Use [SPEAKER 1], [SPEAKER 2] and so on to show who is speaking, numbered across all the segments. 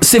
[SPEAKER 1] Se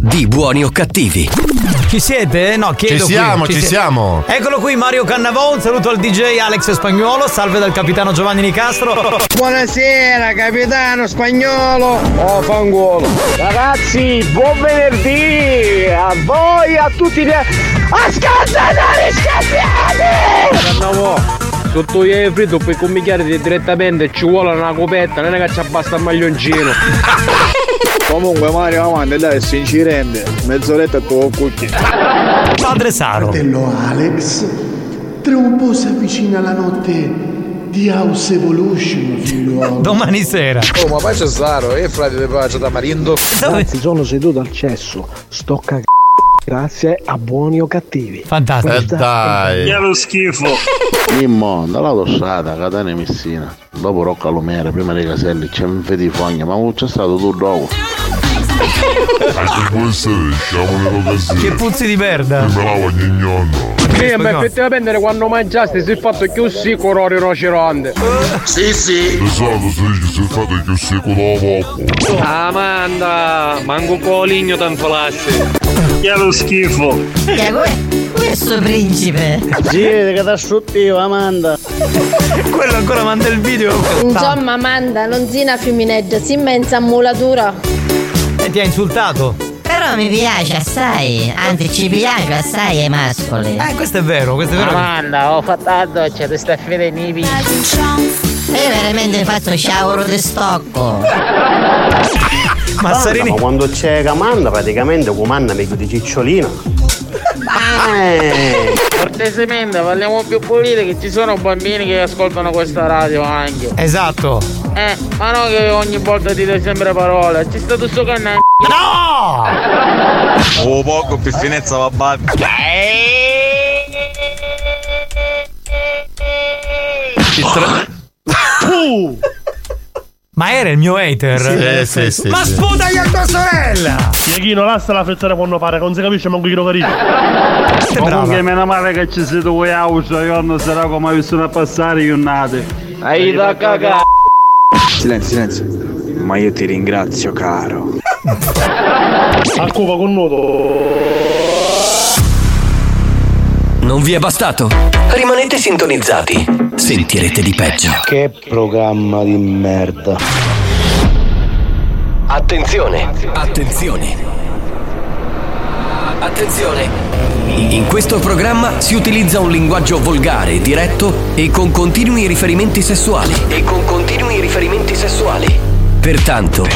[SPEAKER 1] di Buoni o cattivi.
[SPEAKER 2] Ci siete? No, chiedo
[SPEAKER 3] Ci
[SPEAKER 2] qui.
[SPEAKER 3] siamo, ci
[SPEAKER 2] sie-
[SPEAKER 3] siamo.
[SPEAKER 2] Eccolo qui Mario Cannavò, un saluto al DJ Alex Spagnuolo, salve dal capitano Giovanni Nicastro.
[SPEAKER 4] Buonasera capitano spagnolo Oh fanguolo Ragazzi buon venerdì A voi a tutti gli ascoltatori scambiati Sotto il fritto per commicchiarti direttamente Ci vuole una copetta Non è che ci abbasta il maglioncino Comunque Mario avanti dai sinceramente Mezz'oretta tuo cucchi
[SPEAKER 2] Padre Saro.
[SPEAKER 5] Fratello Alex, tra un po' si avvicina la notte di House Evolution, figliuolo.
[SPEAKER 2] Domani sera.
[SPEAKER 6] Oh, ma pace Zaro, e frate di pace da Marindo.
[SPEAKER 4] Sono seduto al cesso Sto cagando Grazie a buoni o cattivi
[SPEAKER 2] Fantastico.
[SPEAKER 3] Eh dai.
[SPEAKER 7] lo schifo.
[SPEAKER 8] Mimmo, dalla tossata, Catania e Messina, dopo Rocca Lumera, prima dei caselli, c'è un fede di fogna, ma c'è stato tu dopo.
[SPEAKER 7] Anche questo diciamo nella
[SPEAKER 2] Che
[SPEAKER 7] casina.
[SPEAKER 2] puzzi di merda.
[SPEAKER 7] Bravo gnogno.
[SPEAKER 4] Sì, ma effettivamente quando mangiaste si è fatto più sicuro i rocerande.
[SPEAKER 7] Esatto, si dice se fate che un secolo dopo.
[SPEAKER 4] Amanda, manco coligno tan flasce.
[SPEAKER 7] Che lo schifo.
[SPEAKER 9] Questo principe.
[SPEAKER 2] Quello ancora manda il video.
[SPEAKER 10] Insomma, Amanda, non zina fiumineggia, si immensa mulatura.
[SPEAKER 2] E ti ha insultato.
[SPEAKER 9] Però mi piace assai, anzi ci piace assai ai mascoli.
[SPEAKER 2] Eh, questo è vero, questo è vero.
[SPEAKER 4] Amanda, ho fatto la doccia, ti stai fede nivi.
[SPEAKER 9] Io veramente faccio sciauro di
[SPEAKER 2] Oh.
[SPEAKER 7] oh.
[SPEAKER 9] stocco.
[SPEAKER 2] Massarini.
[SPEAKER 5] quando c'è Camanda, praticamente Comanda meglio di Cicciolina.
[SPEAKER 4] Eh, Cortesemente, parliamo più pulite che ci sono bambini che ascoltano questa radio anche.
[SPEAKER 2] Esatto.
[SPEAKER 4] Eh, ma no che ogni volta ti do sempre parole, ci sta tutto canna.
[SPEAKER 2] No!
[SPEAKER 6] Oh, poco più finezza va babbi.
[SPEAKER 4] Eh.
[SPEAKER 2] Ma era il mio hater.
[SPEAKER 3] Eh sì, sì.
[SPEAKER 2] Ma
[SPEAKER 3] sì.
[SPEAKER 2] sputagli a tua sorella!
[SPEAKER 7] Piechino, lascia la frittata quando pare, non si capisce manco chi lo capisce.
[SPEAKER 2] Questa è brava.
[SPEAKER 4] meno male che ci siete voi a uso, io non sarò come avessero a passare io nate. Hai da cagare.
[SPEAKER 7] A Cuba con nudo.
[SPEAKER 1] Non vi è bastato? Rimanete sintonizzati. Sentirete di peggio.
[SPEAKER 5] Che programma di merda.
[SPEAKER 1] Attenzione! Attenzione! Attenzione! In questo programma si utilizza un linguaggio volgare, diretto e con continui riferimenti sessuali. E con continui riferimenti sessuali. Pertanto,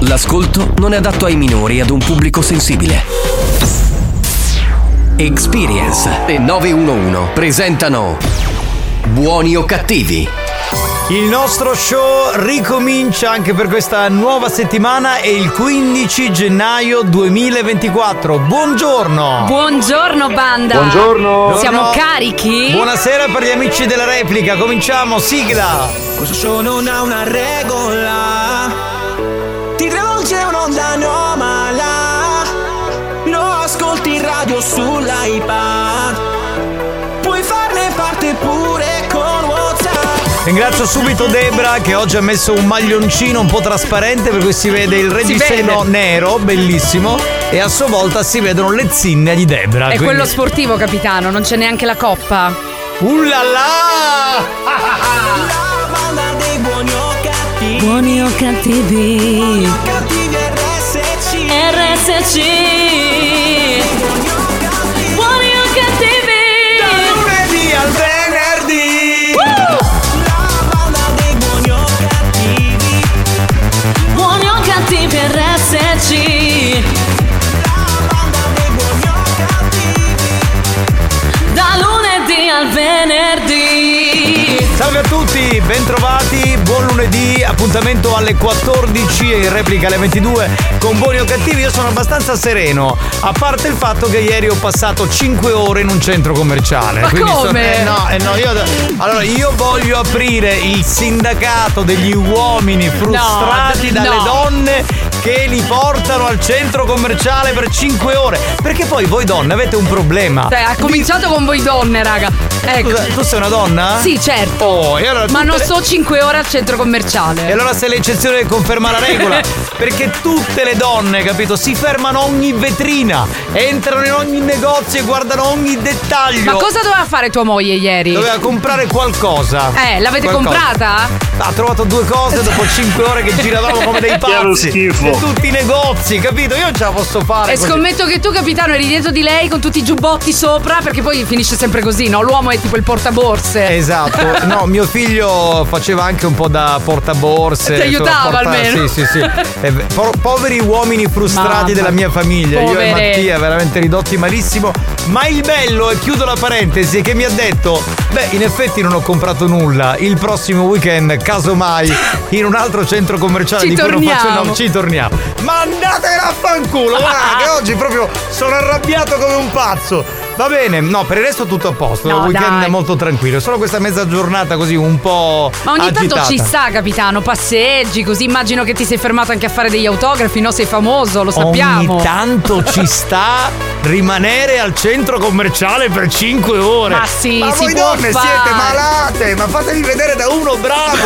[SPEAKER 1] l'ascolto non è adatto ai minori e ad un pubblico sensibile. Experience e 911 presentano Buoni o cattivi?
[SPEAKER 2] Il nostro show ricomincia anche per questa nuova settimana e il 15 gennaio 2024. Buongiorno!
[SPEAKER 10] Buongiorno, banda.
[SPEAKER 4] Buongiorno.
[SPEAKER 10] Siamo
[SPEAKER 2] Buongiorno.
[SPEAKER 10] carichi?
[SPEAKER 2] Buonasera per gli amici della replica, cominciamo, sigla!
[SPEAKER 11] Questo show non ha una regola. Ti travolge un'onda anomala. Lo ascolti in radio sull'iPad. Puoi farne parte pure con WhatsApp.
[SPEAKER 2] Ringrazio subito Debra che oggi ha messo un maglioncino un po' trasparente per cui si vede il reggiseno nero, bellissimo, e a sua volta si vedono le zinne di Debra.
[SPEAKER 10] È
[SPEAKER 2] quindi-
[SPEAKER 10] quello sportivo, capitano, non c'è neanche la coppa.
[SPEAKER 2] Ullala!
[SPEAKER 11] La banda dei buoni o cattivi.
[SPEAKER 9] Buoni o cattivi,
[SPEAKER 11] Cattivi RSC.
[SPEAKER 9] RSC. Buoni o cattivi.
[SPEAKER 2] Lunedì al venerdì!
[SPEAKER 11] La banda dei buoni o cattivi.
[SPEAKER 9] Buoni o cattivi RSC
[SPEAKER 11] La banda dei buoni o cattivi.
[SPEAKER 9] Da lunedì al venerdì
[SPEAKER 2] Salve a tutti, bentrovati, buon lunedì, appuntamento alle 14 e in replica alle 22 con buoni o cattivi, io sono abbastanza sereno, a parte il fatto che ieri ho passato 5 ore in un centro commerciale.
[SPEAKER 10] Ma
[SPEAKER 2] quindi sono-
[SPEAKER 10] come?
[SPEAKER 2] eh no, eh no, io, allora io voglio aprire il sindacato degli uomini frustrati
[SPEAKER 10] no.
[SPEAKER 2] dalle donne che li portano al centro commerciale per 5 ore. Perché poi voi donne avete un problema.
[SPEAKER 10] Cioè, ha cominciato con voi donne, raga. Ecco.
[SPEAKER 2] tu sei una donna?
[SPEAKER 10] Sì, certo.
[SPEAKER 2] Oh, e allora
[SPEAKER 10] Ma
[SPEAKER 2] tutte
[SPEAKER 10] non
[SPEAKER 2] le-
[SPEAKER 10] so 5 ore al centro commerciale.
[SPEAKER 2] E allora se l'eccezione che conferma la regola, perché tutte le donne, capito, si fermano a ogni vetrina, entrano in ogni negozio e guardano ogni dettaglio.
[SPEAKER 10] Ma cosa doveva fare tua moglie ieri?
[SPEAKER 2] Doveva comprare qualcosa.
[SPEAKER 10] Eh, l'avete
[SPEAKER 2] Qualcosa.
[SPEAKER 10] comprata?
[SPEAKER 2] Ha trovato due cose dopo 5 ore che giravamo come dei
[SPEAKER 10] Che era lo
[SPEAKER 2] pazzi.
[SPEAKER 10] schifo.
[SPEAKER 2] In tutti i negozi, capito? Io non ce la posso fare.
[SPEAKER 10] E
[SPEAKER 2] così.
[SPEAKER 10] scommetto che tu, capitano, eri dietro di lei con tutti i giubbotti sopra, perché poi finisce sempre così, no? L'uomo è tipo il portaborse.
[SPEAKER 2] Esatto, no, mio figlio faceva anche un po' da portaborse.
[SPEAKER 10] Ti
[SPEAKER 2] insomma,
[SPEAKER 10] aiutava
[SPEAKER 2] porta-
[SPEAKER 10] almeno.
[SPEAKER 2] Sì, sì, sì. E v- po- poveri uomini frustrati
[SPEAKER 10] Mamma.
[SPEAKER 2] della mia famiglia. Io e
[SPEAKER 10] Povere.
[SPEAKER 2] Mattia veramente ridotti malissimo. Ma il bello, e chiudo la parentesi, è che mi ha detto: Beh, in effetti non ho comprato nulla. Il prossimo weekend, casomai, in un altro centro commerciale
[SPEAKER 12] Ci
[SPEAKER 2] di cui non faccio il
[SPEAKER 12] torniamo."
[SPEAKER 2] nome, ci torniamo. Ma andatene a fanculo, guarda, Ah,
[SPEAKER 9] Ah.
[SPEAKER 10] Ah.
[SPEAKER 2] che oggi proprio sono arrabbiato come un pazzo. Va bene, no, per il resto tutto a posto.
[SPEAKER 10] No,
[SPEAKER 2] il weekend
[SPEAKER 10] dai.
[SPEAKER 2] è molto tranquillo. Solo questa mezza giornata così un po'.
[SPEAKER 10] Ma ogni
[SPEAKER 2] agitata.
[SPEAKER 10] tanto ci sta, capitano, passeggi, così immagino che ti sei fermato anche a fare degli autografi, no? Sei famoso, lo sappiamo.
[SPEAKER 2] Ogni tanto ci sta rimanere al centro commerciale per 5 ore.
[SPEAKER 10] Ma sì,
[SPEAKER 2] ma
[SPEAKER 10] si
[SPEAKER 2] voi
[SPEAKER 10] può
[SPEAKER 2] donne
[SPEAKER 10] fare.
[SPEAKER 2] siete malate, ma fatemi vedere da uno bravo.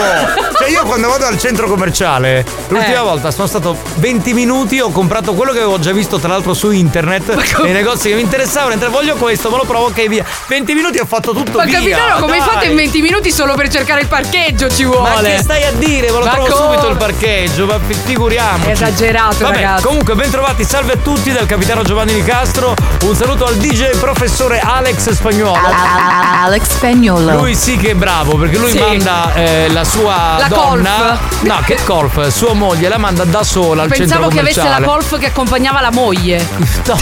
[SPEAKER 2] cioè io quando vado al centro commerciale,
[SPEAKER 10] Eh.
[SPEAKER 2] l'ultima volta sono stato 20 minuti, ho comprato quello che avevo già visto tra l'altro su internet, nei negozi che mi interessavano, mentre voglio questo, me lo provo, ok via. 20 minuti ho fatto tutto
[SPEAKER 10] Ma
[SPEAKER 2] via.
[SPEAKER 10] capitano, come
[SPEAKER 2] dai.
[SPEAKER 10] fate in 20 minuti solo per cercare il parcheggio? Ci vuole.
[SPEAKER 2] Ma che stai a dire? Ve lo
[SPEAKER 10] Ma
[SPEAKER 2] trovo
[SPEAKER 10] cor-
[SPEAKER 2] subito il parcheggio, ma fi- figuriamoci.
[SPEAKER 10] Esagerato,
[SPEAKER 2] Vabbè,
[SPEAKER 10] ragazzi.
[SPEAKER 2] comunque bentrovati, salve a tutti dal capitano Giovanni Di Castro. Un saluto al DJ professore Alex Spagnuolo.
[SPEAKER 9] Ah,
[SPEAKER 8] Alex Spagnolo.
[SPEAKER 2] Lui sì che è bravo perché lui
[SPEAKER 8] Sì.
[SPEAKER 2] manda eh, la sua
[SPEAKER 10] La
[SPEAKER 2] donna.
[SPEAKER 10] Colf.
[SPEAKER 2] No, che colf, sua moglie la manda da sola al
[SPEAKER 10] Pensavo
[SPEAKER 2] centro
[SPEAKER 10] che avesse la
[SPEAKER 2] commerciale.
[SPEAKER 10] golf che accompagnava la moglie.
[SPEAKER 2] No,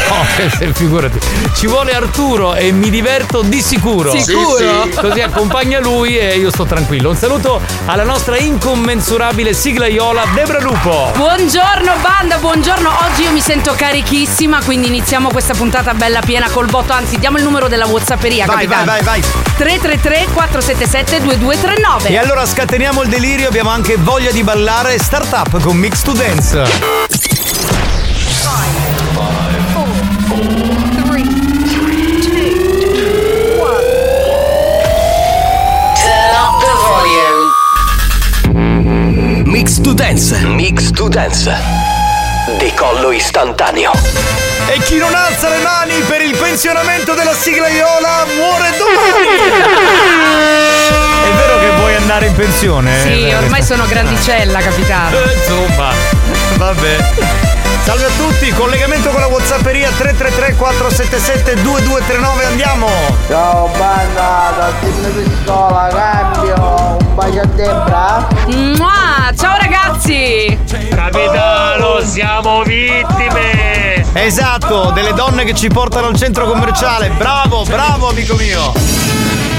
[SPEAKER 2] se- figurati. Ci vuole Arturo e mi diverto di sicuro.
[SPEAKER 10] Sicuro? Sì, sì.
[SPEAKER 2] Così accompagna lui e io sto tranquillo. Un saluto alla nostra incommensurabile siglaiola Debra Lupo.
[SPEAKER 10] Buongiorno banda, buongiorno. Oggi io mi sento carichissima, quindi iniziamo questa puntata bella piena col botto. Anzi, diamo il numero della WhatsApperia,
[SPEAKER 2] Vai,
[SPEAKER 10] capitano.
[SPEAKER 2] vai, vai, vai.
[SPEAKER 10] 333 477 2239.
[SPEAKER 2] E allora scateniamo il delirio, abbiamo anche voglia di ballare Start Up con Mix to Dance.
[SPEAKER 13] Mix to dance. Mix to dance. Decollo istantaneo.
[SPEAKER 2] E chi non alza le mani per il pensionamento della siglaiola muore domani! È vero che vuoi andare in pensione?
[SPEAKER 10] Sì, ormai sono grandicella, capitano.
[SPEAKER 2] Eh, Insomma, vabbè. Salve a tutti, collegamento con la Whatsapperia 333 477 2239, andiamo!
[SPEAKER 4] Ciao banda, da Team Pistola, cambio, un bacio a Debra.
[SPEAKER 10] Mua, ciao ragazzi!
[SPEAKER 2] Capitano, siamo vittime! Oh. Esatto, delle donne che ci portano al centro commerciale. Bravo, bravo amico mio!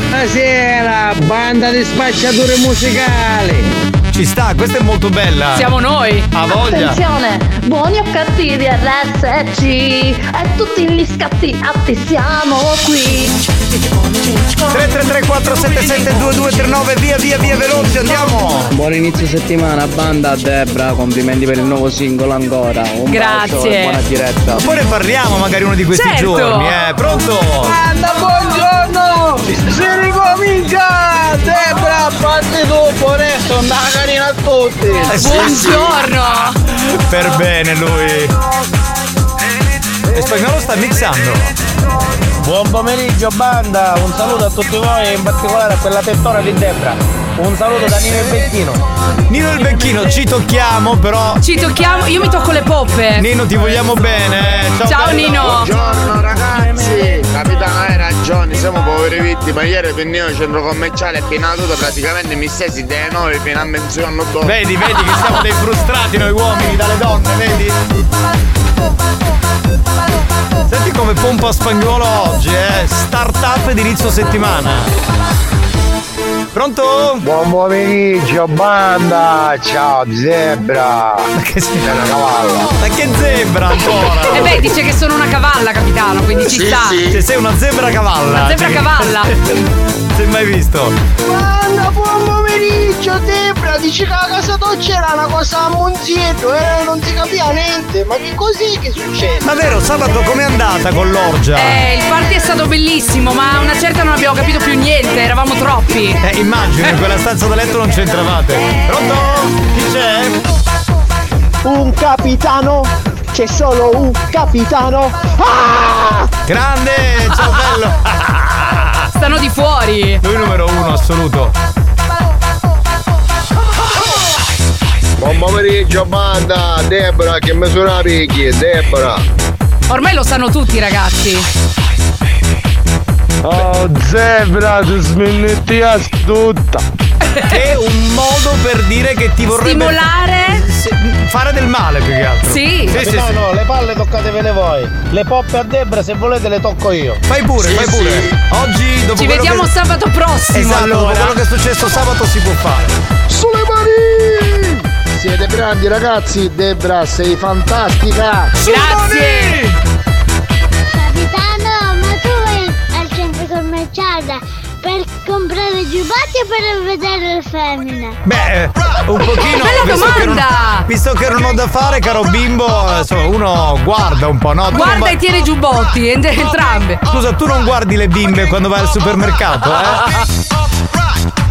[SPEAKER 4] Buonasera, banda di spacciature musicali.
[SPEAKER 2] Ci sta, questa è molto bella.
[SPEAKER 4] Siamo noi.
[SPEAKER 2] Ha voglia.
[SPEAKER 14] Attenzione, buoni o cattivi RSC e tutti gli scatti atti siamo qui.
[SPEAKER 2] 333 477 2239 via via via veloce andiamo
[SPEAKER 4] Buon inizio settimana, banda Debra, complimenti per il nuovo singolo ancora. Un
[SPEAKER 2] Grazie.
[SPEAKER 4] bacio e buona diretta.
[SPEAKER 2] Poi ne parliamo magari uno di questi
[SPEAKER 4] Certo.
[SPEAKER 2] giorni, eh. Pronto?
[SPEAKER 4] Banda, buongiorno! Si ricomincia! Debra, parti tu, onesto, una carina a tutti!
[SPEAKER 2] Eh, sì, sì. Per bene lui. E spagnolo sta mixando.
[SPEAKER 4] Buon pomeriggio banda, un saluto a tutti voi e in particolare a quella tettona di Debra. Un saluto da Nino e Becchino.
[SPEAKER 2] Nino il becchino, ci tocchiamo però.
[SPEAKER 10] Ci tocchiamo, io mi tocco le poppe.
[SPEAKER 2] Nino ti vogliamo bene. eh. Ciao,
[SPEAKER 10] Ciao,
[SPEAKER 2] bello.
[SPEAKER 10] Nino.
[SPEAKER 15] Buongiorno ragazzi! Capitano hai ragione, siamo povere vittime. Ieri venivo al centro commerciale e fino a tutto praticamente mi stessi delle 9 fino a mezzogiorno dopo.
[SPEAKER 2] Vedi, vedi che siamo dei frustrati noi uomini dalle donne, vedi? Senti come pompa spagnolo oggi, eh? Start up di inizio settimana. Pronto?
[SPEAKER 4] Buon pomeriggio, banda! Ciao, zebra! Ma
[SPEAKER 2] che
[SPEAKER 4] una cavalla!
[SPEAKER 2] Ma che zebra ancora?
[SPEAKER 10] E Eh beh, dice che sono una cavalla, capitano, quindi ci sta.
[SPEAKER 2] Cioè, sei una zebra cavalla.
[SPEAKER 10] Una zebra cavalla.
[SPEAKER 2] si è mai visto.
[SPEAKER 12] Guarda, buon pomeriggio, Debra! Dici che la casa tua c'era una cosa a Monzietto e non si capiva niente. Ma che cos'è che succede?
[SPEAKER 2] Ma vero, sabato com'è andata con l'orgia?
[SPEAKER 10] Eh, il party è stato bellissimo, ma una certa non abbiamo capito più niente, eravamo troppi.
[SPEAKER 2] Eh, immagino, in quella stanza da letto non c'entravate. Pronto? Chi c'è?
[SPEAKER 12] Un capitano, c'è solo un capitano. Ah!
[SPEAKER 2] Grande, eh, ciao bello.
[SPEAKER 10] Stanno di fuori.
[SPEAKER 2] Lui numero uno assoluto.
[SPEAKER 4] Buon pomeriggio, banda! Debra, che misura picchi? Debra!
[SPEAKER 10] Ormai lo sanno tutti, ragazzi.
[SPEAKER 4] Oh, zebra, ti sminetti tutta!
[SPEAKER 2] Che è un modo per dire che ti vorrebbe
[SPEAKER 10] Stimolare.
[SPEAKER 2] fare del male più che altro. Sì, sì,
[SPEAKER 4] no,
[SPEAKER 2] sì.
[SPEAKER 4] no, le palle toccatevele voi. Le poppe a Debra, se volete, le tocco io.
[SPEAKER 2] Fai pure, fai pure. Oggi dopo
[SPEAKER 10] Ci
[SPEAKER 2] quello
[SPEAKER 10] vediamo
[SPEAKER 2] che...
[SPEAKER 10] sabato prossimo.
[SPEAKER 2] Eh, Esatto, dopo
[SPEAKER 10] allora.
[SPEAKER 2] quello che è successo sabato si può fare.
[SPEAKER 12] Sulle mani! Siete grandi ragazzi, Debra, sei fantastica!
[SPEAKER 10] Grazie!
[SPEAKER 16] Capitano, ma tu vai al centro commerciale per comprare giubbotti o per vedere le femmine?
[SPEAKER 2] Beh, eh, un pochino.
[SPEAKER 16] Bella
[SPEAKER 2] visto che non-
[SPEAKER 16] domanda!
[SPEAKER 2] visto che non ho da fare, caro bimbo, eh, insomma, uno guarda un po', no? Tu non
[SPEAKER 10] Guarda
[SPEAKER 2] va-
[SPEAKER 10] e tiene i giubbotti, ent- entrambe.
[SPEAKER 2] Scusa, tu non guardi le bimbe quando vai al supermercato, eh?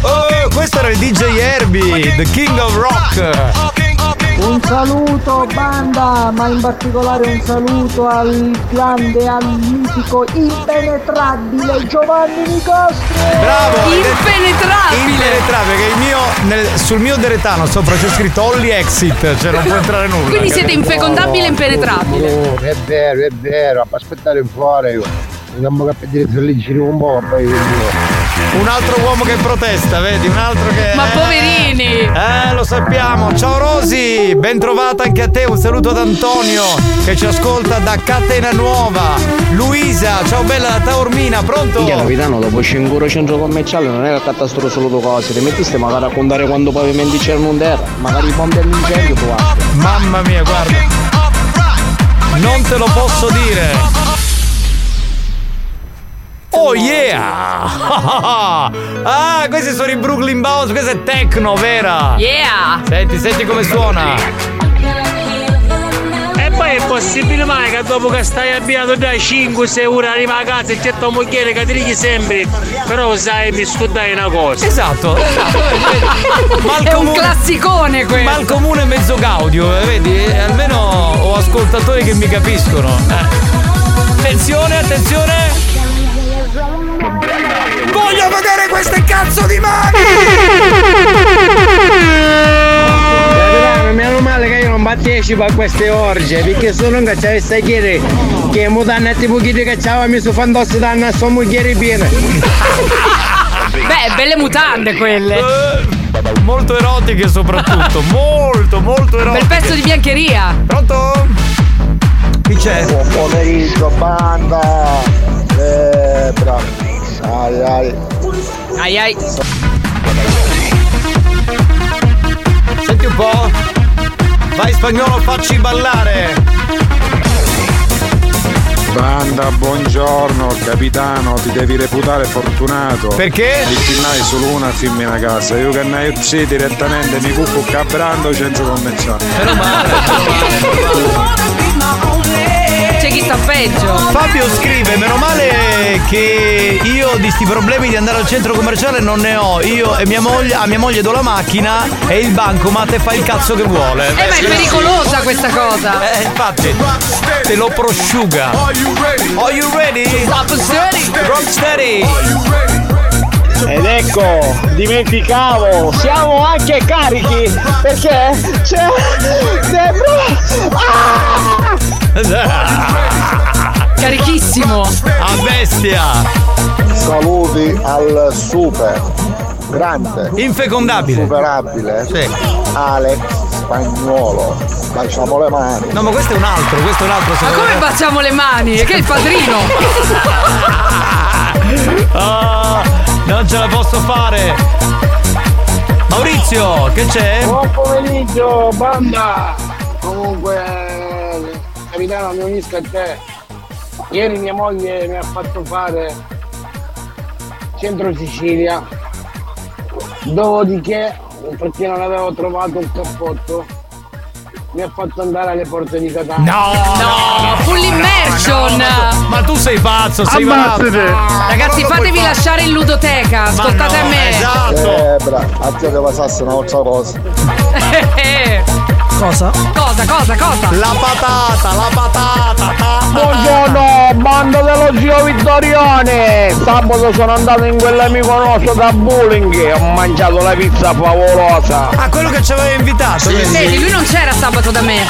[SPEAKER 2] Oh, questo era il DJ Herbie, The King of Rock.
[SPEAKER 12] Un saluto banda, ma in particolare un saluto al grande, al mitico, impenetrabile Giovanni Nicostri!
[SPEAKER 2] Bravo!
[SPEAKER 10] Impenetrabile!
[SPEAKER 2] Impenetrabile, che il mio, nel- sul mio deretano sopra c'è scritto Only Exit, cioè non può entrare nulla.
[SPEAKER 10] Quindi siete infecondabili e impenetrabili.
[SPEAKER 4] Oh, è vero, è vero, aspettare fuori. io. Andiamo a dire se lì giri un po', poi
[SPEAKER 2] Un altro uomo che protesta, vedi? Un altro che.
[SPEAKER 10] Ma poverini!
[SPEAKER 2] Eh, lo sappiamo. Ciao Rosy, ben trovata anche a te. Un saluto ad Antonio che ci ascolta da Catena Nuova. Luisa, ciao bella da Taormina, pronto?
[SPEAKER 4] capitano, dopo scendere centro commerciale non era catastrofe solo cose, ti mettiste magari a contare quando pavimenti c'erano in terra, magari i pompi all'incendio provate.
[SPEAKER 2] Mamma mia, guarda. Non te lo posso dire. Oh yeah! Ah, questi sono i Brooklyn Bounce, questa è techno, vera?
[SPEAKER 10] Yeah!
[SPEAKER 2] Senti, senti come suona.
[SPEAKER 17] E poi è possibile mai che dopo che stai abbiato dai 5-6 ore arrivi a casa e c'è tua moglie che ti righi sempre, però sai mi scudai una cosa.
[SPEAKER 2] Esatto, esatto. Ma il
[SPEAKER 10] È un
[SPEAKER 2] comune-
[SPEAKER 10] classicone questo.
[SPEAKER 2] Ma il comune è mezzo gaudio, eh, vedi? Eh, Almeno ho ascoltatori che mi capiscono. Eh. Attenzione, attenzione! Voglio vedere queste cazzo di mani!
[SPEAKER 4] Capitano, meno male che io non partecipo a queste orge, perché se non che ci avessi a chiedere che mutanna tipo chi che c'aveva mi su fandosso danno a sua moglie piena.
[SPEAKER 10] Beh, belle mutande quelle.
[SPEAKER 2] Eh, Molto erotiche soprattutto, molto, molto
[SPEAKER 10] Bel
[SPEAKER 2] erotiche.
[SPEAKER 10] pezzo di biancheria.
[SPEAKER 2] Pronto? Chi c'è?
[SPEAKER 4] Buon pomeriggio, banda! Eh, bravo. Ai, ai.
[SPEAKER 10] Ai ai.
[SPEAKER 2] Senti un po'. Vai spagnolo, facci ballare.
[SPEAKER 18] Banda, buongiorno, capitano, ti devi reputare fortunato.
[SPEAKER 2] Perché?
[SPEAKER 18] Il finale solo una femmina a casa, io che ne FC direttamente mi cucco cabrando centro commerciale.
[SPEAKER 2] Meno male, meno male.
[SPEAKER 10] C'è chi sta peggio.
[SPEAKER 2] Fabio scrive, meno male che io di sti problemi di andare al centro commerciale non ne ho. Io e mia moglie, a mia moglie do la macchina e il bancomat fa il cazzo che vuole.
[SPEAKER 10] Eh, ma è pericolosa questa cosa.
[SPEAKER 2] Eh, infatti, te lo prosciuga. Are you ready? Rocksteady!
[SPEAKER 4] Ed ecco, dimenticavo, siamo anche carichi! Perché c'è Debra! Ah!
[SPEAKER 10] Carichissimo.
[SPEAKER 2] A bestia!
[SPEAKER 4] Saluti al super grande
[SPEAKER 2] Infecondabile
[SPEAKER 4] Superabile Alex Spagnolo Lasciamo le mani
[SPEAKER 2] No, ma questo è un altro, questo è un altro.
[SPEAKER 10] Ma come baciamo le mani? Che è il padrino.
[SPEAKER 2] Ah, non ce la posso fare! Fabrizio, che c'è?
[SPEAKER 4] Buon pomeriggio, banda! Comunque, capitano, mi unisco a te. Ieri mia moglie mi ha fatto fare Centro Sicilia, dopodiché, perché non avevo trovato il cappotto, mi ha fatto andare alle porte di Catania.
[SPEAKER 2] No, no,
[SPEAKER 10] full immersion.
[SPEAKER 2] ma, tu, ma tu sei pazzo, sei pazzo.
[SPEAKER 4] Ammazzate.
[SPEAKER 10] Ragazzi, fatevi lasciare in ludoteca, ascoltate
[SPEAKER 4] no,
[SPEAKER 10] a me.
[SPEAKER 12] Esatto.
[SPEAKER 4] Eh, bra, a te che passasse un'altra cosa.
[SPEAKER 2] eh,
[SPEAKER 8] Cosa?
[SPEAKER 10] Eh. cosa, cosa, cosa?
[SPEAKER 2] La patata, la patata.
[SPEAKER 4] Buongiorno, bando dello zio Vittorione! Sabato sono andato in quell'amico nostro da bowling e ho mangiato la pizza favolosa!
[SPEAKER 2] Ah, quello che ci aveva invitato? vedi?
[SPEAKER 10] Vedi, lui non c'era sabato da me.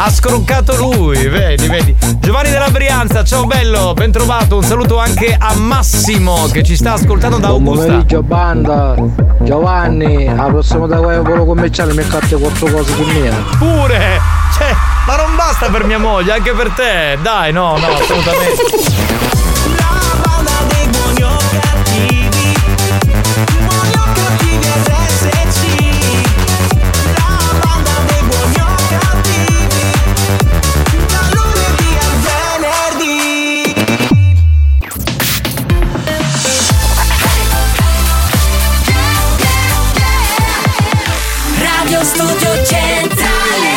[SPEAKER 2] Ha scroccato lui, vedi, vedi. Giovanni della Brianza, ciao bello, bentrovato. Un saluto anche a Massimo che ci sta ascoltando da
[SPEAKER 19] Buon
[SPEAKER 2] Augusta.
[SPEAKER 19] pomeriggio banda Giovanni, la prossima da voi quello commerciale mi carte quattro cose eh. di meno.
[SPEAKER 2] Pure! Cioè, ma non basta per mia moglie, anche per te. Dai, no, no, assolutamente.
[SPEAKER 11] Radio Studio Centrale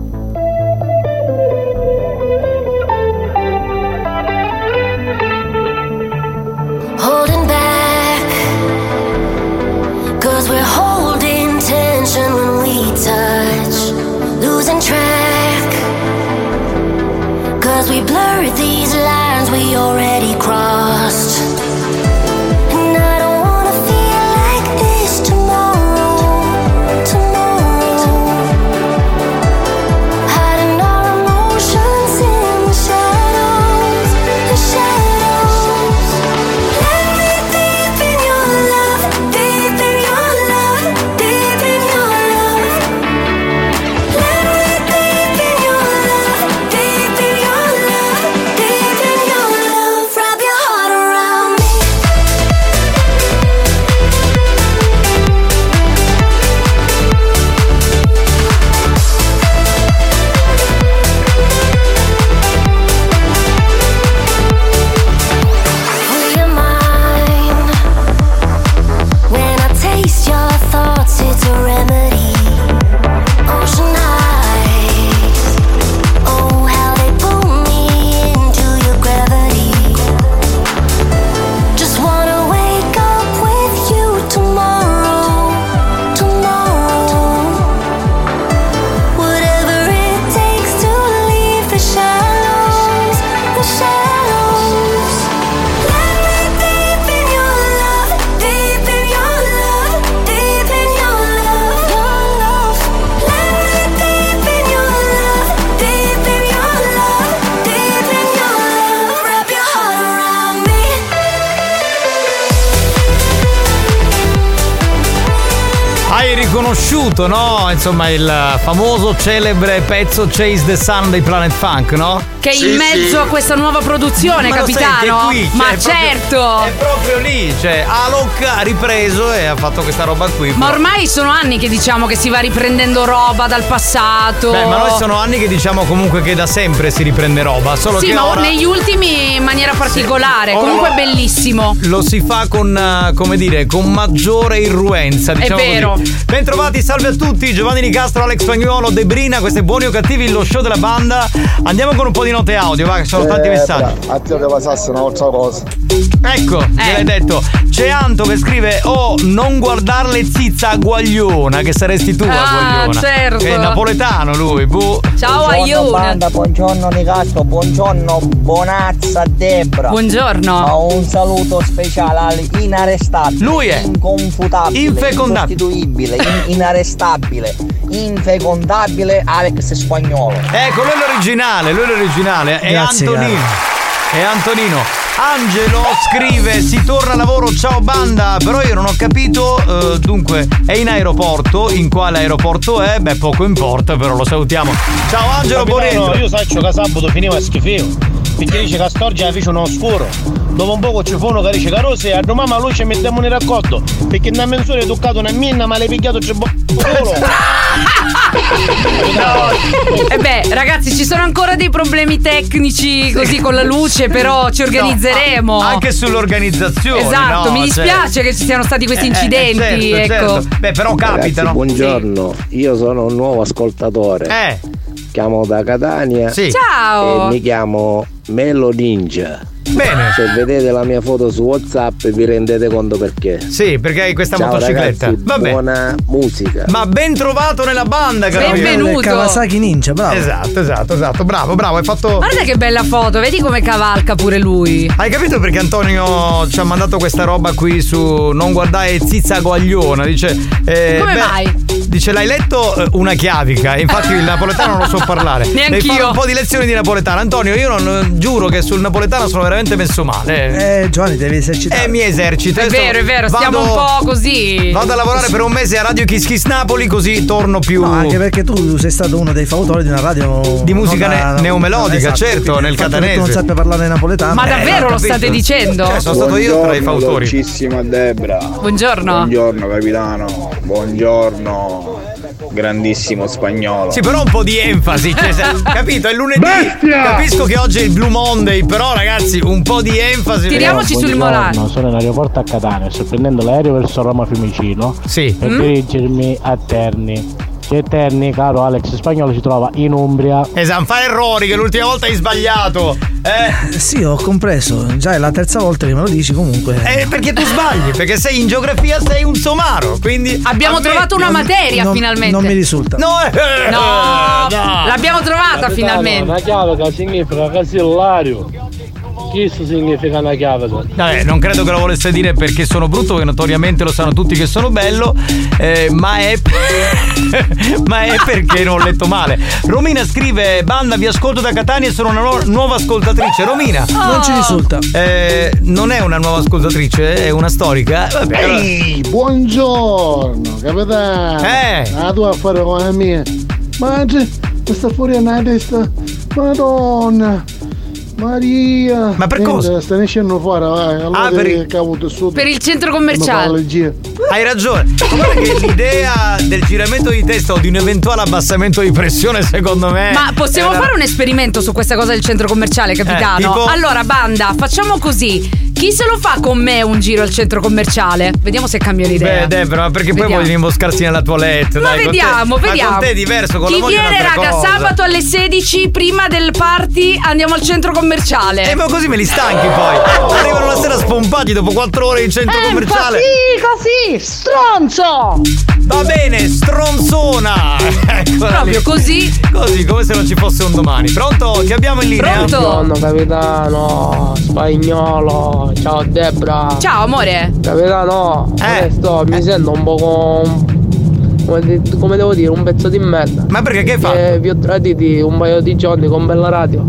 [SPEAKER 11] Holding back Cause we're holding tension when we touch Losing track Cause we blur these lines we already crossed And I don't wanna feel like this tomorrow Tomorrow Hiding our emotions in the shadows The shadows Let me deep in your love Deep in your love Deep in your love Let me deep in your love Deep in your love Deep in your love Wrap your heart around me Will you mind When I taste your thoughts it's a remedy Ocean eyes Oh how they pull me into your gravity Just wanna wake up with you tomorrow Tomorrow Whatever it takes to leave the shadows The shadows Let me deep in your love Deep in your love Deep in your love Your love Let me deep in your love Deep in your love Deep in your love Wrap your heart around me
[SPEAKER 2] Hai riconosciuto, no? Insomma, il famoso celebre pezzo Chase the Sun dei Planet Funk, no?
[SPEAKER 10] Che è in mezzo a questa nuova produzione,
[SPEAKER 2] Ma lo senti,
[SPEAKER 10] capitano.
[SPEAKER 2] è qui, cioè,
[SPEAKER 10] Ma
[SPEAKER 2] è proprio-
[SPEAKER 10] certo.
[SPEAKER 2] È proprio lì, cioè, Alok ha ripreso e ha fatto questa roba qui.
[SPEAKER 10] Ma ormai sono anni che diciamo che si va riprendendo roba dal passato.
[SPEAKER 2] Beh, ma noi sono anni che diciamo comunque che da sempre si riprende roba, solo
[SPEAKER 10] Sì,
[SPEAKER 2] che
[SPEAKER 10] ma
[SPEAKER 2] ora
[SPEAKER 10] negli ultimi in maniera particolare.
[SPEAKER 2] Ora
[SPEAKER 10] Comunque
[SPEAKER 2] lo-
[SPEAKER 10] bellissimo.
[SPEAKER 2] lo si fa con, eh, come dire, con maggiore irruenza,
[SPEAKER 10] È
[SPEAKER 2] diciamo
[SPEAKER 10] vero.
[SPEAKER 2] così. Bentrovati, salve a tutti, Giovanni Nicastro, Alex Spagnuolo, Debrina, questo è Buoni o Cattivi, lo show della banda. Andiamo con un po' di note audio, va, che Eh, sono
[SPEAKER 8] Eh,
[SPEAKER 2] tanti messaggi.
[SPEAKER 4] A te che passasse un'altra cosa.
[SPEAKER 10] Eh.
[SPEAKER 2] Ecco, gliel'hai detto. C'è Anto che scrive: Oh, non guardarle zizza a guagliona, che saresti tu a
[SPEAKER 10] Ah,
[SPEAKER 2] guagliona.
[SPEAKER 10] certo.
[SPEAKER 2] È napoletano lui, boh.
[SPEAKER 10] Ciao
[SPEAKER 20] buongiorno,
[SPEAKER 10] Aiuna.
[SPEAKER 20] banda, buongiorno Nicastro, buongiorno Bonazza Debra.
[SPEAKER 10] Buongiorno.
[SPEAKER 20] Ho un saluto speciale all'inarrestabile.
[SPEAKER 2] Lui è
[SPEAKER 20] inconfutabile,
[SPEAKER 2] infecondabile.
[SPEAKER 20] insostituibile, in-
[SPEAKER 21] inarrestabile, infecondabile Alex Spagnolo.
[SPEAKER 2] Ecco, lui è l'originale, lui è l'originale, è
[SPEAKER 21] Grazie,
[SPEAKER 2] Antonino. È Antonino. Angelo scrive, si torna a lavoro, ciao banda, però io non ho capito, eh, dunque è in aeroporto, in quale aeroporto è? Beh poco importa, però lo salutiamo. Ciao Angelo, buon rientro.
[SPEAKER 22] Io saccio che sabato finiva a schifo. Perché dice che a Storgia la fece uno oscuro. Dopo un poco ci fu uno che dice Carosi, a mamma lui ci mettiamo in raccordo. Perché una mensura è toccato una minna, ma l'hai picchiato c'è bo-
[SPEAKER 2] Eh,
[SPEAKER 10] E Eh beh, ragazzi, ci sono ancora dei problemi tecnici così con la luce, Eh, però ci organizzeremo.
[SPEAKER 2] No, a- anche sull'organizzazione.
[SPEAKER 10] Esatto,
[SPEAKER 2] no?
[SPEAKER 10] mi dispiace
[SPEAKER 2] Cioè-
[SPEAKER 10] che ci siano stati questi
[SPEAKER 2] Eh, eh,
[SPEAKER 10] incidenti.
[SPEAKER 2] certo,
[SPEAKER 10] ecco.
[SPEAKER 2] certo. Beh, però
[SPEAKER 23] Ragazzi,
[SPEAKER 2] capitano.
[SPEAKER 23] buongiorno, io sono un nuovo ascoltatore.
[SPEAKER 2] Eh.
[SPEAKER 23] Chiamo da Catania.
[SPEAKER 2] Sì.
[SPEAKER 10] Ciao.
[SPEAKER 23] E mi chiamo Melo Ninja.
[SPEAKER 2] Bene.
[SPEAKER 23] Se vedete la mia foto su WhatsApp vi rendete conto perché.
[SPEAKER 2] Sì, perché hai questa
[SPEAKER 23] Ciao,
[SPEAKER 2] motocicletta.
[SPEAKER 23] ragazzi,
[SPEAKER 2] Va bene.
[SPEAKER 23] Buona musica.
[SPEAKER 2] Ma ben trovato nella banda, caro mio.
[SPEAKER 24] Kawasaki Ninja, bravo.
[SPEAKER 2] Esatto, esatto, esatto, bravo, bravo, hai fatto.
[SPEAKER 10] Guarda che bella foto, vedi come cavalca pure lui.
[SPEAKER 2] Hai capito perché Antonio ci ha mandato questa roba qui su Non guardare Zizza Guagliona? Dice. eh,
[SPEAKER 10] Come
[SPEAKER 2] beh,
[SPEAKER 10] mai?
[SPEAKER 2] Dice, l'hai letto eh, una chiavica. e Infatti il napoletano non lo so parlare. Devi
[SPEAKER 24] Neanch'io.
[SPEAKER 2] fare un po' di lezioni di napoletano. Antonio, io non eh, giuro che sul napoletano sono veramente messo male.
[SPEAKER 24] Eh, Giovanni, devi esercitare.
[SPEAKER 2] Eh, mi esercito.
[SPEAKER 10] È
[SPEAKER 2] Adesso
[SPEAKER 10] vero, è vero, stiamo
[SPEAKER 2] vado-
[SPEAKER 10] un po' così.
[SPEAKER 2] Vado a lavorare per un mese a Radio Kiss Kiss Napoli così torno più.
[SPEAKER 24] No, anche perché tu sei stato uno dei fautori di una radio
[SPEAKER 2] Di musica ne- neomelodica,
[SPEAKER 24] esatto,
[SPEAKER 2] certo,
[SPEAKER 24] quindi il
[SPEAKER 2] nel
[SPEAKER 24] fatto che
[SPEAKER 2] catanese.
[SPEAKER 24] Tu non sappia parlare napoletano. Eh,
[SPEAKER 10] Ma davvero lo state dicendo?
[SPEAKER 2] Eh, sono stato io tra i
[SPEAKER 25] Buongiorno,
[SPEAKER 2] fautori.
[SPEAKER 25] Dolcissima Debra.
[SPEAKER 10] Buongiorno.
[SPEAKER 25] Buongiorno capitano. Buongiorno. Grandissimo spagnolo.
[SPEAKER 2] Sì, però un po' di enfasi, cioè, se- capito? È lunedì.
[SPEAKER 25] Bestia!
[SPEAKER 2] Capisco che oggi è il Blue Monday, però ragazzi, un po' di enfasi.
[SPEAKER 26] Buongiorno, Sono in aeroporto a Catania, sto prendendo l'aereo verso Roma Fiumicino
[SPEAKER 2] sì.
[SPEAKER 26] per
[SPEAKER 2] Mm.
[SPEAKER 26] dirigermi a Terni. Che Terni, caro Alex Spagnolo, si trova in Umbria.
[SPEAKER 2] Esatto, fa errori che l'ultima volta hai sbagliato. Eh,
[SPEAKER 24] Sì, ho compreso. Già è la terza volta che me lo dici comunque.
[SPEAKER 2] eh, perché tu sbagli, perché sei in geografia, sei un somaro. Quindi
[SPEAKER 10] Abbiamo
[SPEAKER 2] ammetti-
[SPEAKER 10] trovato una materia finalmente.
[SPEAKER 24] Non mi risulta.
[SPEAKER 2] No, eh,
[SPEAKER 10] No,
[SPEAKER 2] no.
[SPEAKER 10] l'abbiamo trovata
[SPEAKER 26] Capitano,
[SPEAKER 10] finalmente.
[SPEAKER 26] Una chiave che significa casillario. Questo significa una chiave.
[SPEAKER 2] Vabbè, Eh, non credo che lo volesse dire perché sono brutto, che notoriamente lo sanno tutti che sono bello, eh, ma, è ma è perché non ho letto male. Romina scrive, banda vi ascolto da Catania e sono una nu- nuova ascoltatrice. Romina,
[SPEAKER 24] Non ci risulta.
[SPEAKER 2] eh, non è una nuova ascoltatrice, è una storica. Eh, Vabbè, allora-
[SPEAKER 27] Ehi, buongiorno, capitano.
[SPEAKER 2] Eh.
[SPEAKER 27] La tua fare con la mia. Ma c'è- questa furia nella testa. Madonna. Maria. Ma per cosa? Sta nascendo fuori, vai. Allora
[SPEAKER 2] Ah, per il-
[SPEAKER 27] devi cavo tessuto.
[SPEAKER 10] per il centro
[SPEAKER 27] Mi fa
[SPEAKER 10] commerciale.
[SPEAKER 27] allergia.
[SPEAKER 2] Hai ragione. Guarda che l'idea del giramento di testa o di un eventuale abbassamento di pressione, secondo me.
[SPEAKER 10] Ma possiamo
[SPEAKER 2] Eh, era-
[SPEAKER 10] fare un esperimento su questa cosa del centro commerciale, capitano?
[SPEAKER 2] Eh, tipo-
[SPEAKER 10] Allora, banda, facciamo così. Chi se lo fa con me un giro al centro commerciale? Vediamo se cambiano idea.
[SPEAKER 2] Beh, Debra, ma perché poi
[SPEAKER 10] Vediamo.
[SPEAKER 2] vogliono imboscarsi nella toilette?
[SPEAKER 10] Ma
[SPEAKER 2] dai, con te-
[SPEAKER 10] vediamo, vediamo.
[SPEAKER 2] Ma con te è diverso, con
[SPEAKER 10] Chi
[SPEAKER 2] la moglie è
[SPEAKER 10] viene,
[SPEAKER 2] un'altra
[SPEAKER 10] raga,
[SPEAKER 2] cosa.
[SPEAKER 10] sabato alle 16, prima del party, andiamo al centro commerciale.
[SPEAKER 2] Eh, ma così me li stanchi poi. Arrivano la sera spompati dopo 4 ore in
[SPEAKER 10] Eh,
[SPEAKER 2] centro commerciale.
[SPEAKER 10] così, stronzo!
[SPEAKER 2] Va bene, stronzona! Eccola
[SPEAKER 10] Proprio
[SPEAKER 2] lì.
[SPEAKER 10] così.
[SPEAKER 2] Così, come se non ci fosse un domani. Pronto? Chi abbiamo in linea?
[SPEAKER 26] Buongiorno capitano, spagnolo, ciao Debra.
[SPEAKER 10] Ciao, amore.
[SPEAKER 26] Capitano,
[SPEAKER 2] Eh.
[SPEAKER 26] adesso mi sento un po' con- come, de- come devo dire, un pezzo di merda.
[SPEAKER 2] Ma perché che
[SPEAKER 26] fai? vi ho traditi un paio di giorni con Bella Radio.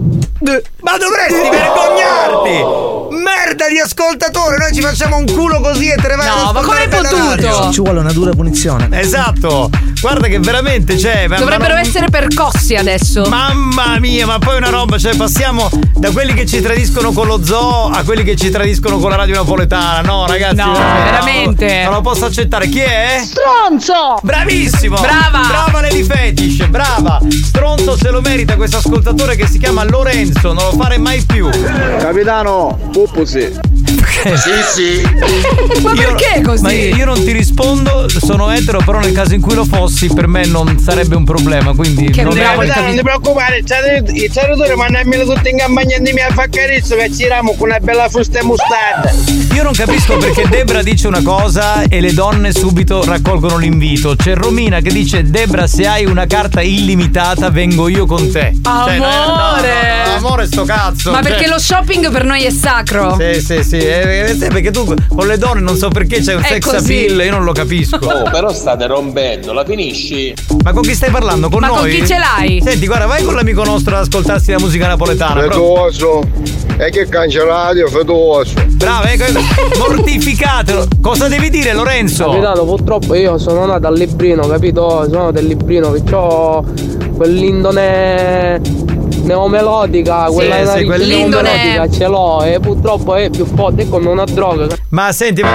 [SPEAKER 2] Ma dovresti
[SPEAKER 24] Oh.
[SPEAKER 2] vergognarti! Merda di ascoltatore, noi ci facciamo un culo così e te ne vai ad ascoltare la radio.
[SPEAKER 24] Ci vuole una dura punizione.
[SPEAKER 2] Esatto, guarda che veramente c'è. Eh, ma-
[SPEAKER 10] Dovrebbero
[SPEAKER 2] ma-
[SPEAKER 10] essere percossi adesso.
[SPEAKER 2] Mamma mia, ma poi una roba, cioè passiamo da quelli che ci tradiscono con lo zoo a quelli che ci tradiscono con la radio napoletana. No, ragazzi,
[SPEAKER 10] No, veramente.
[SPEAKER 2] Non lo posso accettare. Chi è?
[SPEAKER 10] Stronzo!
[SPEAKER 2] Bravissimo!
[SPEAKER 10] Brava!
[SPEAKER 2] Brava Lady Fetish, brava! Stronzo se lo merita questo ascoltatore che si chiama Lorenzo, non lo fare mai più.
[SPEAKER 25] Capitano, puppo sì.
[SPEAKER 2] Sì, sì.
[SPEAKER 10] Ma perché così?
[SPEAKER 2] Ma io non ti rispondo, sono etero, però nel caso in cui lo fossi, per me non sarebbe un problema. Quindi non è-
[SPEAKER 4] Capitano, non ti preoccupare, c'è il cerratore, ma nemmeno tutti in campagna andiamo a far carezzo che ci ramo con una bella fusta e mostarda.
[SPEAKER 2] Io non capisco perché Debra dice una cosa e le donne subito raccolgono l'invito. C'è Romina che dice: Debra, se hai una carta illimitata, vengo io con te. Cioè, no, no, no,
[SPEAKER 10] Amore!
[SPEAKER 2] no, amore, sto cazzo.
[SPEAKER 10] Ma
[SPEAKER 2] cioè-
[SPEAKER 10] perché lo shopping per noi è sacro.
[SPEAKER 2] Sì, sì, sì, eh, eh, perché tu con le donne non so perché c'è un
[SPEAKER 28] È
[SPEAKER 2] sex
[SPEAKER 28] così.
[SPEAKER 2] appeal, io non lo capisco.
[SPEAKER 28] Oh, però state rompendo, la finisci?
[SPEAKER 2] Ma con chi stai parlando? Con
[SPEAKER 28] Ma
[SPEAKER 2] noi?
[SPEAKER 28] con chi ce l'hai?
[SPEAKER 2] Senti, guarda, vai con l'amico nostro ad ascoltarsi la musica napoletana. Però...
[SPEAKER 9] Fedoso. E che cancellato, fedoso.
[SPEAKER 2] Bravo, ecco, ecco. mortificatelo. Cosa devi dire, Lorenzo?
[SPEAKER 26] Capitano, purtroppo io sono nato al Librino, capito? Sono del Librino, che ho quell'indone neomelodica, quella
[SPEAKER 2] sì,
[SPEAKER 26] narigine
[SPEAKER 2] quell'indone-
[SPEAKER 26] neomelodica ce l'ho
[SPEAKER 28] eh,
[SPEAKER 26] e purtroppo è più forte, è come una droga.
[SPEAKER 2] Ma senti, ma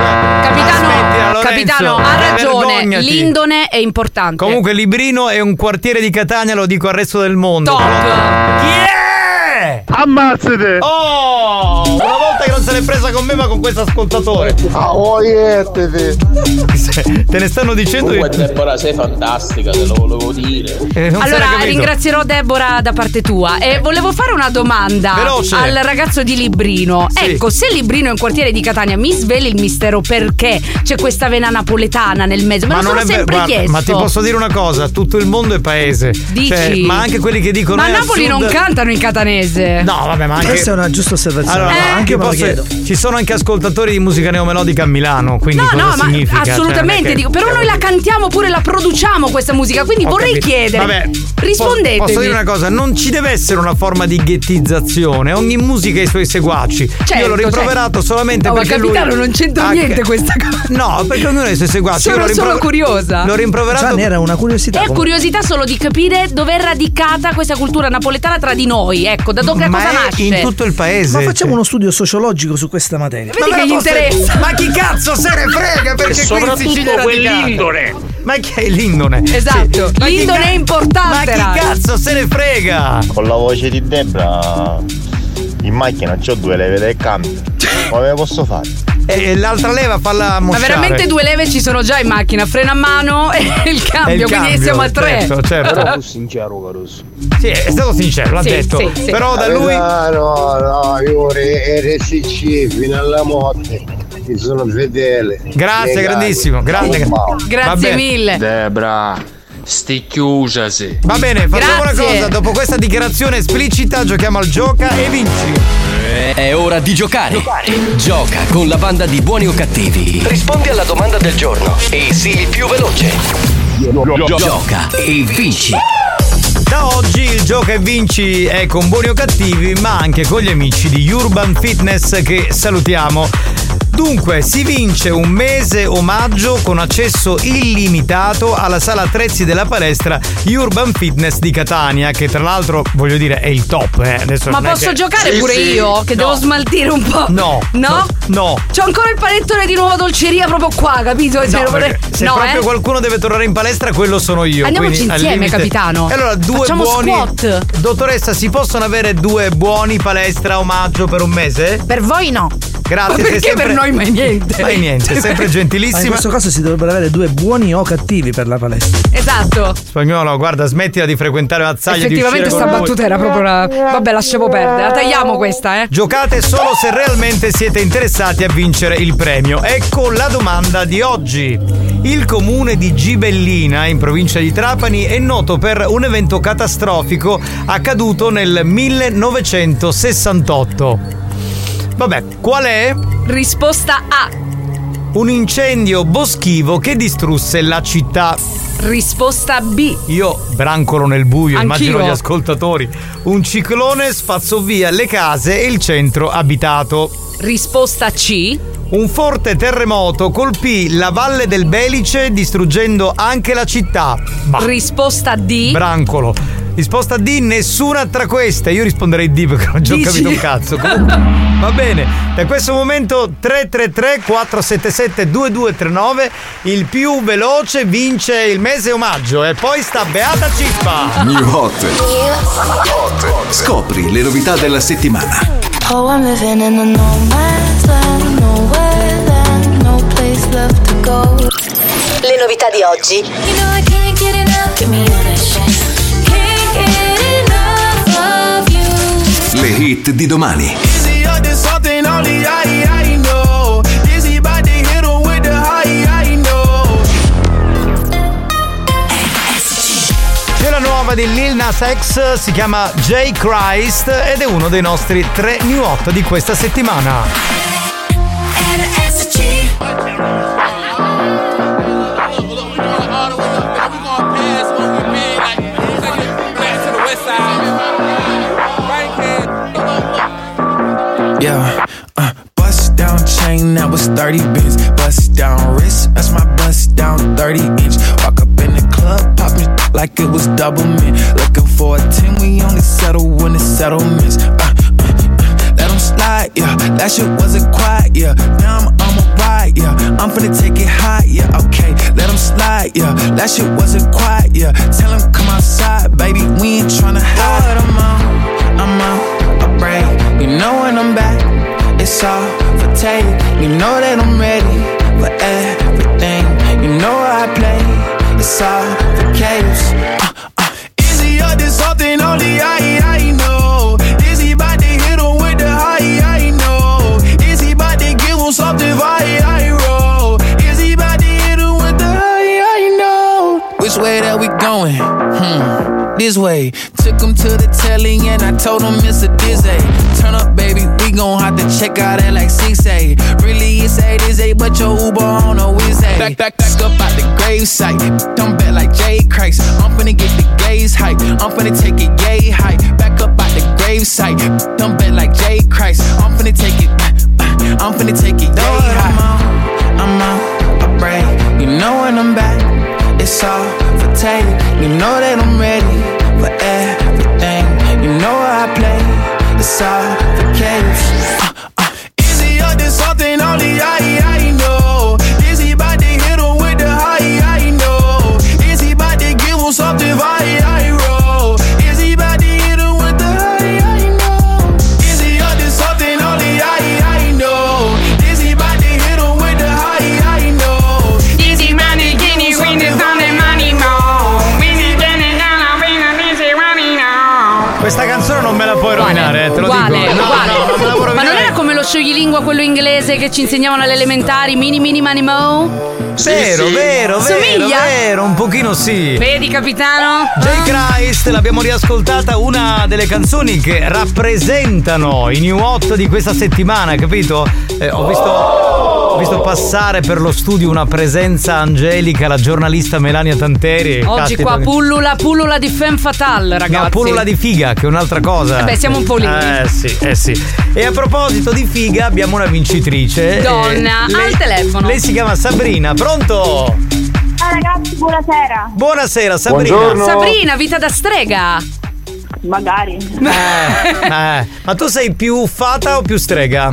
[SPEAKER 26] capitano,
[SPEAKER 10] Capitano, ha
[SPEAKER 2] eh,
[SPEAKER 10] ragione.
[SPEAKER 2] vergognati.
[SPEAKER 10] L'indone è importante.
[SPEAKER 2] Comunque Librino è un quartiere di Catania, lo dico al resto del mondo. Però- Chi è?
[SPEAKER 9] Ammazzate!
[SPEAKER 2] Oh! Una volta che non se l'è presa con me ma con questo ascoltatore.
[SPEAKER 9] Ah, oh,
[SPEAKER 2] Te ne stanno dicendo Eh,
[SPEAKER 28] Comunque Deborah sei fantastica, te lo volevo dire.
[SPEAKER 10] Allora, ringrazierò Deborah da parte tua e volevo fare una domanda
[SPEAKER 28] Veloce.
[SPEAKER 10] al ragazzo di Librino.
[SPEAKER 28] Sì.
[SPEAKER 10] Ecco, se Librino è un quartiere di Catania, mi sveli il mistero perché c'è questa vena napoletana nel mezzo. Me lo sono
[SPEAKER 2] ver-
[SPEAKER 10] sempre
[SPEAKER 2] guarda,
[SPEAKER 10] chiesto.
[SPEAKER 2] ma ti posso dire una cosa, tutto il mondo è paese.
[SPEAKER 10] Dici?
[SPEAKER 2] Cioè, ma anche quelli che dicono.
[SPEAKER 10] Ma a
[SPEAKER 2] "Eh, al
[SPEAKER 10] Napoli
[SPEAKER 2] sud-"
[SPEAKER 10] non cantano in catanese.
[SPEAKER 2] No, vabbè, ma anche.
[SPEAKER 24] Questa è una giusta osservazione.
[SPEAKER 10] Eh,
[SPEAKER 2] Allora,
[SPEAKER 24] no, anche
[SPEAKER 2] anche
[SPEAKER 24] me lo
[SPEAKER 2] posso-
[SPEAKER 24] chiedo.
[SPEAKER 2] ci sono anche ascoltatori di musica neomelodica a Milano, quindi
[SPEAKER 10] No,
[SPEAKER 2] cosa
[SPEAKER 10] no,
[SPEAKER 2] significa? Cioè, non
[SPEAKER 10] ma
[SPEAKER 2] è
[SPEAKER 10] assolutamente
[SPEAKER 2] che-
[SPEAKER 10] dico, però
[SPEAKER 2] cioè,
[SPEAKER 10] noi la cantiamo pure la produciamo questa musica, quindi
[SPEAKER 2] Ho
[SPEAKER 10] vorrei
[SPEAKER 2] capito.
[SPEAKER 10] chiedere.
[SPEAKER 2] Vabbè,
[SPEAKER 10] rispondetemi.
[SPEAKER 2] Posso dire una cosa, non ci deve essere una forma di ghettizzazione, ogni musica ha i suoi seguaci. Io
[SPEAKER 10] Certo,
[SPEAKER 2] l'ho rimproverato
[SPEAKER 10] certo.
[SPEAKER 2] solamente
[SPEAKER 10] Oh, ma
[SPEAKER 2] perché
[SPEAKER 10] capitano,
[SPEAKER 2] lui...
[SPEAKER 10] non c'entra
[SPEAKER 2] Ah,
[SPEAKER 10] niente
[SPEAKER 2] che-
[SPEAKER 10] questa cosa.
[SPEAKER 2] No, perché ognuno ha i suoi seguaci. Io
[SPEAKER 10] Sono
[SPEAKER 2] l'ho
[SPEAKER 10] solo
[SPEAKER 2] rimpro-
[SPEAKER 10] curiosa.
[SPEAKER 2] L'ho rimproverato...
[SPEAKER 24] Gian era una curiosità.
[SPEAKER 10] È curiosità solo di capire dove è radicata questa cultura napoletana tra di noi, ecco, da dove cosa nasce.
[SPEAKER 2] il paese.
[SPEAKER 24] Ma facciamo uno studio sociologico su questa materia.
[SPEAKER 10] Vedi che gli interessa.
[SPEAKER 2] Ma chi cazzo se ne frega perché qui in Sicilia è radicata. Ma chi è l'indone?
[SPEAKER 10] Esatto,
[SPEAKER 2] Sì. Ma chi
[SPEAKER 10] l'indone
[SPEAKER 2] ca-
[SPEAKER 10] è importante.
[SPEAKER 2] Ma chi
[SPEAKER 10] raga.
[SPEAKER 2] cazzo se ne frega?
[SPEAKER 29] Con la voce di Debra in macchina c'ho due leve del cambio. Come posso fare?
[SPEAKER 2] E l'altra leva falla
[SPEAKER 10] Ma
[SPEAKER 29] mosciare.
[SPEAKER 10] veramente due leve ci sono già in macchina, freno a mano e il cambio,
[SPEAKER 29] E il
[SPEAKER 10] quindi
[SPEAKER 29] cambio,
[SPEAKER 10] siamo a tre.
[SPEAKER 29] certo, certo. Però fu
[SPEAKER 9] sincero, Caruso.
[SPEAKER 2] Sì, è stato sincero, l'ha
[SPEAKER 29] Sì,
[SPEAKER 2] detto.
[SPEAKER 29] sì, sì.
[SPEAKER 2] Però da lui.
[SPEAKER 9] No, no, no, io re- RSC fino alla morte. Ti sono fedele.
[SPEAKER 2] Grazie,
[SPEAKER 9] Legato.
[SPEAKER 2] grandissimo, grande.
[SPEAKER 10] Grazie
[SPEAKER 2] Va bene.
[SPEAKER 10] mille.
[SPEAKER 29] Debra, sti chiusasi.
[SPEAKER 2] Va bene, facciamo
[SPEAKER 10] Grazie.
[SPEAKER 2] una cosa. Dopo questa dichiarazione esplicita, giochiamo al gioca e vinci.
[SPEAKER 13] È ora di giocare. Gioca con la banda di buoni o cattivi. Rispondi alla domanda del giorno e sii il più veloce. Gioca e vinci.
[SPEAKER 2] Da oggi il gioca e vinci è con buoni o cattivi, ma anche con gli amici di Urban Fitness che salutiamo. Dunque, si vince un mese omaggio con accesso illimitato alla sala attrezzi della palestra Urban Fitness di Catania, che tra l'altro, voglio dire, è il top. eh. Adesso
[SPEAKER 10] Ma
[SPEAKER 2] non è
[SPEAKER 10] posso
[SPEAKER 2] che-
[SPEAKER 10] giocare pure io? Che
[SPEAKER 2] No.
[SPEAKER 10] devo smaltire un po'.
[SPEAKER 2] No.
[SPEAKER 10] No?
[SPEAKER 2] No.
[SPEAKER 10] C'ho ancora il panettone di nuova dolceria proprio qua, capito? Cioè,
[SPEAKER 2] No,
[SPEAKER 10] vorrei-
[SPEAKER 2] perché se
[SPEAKER 10] no,
[SPEAKER 2] proprio
[SPEAKER 10] eh?
[SPEAKER 2] qualcuno deve tornare in palestra, quello sono io.
[SPEAKER 10] Andiamoci
[SPEAKER 2] quindi, al
[SPEAKER 10] insieme,
[SPEAKER 2] limite-
[SPEAKER 10] capitano.
[SPEAKER 2] E Allora, due
[SPEAKER 10] Facciamo
[SPEAKER 2] buoni.
[SPEAKER 10] squat.
[SPEAKER 2] Dottoressa, si possono avere due buoni palestra omaggio per un mese?
[SPEAKER 10] Per voi no.
[SPEAKER 2] Grazie,
[SPEAKER 24] Ma
[SPEAKER 2] sei
[SPEAKER 24] perché
[SPEAKER 2] sempre-
[SPEAKER 24] per noi mai niente?
[SPEAKER 2] Mai niente, sempre
[SPEAKER 24] Ma in
[SPEAKER 2] gentilissima.
[SPEAKER 24] questo caso si dovrebbero avere due buoni o cattivi per la palestra.
[SPEAKER 10] Esatto.
[SPEAKER 2] Spagnolo, guarda, smettila di frequentare Mazzaglia e di
[SPEAKER 10] Effettivamente
[SPEAKER 2] uscire
[SPEAKER 10] sta
[SPEAKER 2] con lui.
[SPEAKER 10] battuta era proprio una. Vabbè, lasciamo perdere. La tagliamo questa, eh.
[SPEAKER 2] Giocate solo se realmente siete interessati a vincere il premio. Ecco la domanda di oggi. Il comune di Gibellina, in provincia di Trapani, è noto per un evento catastrofico accaduto nel 1968. Vabbè, qual è?
[SPEAKER 10] Risposta A.
[SPEAKER 2] Un incendio boschivo che distrusse la città.
[SPEAKER 10] Risposta B.
[SPEAKER 2] Io brancolo nel buio, immagino
[SPEAKER 10] Anch'io.
[SPEAKER 2] gli ascoltatori. Un ciclone spazzò via le case e il centro abitato.
[SPEAKER 10] Risposta C.
[SPEAKER 2] Un forte terremoto colpì la valle del Belice distruggendo anche la città. Ma
[SPEAKER 10] Risposta D.
[SPEAKER 2] brancolo. Risposta D, nessuna tra queste. Io risponderei D perché non ci ho
[SPEAKER 10] Dici?
[SPEAKER 2] capito un cazzo. Comunque, va bene. Da questo momento 333 477 2239 il più veloce vince il mese omaggio e poi sta Beata Cippa.
[SPEAKER 30] New Hot. Scopri le novità della settimana.
[SPEAKER 11] Oh, I'm living in a no man's land, nowhere land, no place left to go. Le novità di oggi. You know I can't get enough, give me all that shit. Can't get enough of you.
[SPEAKER 30] Le hit di domani.
[SPEAKER 11] Easy up to something only I, I know. Easy about to hit 'em with the high, I know.
[SPEAKER 2] C'è la nuova di Lil Nas X, si chiama J Christ ed è uno dei nostri tre new hot di questa settimana.
[SPEAKER 15] uh, that was 30 bins. Bust down wrist, that's my bust down 30 inch. Walk up in the club, pop it like it was double mint. Looking for a 10, we only settle when the settlements. Uh, uh, uh, let 'em slide, yeah. That shit wasn't quiet, yeah. Now I'm on my ride, yeah. I'm finna take it high, yeah. Okay, let 'em slide, yeah. That shit wasn't quiet, yeah. Tell 'em come outside, baby. We ain't tryna hide. I'm out, I'm out, I break. You know when I'm back, it's all for take. You know that I'm ready for everything. You know I play, it's all for chaos. Uh, uh. Izzy up to something only I, I know. Izzy about to hit 'em with the high, I know. Izzy about to give 'em something I, I roll. Izzy about to hit 'em with the high, I know. Which way that we going? Hmm, this way. Took 'em to the telly and I told 'em it's a dizzy. Turn up, baby, we gon' have to check out at like 6 a. Really, it's 8 is 8, but your Uber on a Wednesday. Back, back, back up out the gravesite. Dumb back like Jay Christ. I'm finna get the gaze hype. I'm finna take it yay hype. Back up out the gravesite. Dumb back like Jay Christ. I'm finna take it. uh, uh, I'm finna take it yay hype. I'm out, I'm out, I break. You know when I'm back, it's all for take. You know that I'm ready for everything. You know I play, it's all for chaos. Uh, uh. Izzy up to something only I, I know. Izzy about to hit 'em with the high, I know. Izzy about to give 'em something I, I roll. Izzy about to hit 'em with the high, I know. Izzy up to something only I, I know. Izzy about to hit 'em with the high, I know. Izzy about to give 'em something money more. Izzy running down, I'm running, Izzy running on.
[SPEAKER 2] Questa canzone non me la puoi rovinare, eh, te lo
[SPEAKER 10] Uguale,
[SPEAKER 2] dico. No,
[SPEAKER 10] uguale.
[SPEAKER 2] no, non me la puoi
[SPEAKER 10] Ma non
[SPEAKER 2] rovinare.
[SPEAKER 10] era come lo scioglilingua quello inglese che ci insegnavano alle elementari, mini mini mani mo?
[SPEAKER 2] Vero, vero, vero,
[SPEAKER 10] Somiglia?
[SPEAKER 2] vero, un pochino sì.
[SPEAKER 10] Vedi capitano?
[SPEAKER 2] J. Christ, l'abbiamo riascoltata una delle canzoni che rappresentano i new hot di questa settimana, capito? Eh, ho, visto, ho visto passare per lo studio una presenza angelica, la giornalista Melania Tanteri.
[SPEAKER 10] Oggi
[SPEAKER 2] Caspita,
[SPEAKER 10] qua
[SPEAKER 2] che-
[SPEAKER 10] pullula, pullula di femme fatale, ragazzi.
[SPEAKER 2] No, pullula di figa, che è un'altra cosa.
[SPEAKER 10] Eh beh, siamo un po' lì.
[SPEAKER 2] Eh sì, eh sì. E a proposito di figa, abbiamo una vincitrice.
[SPEAKER 10] Donna,
[SPEAKER 2] Eh, lei-
[SPEAKER 10] al telefono.
[SPEAKER 2] Lei si chiama Sabrina, pronto?
[SPEAKER 14] Ciao ragazzi, buonasera.
[SPEAKER 2] Buonasera Sabrina.
[SPEAKER 10] Sabrina, vita da strega.
[SPEAKER 14] Magari.
[SPEAKER 2] Eh, eh, ma tu sei più fata o più strega?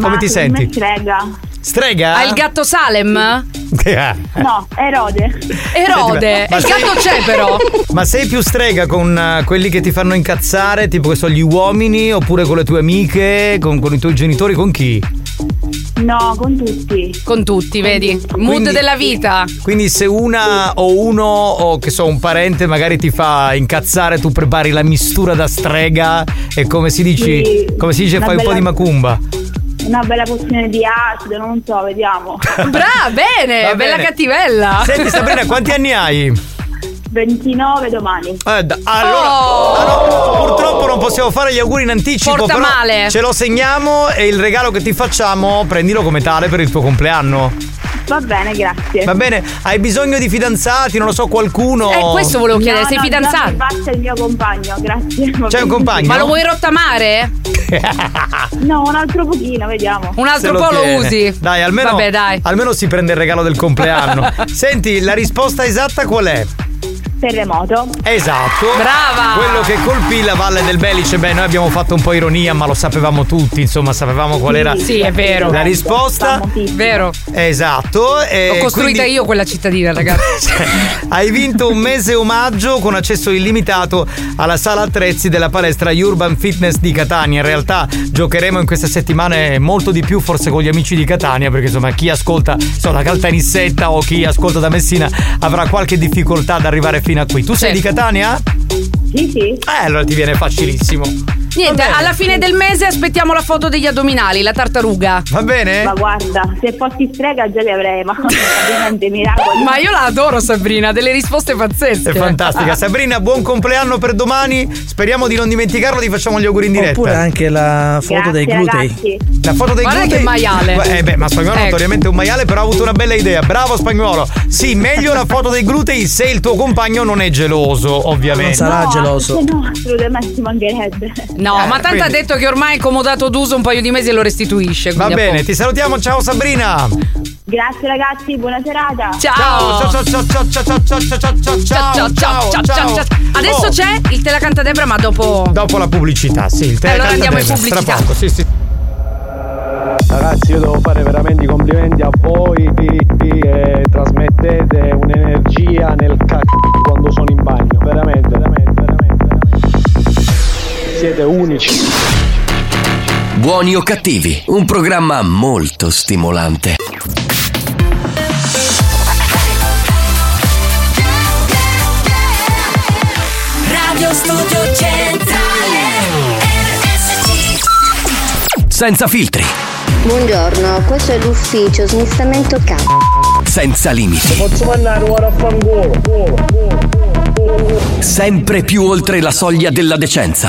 [SPEAKER 2] Come ti senti?
[SPEAKER 14] Strega.
[SPEAKER 2] Strega?
[SPEAKER 10] Hai il gatto Salem?
[SPEAKER 2] Eh.
[SPEAKER 14] No, Erode.
[SPEAKER 10] Erode.
[SPEAKER 2] Ma
[SPEAKER 10] il
[SPEAKER 2] sei-
[SPEAKER 10] gatto
[SPEAKER 14] Eh,
[SPEAKER 10] c'è però.
[SPEAKER 2] Ma sei più strega con eh, quelli che ti fanno incazzare, tipo che sono gli uomini, oppure con le tue amiche, con, con i tuoi genitori, con chi?
[SPEAKER 14] No, con tutti.
[SPEAKER 10] Con tutti, vedi? Mood
[SPEAKER 2] Quindi-
[SPEAKER 10] della vita.
[SPEAKER 2] Quindi se una o uno o che so un parente magari ti fa incazzare, tu prepari la mistura da strega e come si dice,
[SPEAKER 14] Sì,
[SPEAKER 2] come si dice
[SPEAKER 14] una
[SPEAKER 2] fai un po'
[SPEAKER 14] bella-
[SPEAKER 2] di macumba.
[SPEAKER 14] Una bella pozione di acido, non so, vediamo.
[SPEAKER 10] Brava, bene,
[SPEAKER 14] Va
[SPEAKER 10] bella
[SPEAKER 14] bene.
[SPEAKER 10] cattivella.
[SPEAKER 2] Senti Sabrina, quanti anni hai?
[SPEAKER 14] 29 domani.
[SPEAKER 2] Eh,
[SPEAKER 10] Oh!
[SPEAKER 2] da- allora, allora, purtroppo non possiamo fare gli auguri in anticipo.
[SPEAKER 14] Porta
[SPEAKER 2] però
[SPEAKER 14] male.
[SPEAKER 2] Ce lo segniamo e il regalo che ti facciamo prendilo come tale per il tuo compleanno.
[SPEAKER 14] Va bene, grazie.
[SPEAKER 2] Va bene? Hai bisogno di fidanzati, non lo so, qualcuno.
[SPEAKER 10] Eh,
[SPEAKER 14] No, no, No, basta il mio compagno, grazie. Va
[SPEAKER 2] C'è
[SPEAKER 14] bene.
[SPEAKER 2] un compagno? Ma lo vuoi
[SPEAKER 10] rottamare?
[SPEAKER 14] No, un altro pochino, vediamo.
[SPEAKER 10] Un altro
[SPEAKER 2] Se
[SPEAKER 10] po' lo
[SPEAKER 2] tiene.
[SPEAKER 10] usi.
[SPEAKER 2] Dai almeno,
[SPEAKER 10] Vabbè, dai.
[SPEAKER 2] almeno si prende il regalo del compleanno. Senti, la risposta esatta qual è?
[SPEAKER 14] Terremoto.
[SPEAKER 2] Esatto.
[SPEAKER 14] Brava.
[SPEAKER 2] Quello che colpì la Valle del Belice. Beh, noi abbiamo fatto un po' ironia, ma lo sapevamo tutti, insomma, sapevamo qual era
[SPEAKER 10] Sì, è vero.
[SPEAKER 2] la risposta.
[SPEAKER 10] Vero.
[SPEAKER 2] Esatto. e
[SPEAKER 10] L'ho costruita
[SPEAKER 2] quindi
[SPEAKER 10] io quella cittadina, ragazzi.
[SPEAKER 2] Hai vinto un mese omaggio con accesso illimitato alla sala attrezzi della palestra Urban Fitness di Catania. In realtà giocheremo in queste settimane molto di più, forse con gli amici di Catania, perché insomma chi ascolta so, la Caltanissetta o chi ascolta da Messina avrà qualche difficoltà ad arrivare fino a qui. Tu sei di Catania?
[SPEAKER 14] Sì, sì.
[SPEAKER 2] Eh, allora ti viene facilissimo.
[SPEAKER 10] Niente, alla fine del mese aspettiamo la foto degli addominali, la tartaruga.
[SPEAKER 2] Va bene?
[SPEAKER 14] Ma guarda, se fossi strega già li avrei, ma ovviamente miracoli.
[SPEAKER 10] Ma io la adoro Sabrina, ha delle risposte pazzesche.
[SPEAKER 2] È fantastica. Sabrina, buon compleanno per domani. Speriamo di non dimenticarlo, ti facciamo gli auguri in diretta.
[SPEAKER 24] Oppure anche la foto dei glutei.
[SPEAKER 2] La foto dei
[SPEAKER 24] Guarda che
[SPEAKER 2] glutei-
[SPEAKER 24] maiale.
[SPEAKER 2] Eh beh, ma spagnolo
[SPEAKER 24] Ecco.
[SPEAKER 2] notoriamente è un maiale, però ha avuto una bella idea. Bravo spagnolo. Sì, meglio la foto dei glutei se il tuo compagno non è Ah, geloso, ovviamente.
[SPEAKER 14] No, se no, assolutamente ci mancherebbe.
[SPEAKER 10] No, No,
[SPEAKER 2] Eh,
[SPEAKER 10] ma tanto ha
[SPEAKER 2] quindi-
[SPEAKER 10] detto che ormai il comodato d'uso un paio di mesi e lo restituisce.
[SPEAKER 2] Va
[SPEAKER 10] quindi a
[SPEAKER 2] bene,
[SPEAKER 10] posto.
[SPEAKER 2] ti salutiamo, ciao Sabrina!
[SPEAKER 14] Grazie ragazzi, buona serata.
[SPEAKER 2] Ciao, ciao, ciao, ciao, ciao, ciao, ciao, ciao, ciao, ciao,
[SPEAKER 10] Ciao, ciao, ciao, ciao, ciao. Adesso
[SPEAKER 2] Oh,
[SPEAKER 10] c'è il te la canta Debra, ma dopo.
[SPEAKER 2] Dopo la pubblicità, Ah, sì, il
[SPEAKER 10] allora
[SPEAKER 2] telecanta
[SPEAKER 10] andiamo in
[SPEAKER 2] Debra,
[SPEAKER 10] pubblicità.
[SPEAKER 2] Tra poco, sì, sì.
[SPEAKER 12] Ragazzi, io devo fare veramente i complimenti a voi di, di- eh, trasmettete un'energia nel cacchio quando sono in bagno. Veramente, veramente, veramente, veramente. Siete unici.
[SPEAKER 13] Buoni o cattivi, un programma molto stimolante.
[SPEAKER 11] Radio Studio Centrale RSC
[SPEAKER 13] Senza filtri,
[SPEAKER 8] Buongiorno, questo è l'ufficio smistamento cazzo.
[SPEAKER 13] senza limiti,
[SPEAKER 8] Posso mandare ora a fangolo?
[SPEAKER 13] sempre più oltre la soglia della decenza.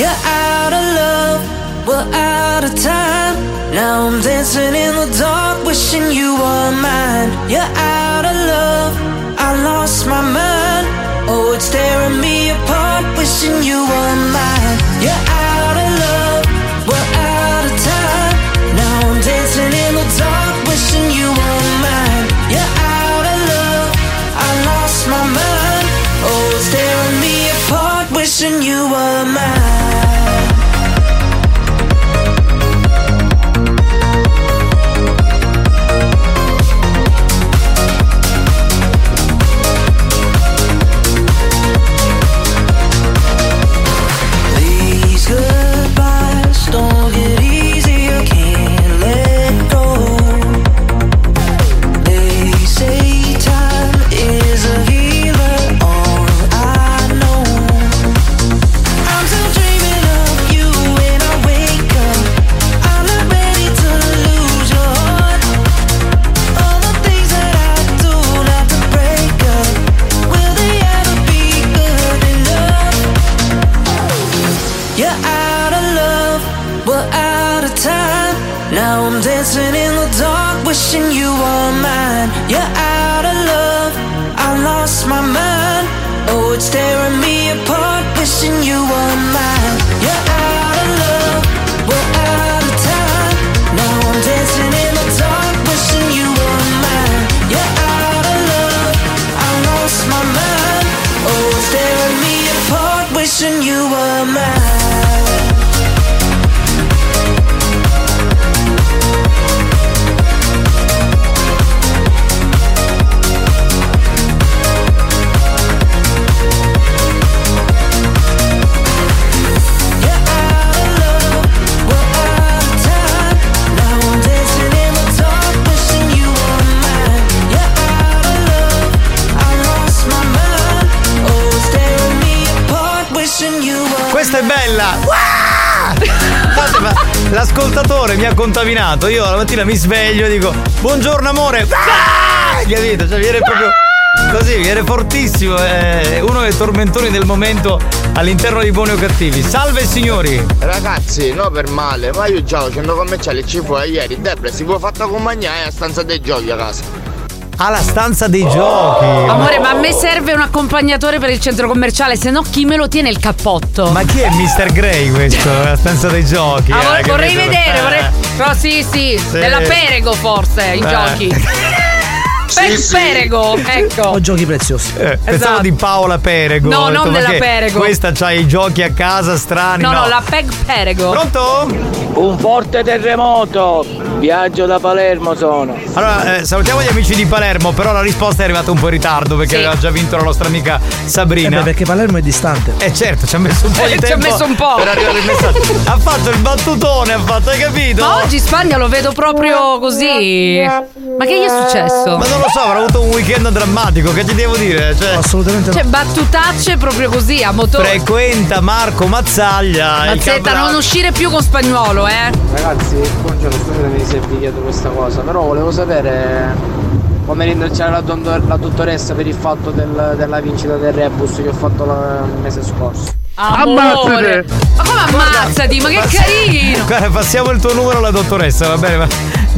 [SPEAKER 16] You're out of love, we're out of time. Now I'm dancing in the dark, wishing you were mine. You're out of love, I lost my mind. Oh, it's tearing me apart, wishing you were mine. You're out of love, we're out of time. Now I'm dancing in the dark, wishing you were mine. You're out of love, I lost my mind. Oh, it's tearing me apart, wishing you were mine. These goodbyes don't get easier, can't let go. They say time is a healer, all I know. I'm still dreaming of you when I wake up. I'm not ready to lose your heart. All the things that I do not to break up, will they ever be good enough? You're out of love, we're out of time. Now I'm dancing in the dark, wishing you were mine. You're out of love, I lost my mind. Oh, it's tearing me apart, wishing you were mine. You're out of love, we're out of time. Now I'm dancing in the dark, wishing you were mine. You're out of love, I lost my mind. Oh, it's tearing me apart, wishing you were mine.
[SPEAKER 2] Questa è bella! Uah! Guardate, ma L'ascoltatore mi ha contaminato. Io la mattina mi sveglio e dico: Buongiorno amore! Ah! Capito? Cioè, viene proprio. Così, viene fortissimo. È uno dei tormentoni del momento all'interno di Buoni o Cattivi. Salve signori!
[SPEAKER 17] Ragazzi, no per male, ma io già facendo commerciale ci fu ieri, Debra si può fatta accompagnare a stanza dei giochi a casa.
[SPEAKER 2] Alla stanza dei giochi!
[SPEAKER 10] Amore, ma a
[SPEAKER 2] oh.
[SPEAKER 10] me serve un accompagnatore per il centro commerciale, se no chi me lo tiene il cappotto?
[SPEAKER 2] Ma chi è Mr. Grey questo? La stanza dei giochi.
[SPEAKER 10] Ah,
[SPEAKER 2] eh,
[SPEAKER 10] vorrei,
[SPEAKER 2] capito?
[SPEAKER 10] vorrei vedere,
[SPEAKER 2] Eh.
[SPEAKER 10] vorrei. Però sì, sì,
[SPEAKER 2] Sì.
[SPEAKER 10] della Perego forse, i
[SPEAKER 2] Eh.
[SPEAKER 10] giochi. Per- Perego, ecco. Esatto.
[SPEAKER 24] Ho giochi preziosi.
[SPEAKER 2] Eh, Pensavo di Paola Perego.
[SPEAKER 10] No,
[SPEAKER 2] Ho detto,
[SPEAKER 10] non della
[SPEAKER 2] perché
[SPEAKER 10] Perego.
[SPEAKER 2] Questa c'ha i giochi a casa strani.
[SPEAKER 10] No,
[SPEAKER 2] No,
[SPEAKER 10] no, la Peg Perego.
[SPEAKER 2] Pronto?
[SPEAKER 18] Un forte terremoto. Viaggio da Palermo sono.
[SPEAKER 2] Allora, eh, salutiamo gli amici di Palermo, però la risposta è arrivata un po' in ritardo perché aveva già vinto la nostra amica
[SPEAKER 24] Eh beh,
[SPEAKER 2] Sabrina.
[SPEAKER 24] perché Palermo è distante.
[SPEAKER 2] Eh certo, ci ha messo un po' di
[SPEAKER 24] Ci ha
[SPEAKER 2] tempo.
[SPEAKER 24] messo un po'.
[SPEAKER 2] Per arrivare il messaggio. ha fatto il battutone, ha fatto, hai capito?
[SPEAKER 10] Ma oggi Spagna lo vedo proprio così. Ma che gli è successo?
[SPEAKER 2] Ma non lo so, avrà avuto un weekend drammatico, che ti devo dire? Cioè, assolutamente
[SPEAKER 10] Cioè, battutacce proprio così, a motore.
[SPEAKER 2] Frequenta Marco Mazzaglia. il
[SPEAKER 10] Mazzetta,
[SPEAKER 2] capra-
[SPEAKER 10] non uscire più con spagnolo, eh.
[SPEAKER 18] Ragazzi, buongiorno, scusatemi se vi chiedo questa cosa, però volevo sapere come ringraziare la, dondor- la dottoressa per il fatto del- della vincita del rebus che ho fatto la- il mese scorso.
[SPEAKER 10] Amore.
[SPEAKER 18] Ammazzate.
[SPEAKER 10] Ma come ammazzati? Ma che carino!
[SPEAKER 2] Guarda, passiamo il tuo numero alla dottoressa, va bene? Ma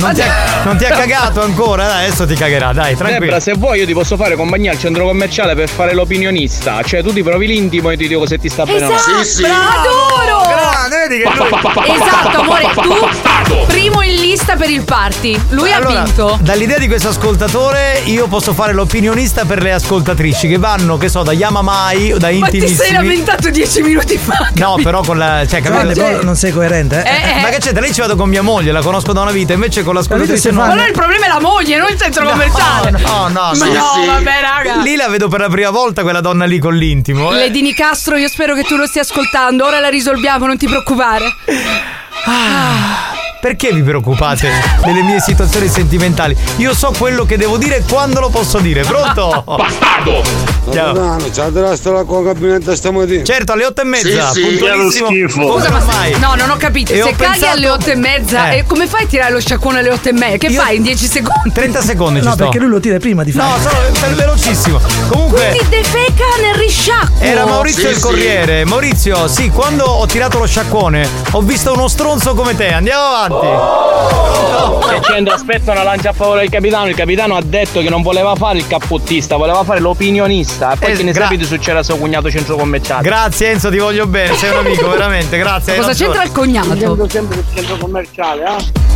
[SPEAKER 2] non, ti ha, non ti ha cagato ancora? Dai, adesso ti cagherà, dai, tranquillo.
[SPEAKER 4] Debra, se vuoi io ti posso fare compagnia al centro commerciale per fare l'opinionista. Cioè, tu ti provi l'intimo e ti dico se ti sta bene o no.
[SPEAKER 11] Esatto,
[SPEAKER 10] Adoro!
[SPEAKER 2] Grande, vedi che lui-
[SPEAKER 10] Esatto, amore, tu primo in lista per il party. Lui ha
[SPEAKER 2] Allora,
[SPEAKER 10] vinto.
[SPEAKER 2] Dall'idea di questo ascoltatore io posso fare l'opinionista per le ascoltatrici che vanno, che so, da Yamamai o da
[SPEAKER 10] Ma ti
[SPEAKER 2] Intimissimi.
[SPEAKER 10] sei lamentato dieci minuti fa.
[SPEAKER 2] No, però con la. Cioè,
[SPEAKER 24] Giovanni,
[SPEAKER 2] capito?
[SPEAKER 24] poi non sei coerente, eh?
[SPEAKER 2] Ma che c'è? Da lei ci vado con mia moglie, la conosco da una vita, invece con l'ascoltatrice
[SPEAKER 10] Ma
[SPEAKER 2] no.
[SPEAKER 10] allora il problema è la moglie, non il centro commerciale.
[SPEAKER 2] No, no,
[SPEAKER 10] Ma no, vabbè, raga.
[SPEAKER 2] Lì la vedo per la prima volta quella donna lì con l'intimo. eh.
[SPEAKER 10] Lady Nicastro, io spero che tu lo stia ascoltando. Ora la risolviamo, non ti preoccupare.
[SPEAKER 2] Perché vi preoccupate delle mie situazioni sentimentali? Io so quello che devo dire e quando lo posso dire. Pronto? Bastardo! Ciao.
[SPEAKER 31] Capitano, ci addrasto la tua cabinetta stamattina.
[SPEAKER 2] Certo, alle otto e mezza.
[SPEAKER 31] Sì, sì,
[SPEAKER 2] puntualissimo.
[SPEAKER 31] chiaro schifo.
[SPEAKER 2] Come
[SPEAKER 31] Scusa,
[SPEAKER 10] Ma se-
[SPEAKER 2] mai?
[SPEAKER 10] No, non ho capito.
[SPEAKER 2] E ho
[SPEAKER 10] Se caghi
[SPEAKER 2] pensato-
[SPEAKER 10] alle otto e mezza,
[SPEAKER 2] Eh.
[SPEAKER 10] e come fai a tirare lo sciacquone alle otto e mezza? Che fai in 10 secondi?
[SPEAKER 2] 30 secondi ci
[SPEAKER 24] No,
[SPEAKER 2] sto.
[SPEAKER 24] perché lui lo tira prima di
[SPEAKER 2] No,
[SPEAKER 24] fare.
[SPEAKER 2] sono per- velocissimo. Comunque.
[SPEAKER 10] Quindi defeca nel risciacquo.
[SPEAKER 2] Era Maurizio il corriere. Maurizio, sì, quando ho tirato lo sciacquone ho visto uno stronzo come te. Andiamo avanti.
[SPEAKER 4] Che c'entra? Aspetta una lancia a favore del capitano. Il capitano ha detto che non voleva fare il cappottista, voleva fare l'opinionista. E poi
[SPEAKER 2] Eh,
[SPEAKER 4] che ne
[SPEAKER 2] gra-
[SPEAKER 4] sapete se c'era suo cognato centro commerciale.
[SPEAKER 2] Grazie Enzo, ti voglio bene, sei un amico, veramente, grazie. hai ragione.
[SPEAKER 18] Sempre, sempre il centro commerciale, eh?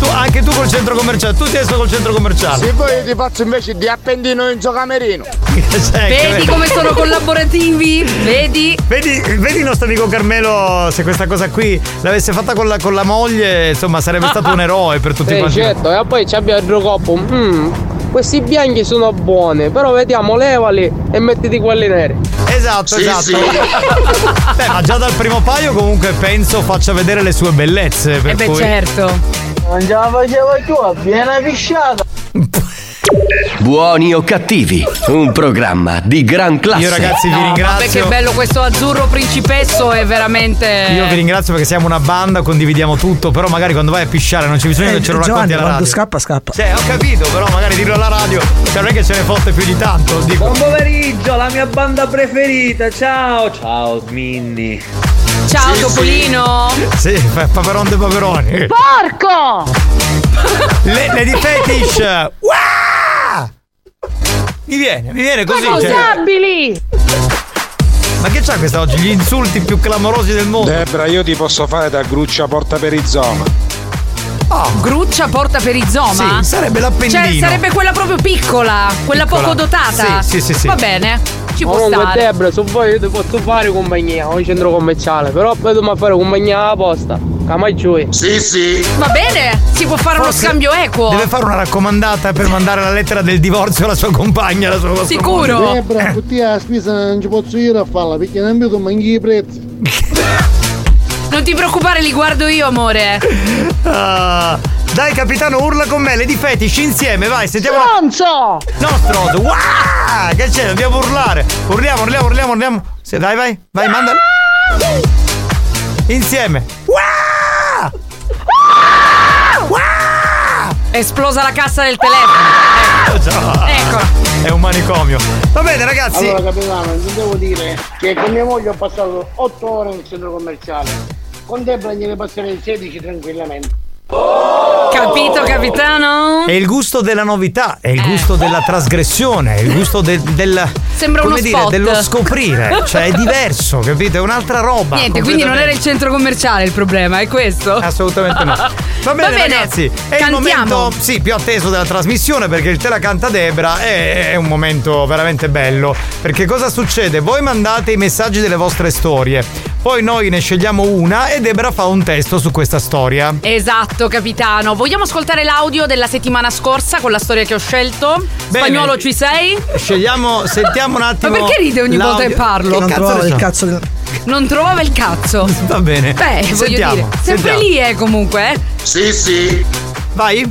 [SPEAKER 2] Tu- anche tu col centro commerciale, tu ti adesso col centro commerciale.
[SPEAKER 17] Se vuoi io ti faccio invece di appendino in giocamerino camerino.
[SPEAKER 10] Vedi come sono collaborativi? Vedi?
[SPEAKER 2] Vedi, vedi il nostro amico Carmelo, se questa cosa qui l'avesse fatta con la, con la moglie, insomma, sarebbe stato un eroe per tutti
[SPEAKER 26] Sì,
[SPEAKER 2] quanti.
[SPEAKER 26] certo, e poi ci abbiamo il Rocoppo. Mm, questi bianchi sono buoni, però vediamo, levali e mettiti quelli neri.
[SPEAKER 2] Esatto,
[SPEAKER 26] Sì,
[SPEAKER 2] esatto.
[SPEAKER 26] sì.
[SPEAKER 2] Beh, ma già dal primo paio comunque penso faccia vedere le sue bellezze.
[SPEAKER 13] Eh
[SPEAKER 2] Per cui...
[SPEAKER 13] certo.
[SPEAKER 2] certo.
[SPEAKER 18] Non ce la facevo più, a piena pisciata.
[SPEAKER 13] Buoni o cattivi, un programma di gran classe.
[SPEAKER 2] Io, ragazzi, vi No, ringrazio.
[SPEAKER 10] Vabbè, che bello questo azzurro principesso è veramente.
[SPEAKER 2] Io vi ringrazio perché siamo una banda, condividiamo tutto, però magari quando vai a pisciare non c'è bisogno che ce lo
[SPEAKER 24] Eh, Giovanni,
[SPEAKER 2] racconti alla
[SPEAKER 24] quando
[SPEAKER 2] radio.
[SPEAKER 24] scappa, scappa.
[SPEAKER 2] Cioè, ho capito, però magari dirlo alla radio, cioè non è che ce ne fotte più di tanto. Dico.
[SPEAKER 22] Buon pomeriggio, la mia banda preferita. Ciao, ciao Minni.
[SPEAKER 10] Ciao, Topolino.
[SPEAKER 2] Sì, fa- Paperon de Paperoni.
[SPEAKER 10] Porco!
[SPEAKER 2] Le, Lady Fetish! Uah! Mi viene, mi viene così. cioè. Ma che c'ha questa oggi? Gli insulti più clamorosi del mondo.
[SPEAKER 25] Debra, io ti posso fare da gruccia porta per i zoma.
[SPEAKER 2] Oh.
[SPEAKER 10] Gruccia porta per
[SPEAKER 25] Sì, sarebbe l'appendino.
[SPEAKER 10] Cioè, sarebbe quella proprio piccola, quella
[SPEAKER 26] Piccola.
[SPEAKER 10] poco dotata.
[SPEAKER 26] Sì, sì, sì, sì.
[SPEAKER 10] Va bene, ci può
[SPEAKER 26] Comunque
[SPEAKER 10] stare.
[SPEAKER 26] Debra, se vuoi io ti posso fare compagnia, un centro commerciale, però poi dobbiamo fare compagnia apposta. Come giù.
[SPEAKER 17] Sì, sì.
[SPEAKER 10] Va bene, si può fare uno
[SPEAKER 2] Forse
[SPEAKER 10] scambio equo.
[SPEAKER 2] Deve fare una raccomandata per mandare la lettera del divorzio alla sua compagna, alla sua
[SPEAKER 27] Debra, tutti a spesa non ci posso io a farla perché non vedo manchi i prezzi.
[SPEAKER 10] Non ti preoccupare, li guardo io, amore.
[SPEAKER 2] Ah, dai, capitano, urla con me, le difetish insieme, vai, sentiamo.
[SPEAKER 10] Stronzo!
[SPEAKER 2] No, stronzo! Uah! Che c'è? Dobbiamo urlare! Urliamo, urliamo, urliamo, urliamo! Sì, dai, vai, vai, manda! Insieme! Uah!
[SPEAKER 10] Esplosa la cassa del telefono. Ecco. Ecco.
[SPEAKER 2] È un manicomio. Va bene, ragazzi.
[SPEAKER 31] Allora, capitano, ti devo dire che con mia moglie ho passato 8 ore in centro commerciale. Con Debra gliene passerei 16 tranquillamente.
[SPEAKER 10] Capito, capitano?
[SPEAKER 2] È il gusto della novità, è il gusto della trasgressione, è il gusto del. del
[SPEAKER 10] Sembra
[SPEAKER 2] come
[SPEAKER 10] uno
[SPEAKER 2] dire,
[SPEAKER 10] spot.
[SPEAKER 2] dello scoprire. Cioè, è diverso, capito? È un'altra roba.
[SPEAKER 10] Niente, quindi non era
[SPEAKER 2] completamente.
[SPEAKER 10] il centro commerciale il problema, è questo?
[SPEAKER 2] Assolutamente no. Va bene, ragazzi, è
[SPEAKER 10] cantiamo.
[SPEAKER 2] il momento sì, più atteso della trasmissione perché il Te la canta Debra è, è un momento veramente bello. Perché cosa succede? Voi mandate i messaggi delle vostre storie, poi noi ne scegliamo una e Debra fa un testo su questa storia.
[SPEAKER 10] Esatto, capitano. Vogliamo ascoltare l'audio della settimana scorsa con la storia che ho scelto? Spagnolo, ci sei?
[SPEAKER 2] Scegliamo, sentiamo un attimo.
[SPEAKER 10] Ma perché ride ogni volta che
[SPEAKER 2] l'audio.
[SPEAKER 10] parlo?
[SPEAKER 2] Che cazzo ne so?
[SPEAKER 24] del...
[SPEAKER 10] Non trovava il cazzo.
[SPEAKER 2] Va bene.
[SPEAKER 10] Beh, voglio
[SPEAKER 2] Sentiamo,
[SPEAKER 10] dire, sempre
[SPEAKER 2] sentiamo.
[SPEAKER 10] lì è comunque. eh.
[SPEAKER 2] Sì, sì. Vai.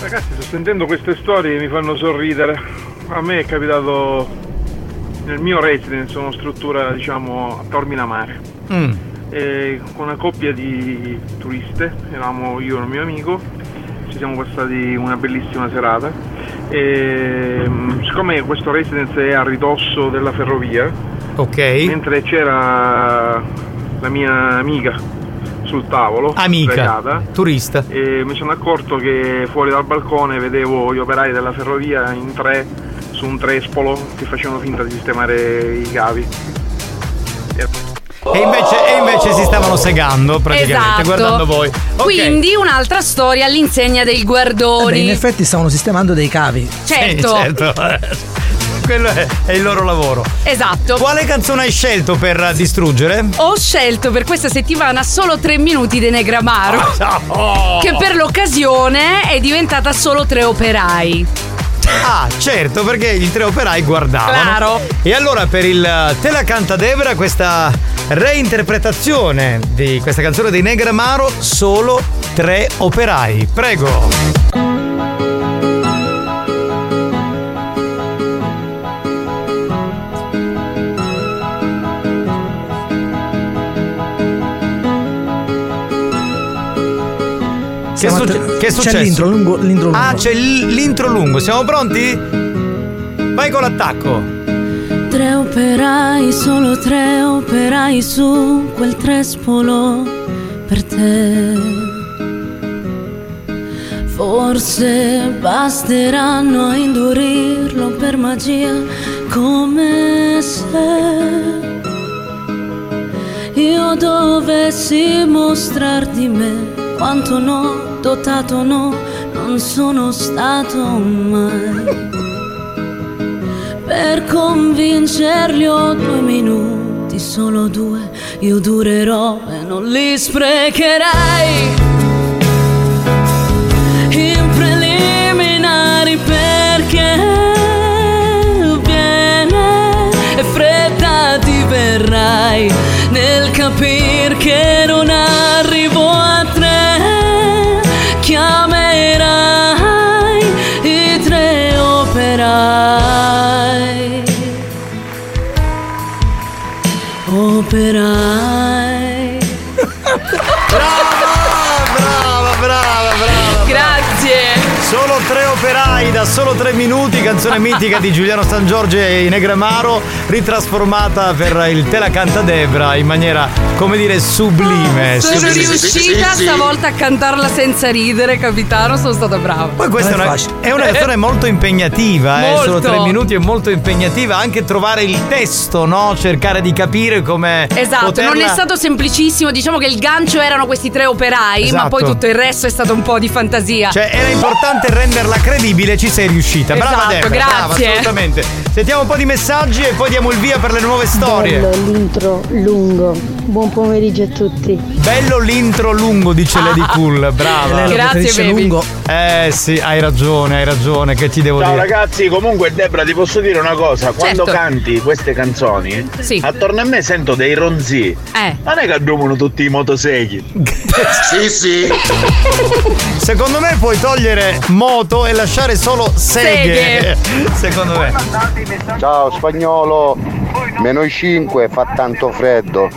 [SPEAKER 28] Ragazzi, sto sentendo queste storie che mi fanno sorridere. A me è capitato nel mio residence, una struttura diciamo a Tormina Mare,
[SPEAKER 2] Mm.
[SPEAKER 28] e con una coppia di turiste, eravamo io e un mio amico, ci siamo passati una bellissima serata. E, mm, siccome questo residence è a ridosso della ferrovia,
[SPEAKER 2] Ok.
[SPEAKER 28] mentre c'era la mia amica sul tavolo,
[SPEAKER 2] Amica.
[SPEAKER 28] sdraiata,
[SPEAKER 2] Turista.
[SPEAKER 28] e mi sono accorto che fuori dal balcone vedevo gli operai della ferrovia in tre su un trespolo che facevano finta di sistemare i cavi. E-
[SPEAKER 2] E invece, e invece si stavano segando praticamente,
[SPEAKER 10] Esatto.
[SPEAKER 2] guardando voi. Ok.
[SPEAKER 10] Quindi un'altra storia all'insegna dei
[SPEAKER 24] Vabbè,
[SPEAKER 10] guardoni.
[SPEAKER 24] in effetti stavano sistemando dei cavi.
[SPEAKER 10] Certo.
[SPEAKER 2] Sì, certo. Quello è, è il loro lavoro.
[SPEAKER 10] Esatto.
[SPEAKER 2] Quale canzone hai scelto per eh, distruggere?
[SPEAKER 10] Ho scelto per questa settimana solo 3 minuti di
[SPEAKER 2] Ah,
[SPEAKER 10] Negramaro. Che per l'occasione è diventata solo tre operai.
[SPEAKER 2] Ah, certo, perché i tre operai guardavano.
[SPEAKER 10] Claro.
[SPEAKER 2] E allora per il eh, Te la canta Debra questa reinterpretazione di questa canzone dei Negramaro, solo tre operai. Prego. Che,
[SPEAKER 24] Siamo a
[SPEAKER 2] succe-
[SPEAKER 24] te-
[SPEAKER 2] che è
[SPEAKER 24] c'è
[SPEAKER 2] successo?
[SPEAKER 24] l'intro lungo- l'intro lungo.
[SPEAKER 2] Ah, c'è l- l'intro lungo. Siamo pronti? Vai con l'attacco.
[SPEAKER 9] Tre operai, solo tre operai su quel trespolo per te. Forse basteranno a indurirlo per magia come se io dovessi mostrar di me quanto no, dotato no, non sono stato mai. Per convincerli ho due minuti, solo due, io durerò e non li sprecherai. In preliminari perché viene e fretta ti verrai nel capir che non arrivo a tre. Chiamerai i tre operai. Operai.
[SPEAKER 2] Brava, brava, brava.
[SPEAKER 10] Grazie.
[SPEAKER 2] Solo tre operai da solo tre minuti, canzone mitica di Giuliano San Giorgio e i Negramaro, ritrasformata per il Te la canta Debra in maniera, come dire, sublime.
[SPEAKER 10] Sono
[SPEAKER 2] Sublime.
[SPEAKER 10] riuscita stavolta a cantarla senza ridere, capitano. Sono stata brava.
[SPEAKER 2] Poi questa è una, è una canzone molto impegnativa, eh,
[SPEAKER 10] Molto.
[SPEAKER 2] solo tre minuti è molto impegnativa, anche trovare il testo, no? Cercare di capire come
[SPEAKER 10] Esatto,
[SPEAKER 2] poterla...
[SPEAKER 10] non è stato semplicissimo, diciamo che il gancio erano questi tre operai, ma
[SPEAKER 2] Esatto.
[SPEAKER 10] poi tutto il resto è stato un po' di fantasia.
[SPEAKER 2] Cioè, era importante renderla credibile, ci sei riuscita. Brava Debra,
[SPEAKER 10] Esatto,
[SPEAKER 2] brava,
[SPEAKER 10] grazie.
[SPEAKER 2] assolutamente. Sentiamo un po' di messaggi e poi diamo il via per le nuove storie.
[SPEAKER 21] Bello l'intro lungo. Buon pomeriggio a tutti.
[SPEAKER 2] Bello l'intro lungo, dice Lady Cool, brava.
[SPEAKER 21] Ah, Lei lo Grazie, preferisce baby. lungo.
[SPEAKER 2] Eh sì, hai ragione, hai ragione, che ti devo
[SPEAKER 25] Ciao
[SPEAKER 2] dire?
[SPEAKER 25] ragazzi, comunque Debra ti posso dire una
[SPEAKER 10] Certo.
[SPEAKER 25] cosa, quando
[SPEAKER 21] Certo.
[SPEAKER 25] canti queste canzoni, attorno a me sento dei ronzì.
[SPEAKER 10] Eh.
[SPEAKER 25] Non è che addumano tutti i motoseghi.
[SPEAKER 2] sì, sì. Secondo me puoi togliere moto e lasciare solo seghe. Secondo me.
[SPEAKER 23] Ciao spagnolo, meno 5, fa tanto freddo.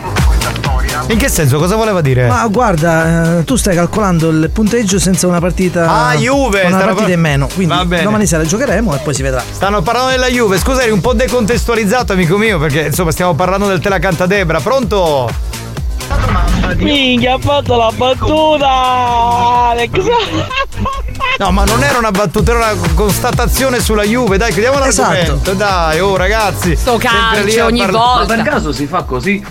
[SPEAKER 2] In che senso? Cosa voleva dire?
[SPEAKER 24] Ma guarda, eh, tu stai calcolando il punteggio senza una partita.
[SPEAKER 2] Ah, Juve,
[SPEAKER 24] con Una
[SPEAKER 2] stanno
[SPEAKER 24] partita
[SPEAKER 2] par-
[SPEAKER 24] in meno. Quindi
[SPEAKER 2] Va bene.
[SPEAKER 24] domani sera giocheremo e poi si vedrà.
[SPEAKER 2] Stanno parlando della Juve, scusa eri un po' decontestualizzato amico mio perché insomma stiamo parlando del Te la canta Debra, pronto? Minchia, ha fatto la battuta! Alex! No, ma non era una battuta, era una constatazione sulla Juve. Dai, chiudiamo
[SPEAKER 24] Esatto.
[SPEAKER 2] l'argomento. Dai, oh ragazzi.
[SPEAKER 10] Sto
[SPEAKER 2] sempre lì
[SPEAKER 10] calcio
[SPEAKER 2] a
[SPEAKER 10] ogni volta.
[SPEAKER 22] Ma per caso si fa così?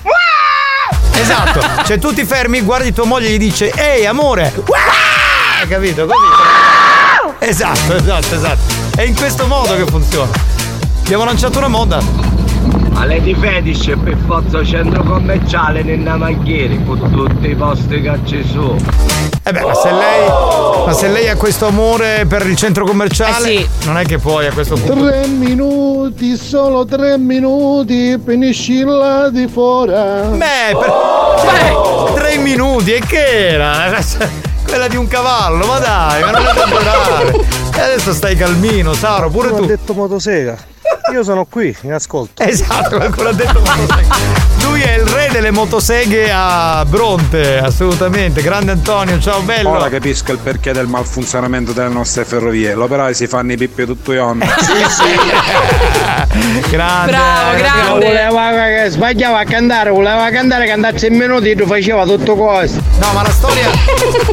[SPEAKER 2] Esatto. Cioè tu ti fermi, guardi tua moglie e gli dice "Ehi, amore". Hai capito? Così. Esatto, esatto, esatto. È in questo modo che funziona. Abbiamo lanciato una moda.
[SPEAKER 15] Ma Lady Fetish è per forza centro commerciale nella maghiera con tutti i posti che ci sono.
[SPEAKER 2] Eh beh, ma se lei ma se lei ha questo amore per il centro commerciale, non è che puoi a questo punto.
[SPEAKER 27] Tre minuti, solo tre minuti, finisci là di fuori.
[SPEAKER 2] Beh, per... Beh, tre minuti, e che era? Quella di un cavallo, ma dai, ma non è da durare. E adesso stai calmino, Saro, pure tu.
[SPEAKER 25] Ho detto motosega. Io sono qui, in ascolto.
[SPEAKER 2] Esatto, quello ha detto motosega. Lui è il re delle motoseghe a Bronte, assolutamente. Grande Antonio, ciao bello.
[SPEAKER 29] Ora capisco il perché del malfunzionamento delle nostre ferrovie. L'operai si fanno i pippi tutto i anni.
[SPEAKER 2] grande. eh,
[SPEAKER 4] Bravo,
[SPEAKER 2] grande.
[SPEAKER 4] Voleva, sbagliava a cantare, voleva cantare, cantarsi in minuti e tu faceva tutto questo.
[SPEAKER 2] No, ma la storia.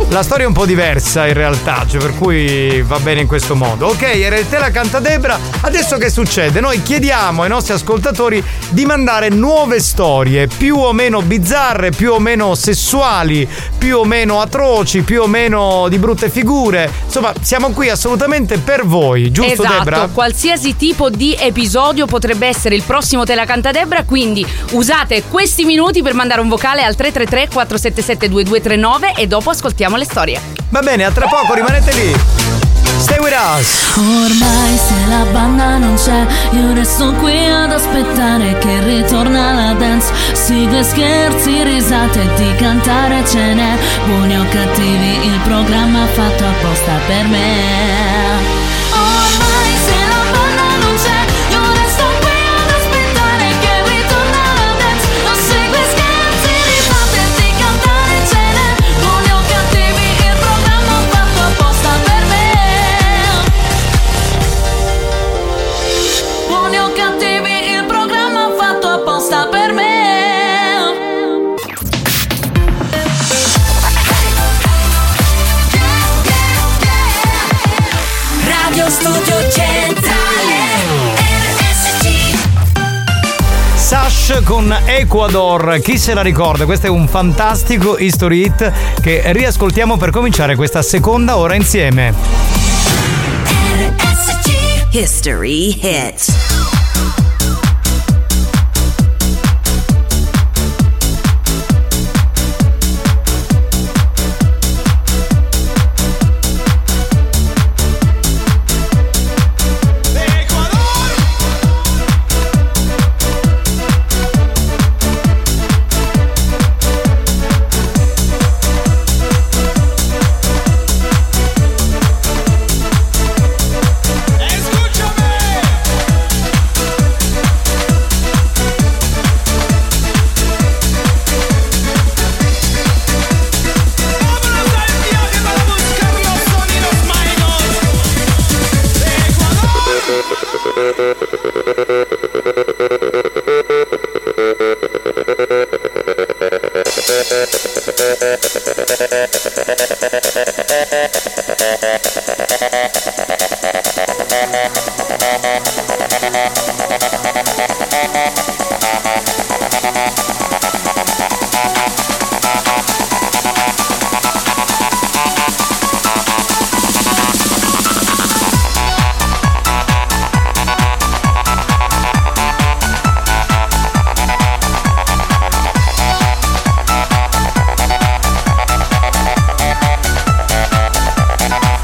[SPEAKER 2] La storia è un po' diversa in realtà, cioè per cui va bene in questo modo. Ok, era il te la canta Debra. Adesso che succede? Noi chiediamo ai nostri ascoltatori di mandare nuove storie, più o meno bizzarre, più o meno sessuali, più o meno atroci, più o meno di brutte figure. Insomma, siamo qui assolutamente per voi, giusto
[SPEAKER 10] esatto,
[SPEAKER 2] Debra?
[SPEAKER 10] qualsiasi tipo di episodio potrebbe essere il prossimo Te la canta Debra, quindi usate questi minuti per mandare un vocale al 333 477 2239 e dopo ascoltiamo le storie.
[SPEAKER 2] Va bene, a tra poco, rimanete lì. Stay with us.
[SPEAKER 11] Ormai se la banda non c'è, io resto qui ad aspettare che ritorna la dance. Sigle, scherzi, risate di cantare ce n'è. Buoni o cattivi, il programma fatto apposta per me. Ormai se la banda non c'è, io resto qui ad aspettare che ritorna la dance. Non segue scherzi, risate di cantare ce n'è. Buoni o cattivi, il programma fatto apposta per me. Buoni o cattivi, il programma fatto apposta per me. Radio Studio Centrale. RSC.
[SPEAKER 2] Sash con Ecuador, chi se la ricorda? Questo è un fantastico history hit che riascoltiamo per cominciare questa seconda ora insieme.
[SPEAKER 14] History hit.
[SPEAKER 11] Thank you.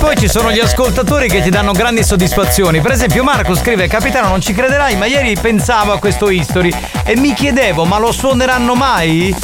[SPEAKER 2] poi ci sono gli ascoltatori che ti danno grandi soddisfazioni. Per esempio, Marco scrive: Capitano, non ci crederai, ma ieri pensavo a questo history e mi chiedevo, ma lo suoneranno mai?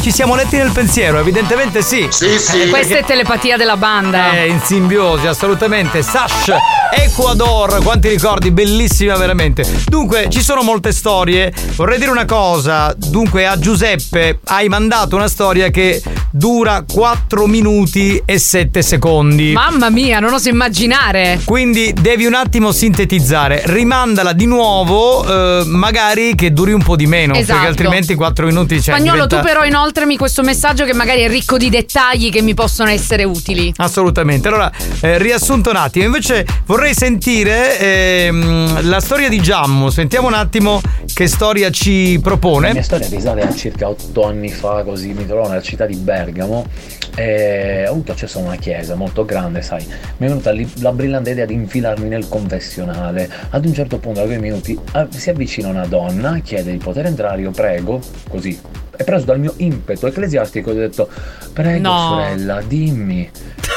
[SPEAKER 2] Ci siamo letti nel pensiero, evidentemente sì. Sì, sì.
[SPEAKER 10] Questa è telepatia della banda.
[SPEAKER 2] Eh, in simbiosi, assolutamente. Sash, Ecuador, quanti ricordi, bellissima veramente. Dunque, ci sono molte storie. Vorrei dire una cosa. Dunque, a Giuseppe hai mandato una storia che dura 4 minuti e 7 secondi.
[SPEAKER 10] Mamma mia, non oso immaginare.
[SPEAKER 2] Quindi devi un attimo sintetizzare, rimandala di nuovo, eh, magari che duri un po' di meno,
[SPEAKER 10] Esatto.
[SPEAKER 2] perché altrimenti 4 minuti cioè, c'è.
[SPEAKER 10] Spagnolo, tu però inoltrami questo messaggio che magari è ricco di dettagli che mi possono essere utili.
[SPEAKER 2] Ah, Assolutamente. Allora, eh, riassunto un attimo. Invece vorrei sentire ehm, la storia di Giammo. Sentiamo un attimo che storia ci propone.
[SPEAKER 12] La mia storia risale a circa 8 anni fa, così mi trovavo nella città di Bergamo e ho avuto accesso a una chiesa molto grande, sai. Mi è venuta lì la brillante idea di infilarmi nel confessionale. Ad un certo punto, a due minuti, a- si avvicina una donna, chiede di poter entrare, io prego, così. E preso dal mio impeto ecclesiastico, ho detto: Prego,
[SPEAKER 32] No.
[SPEAKER 12] sorella, dimmi.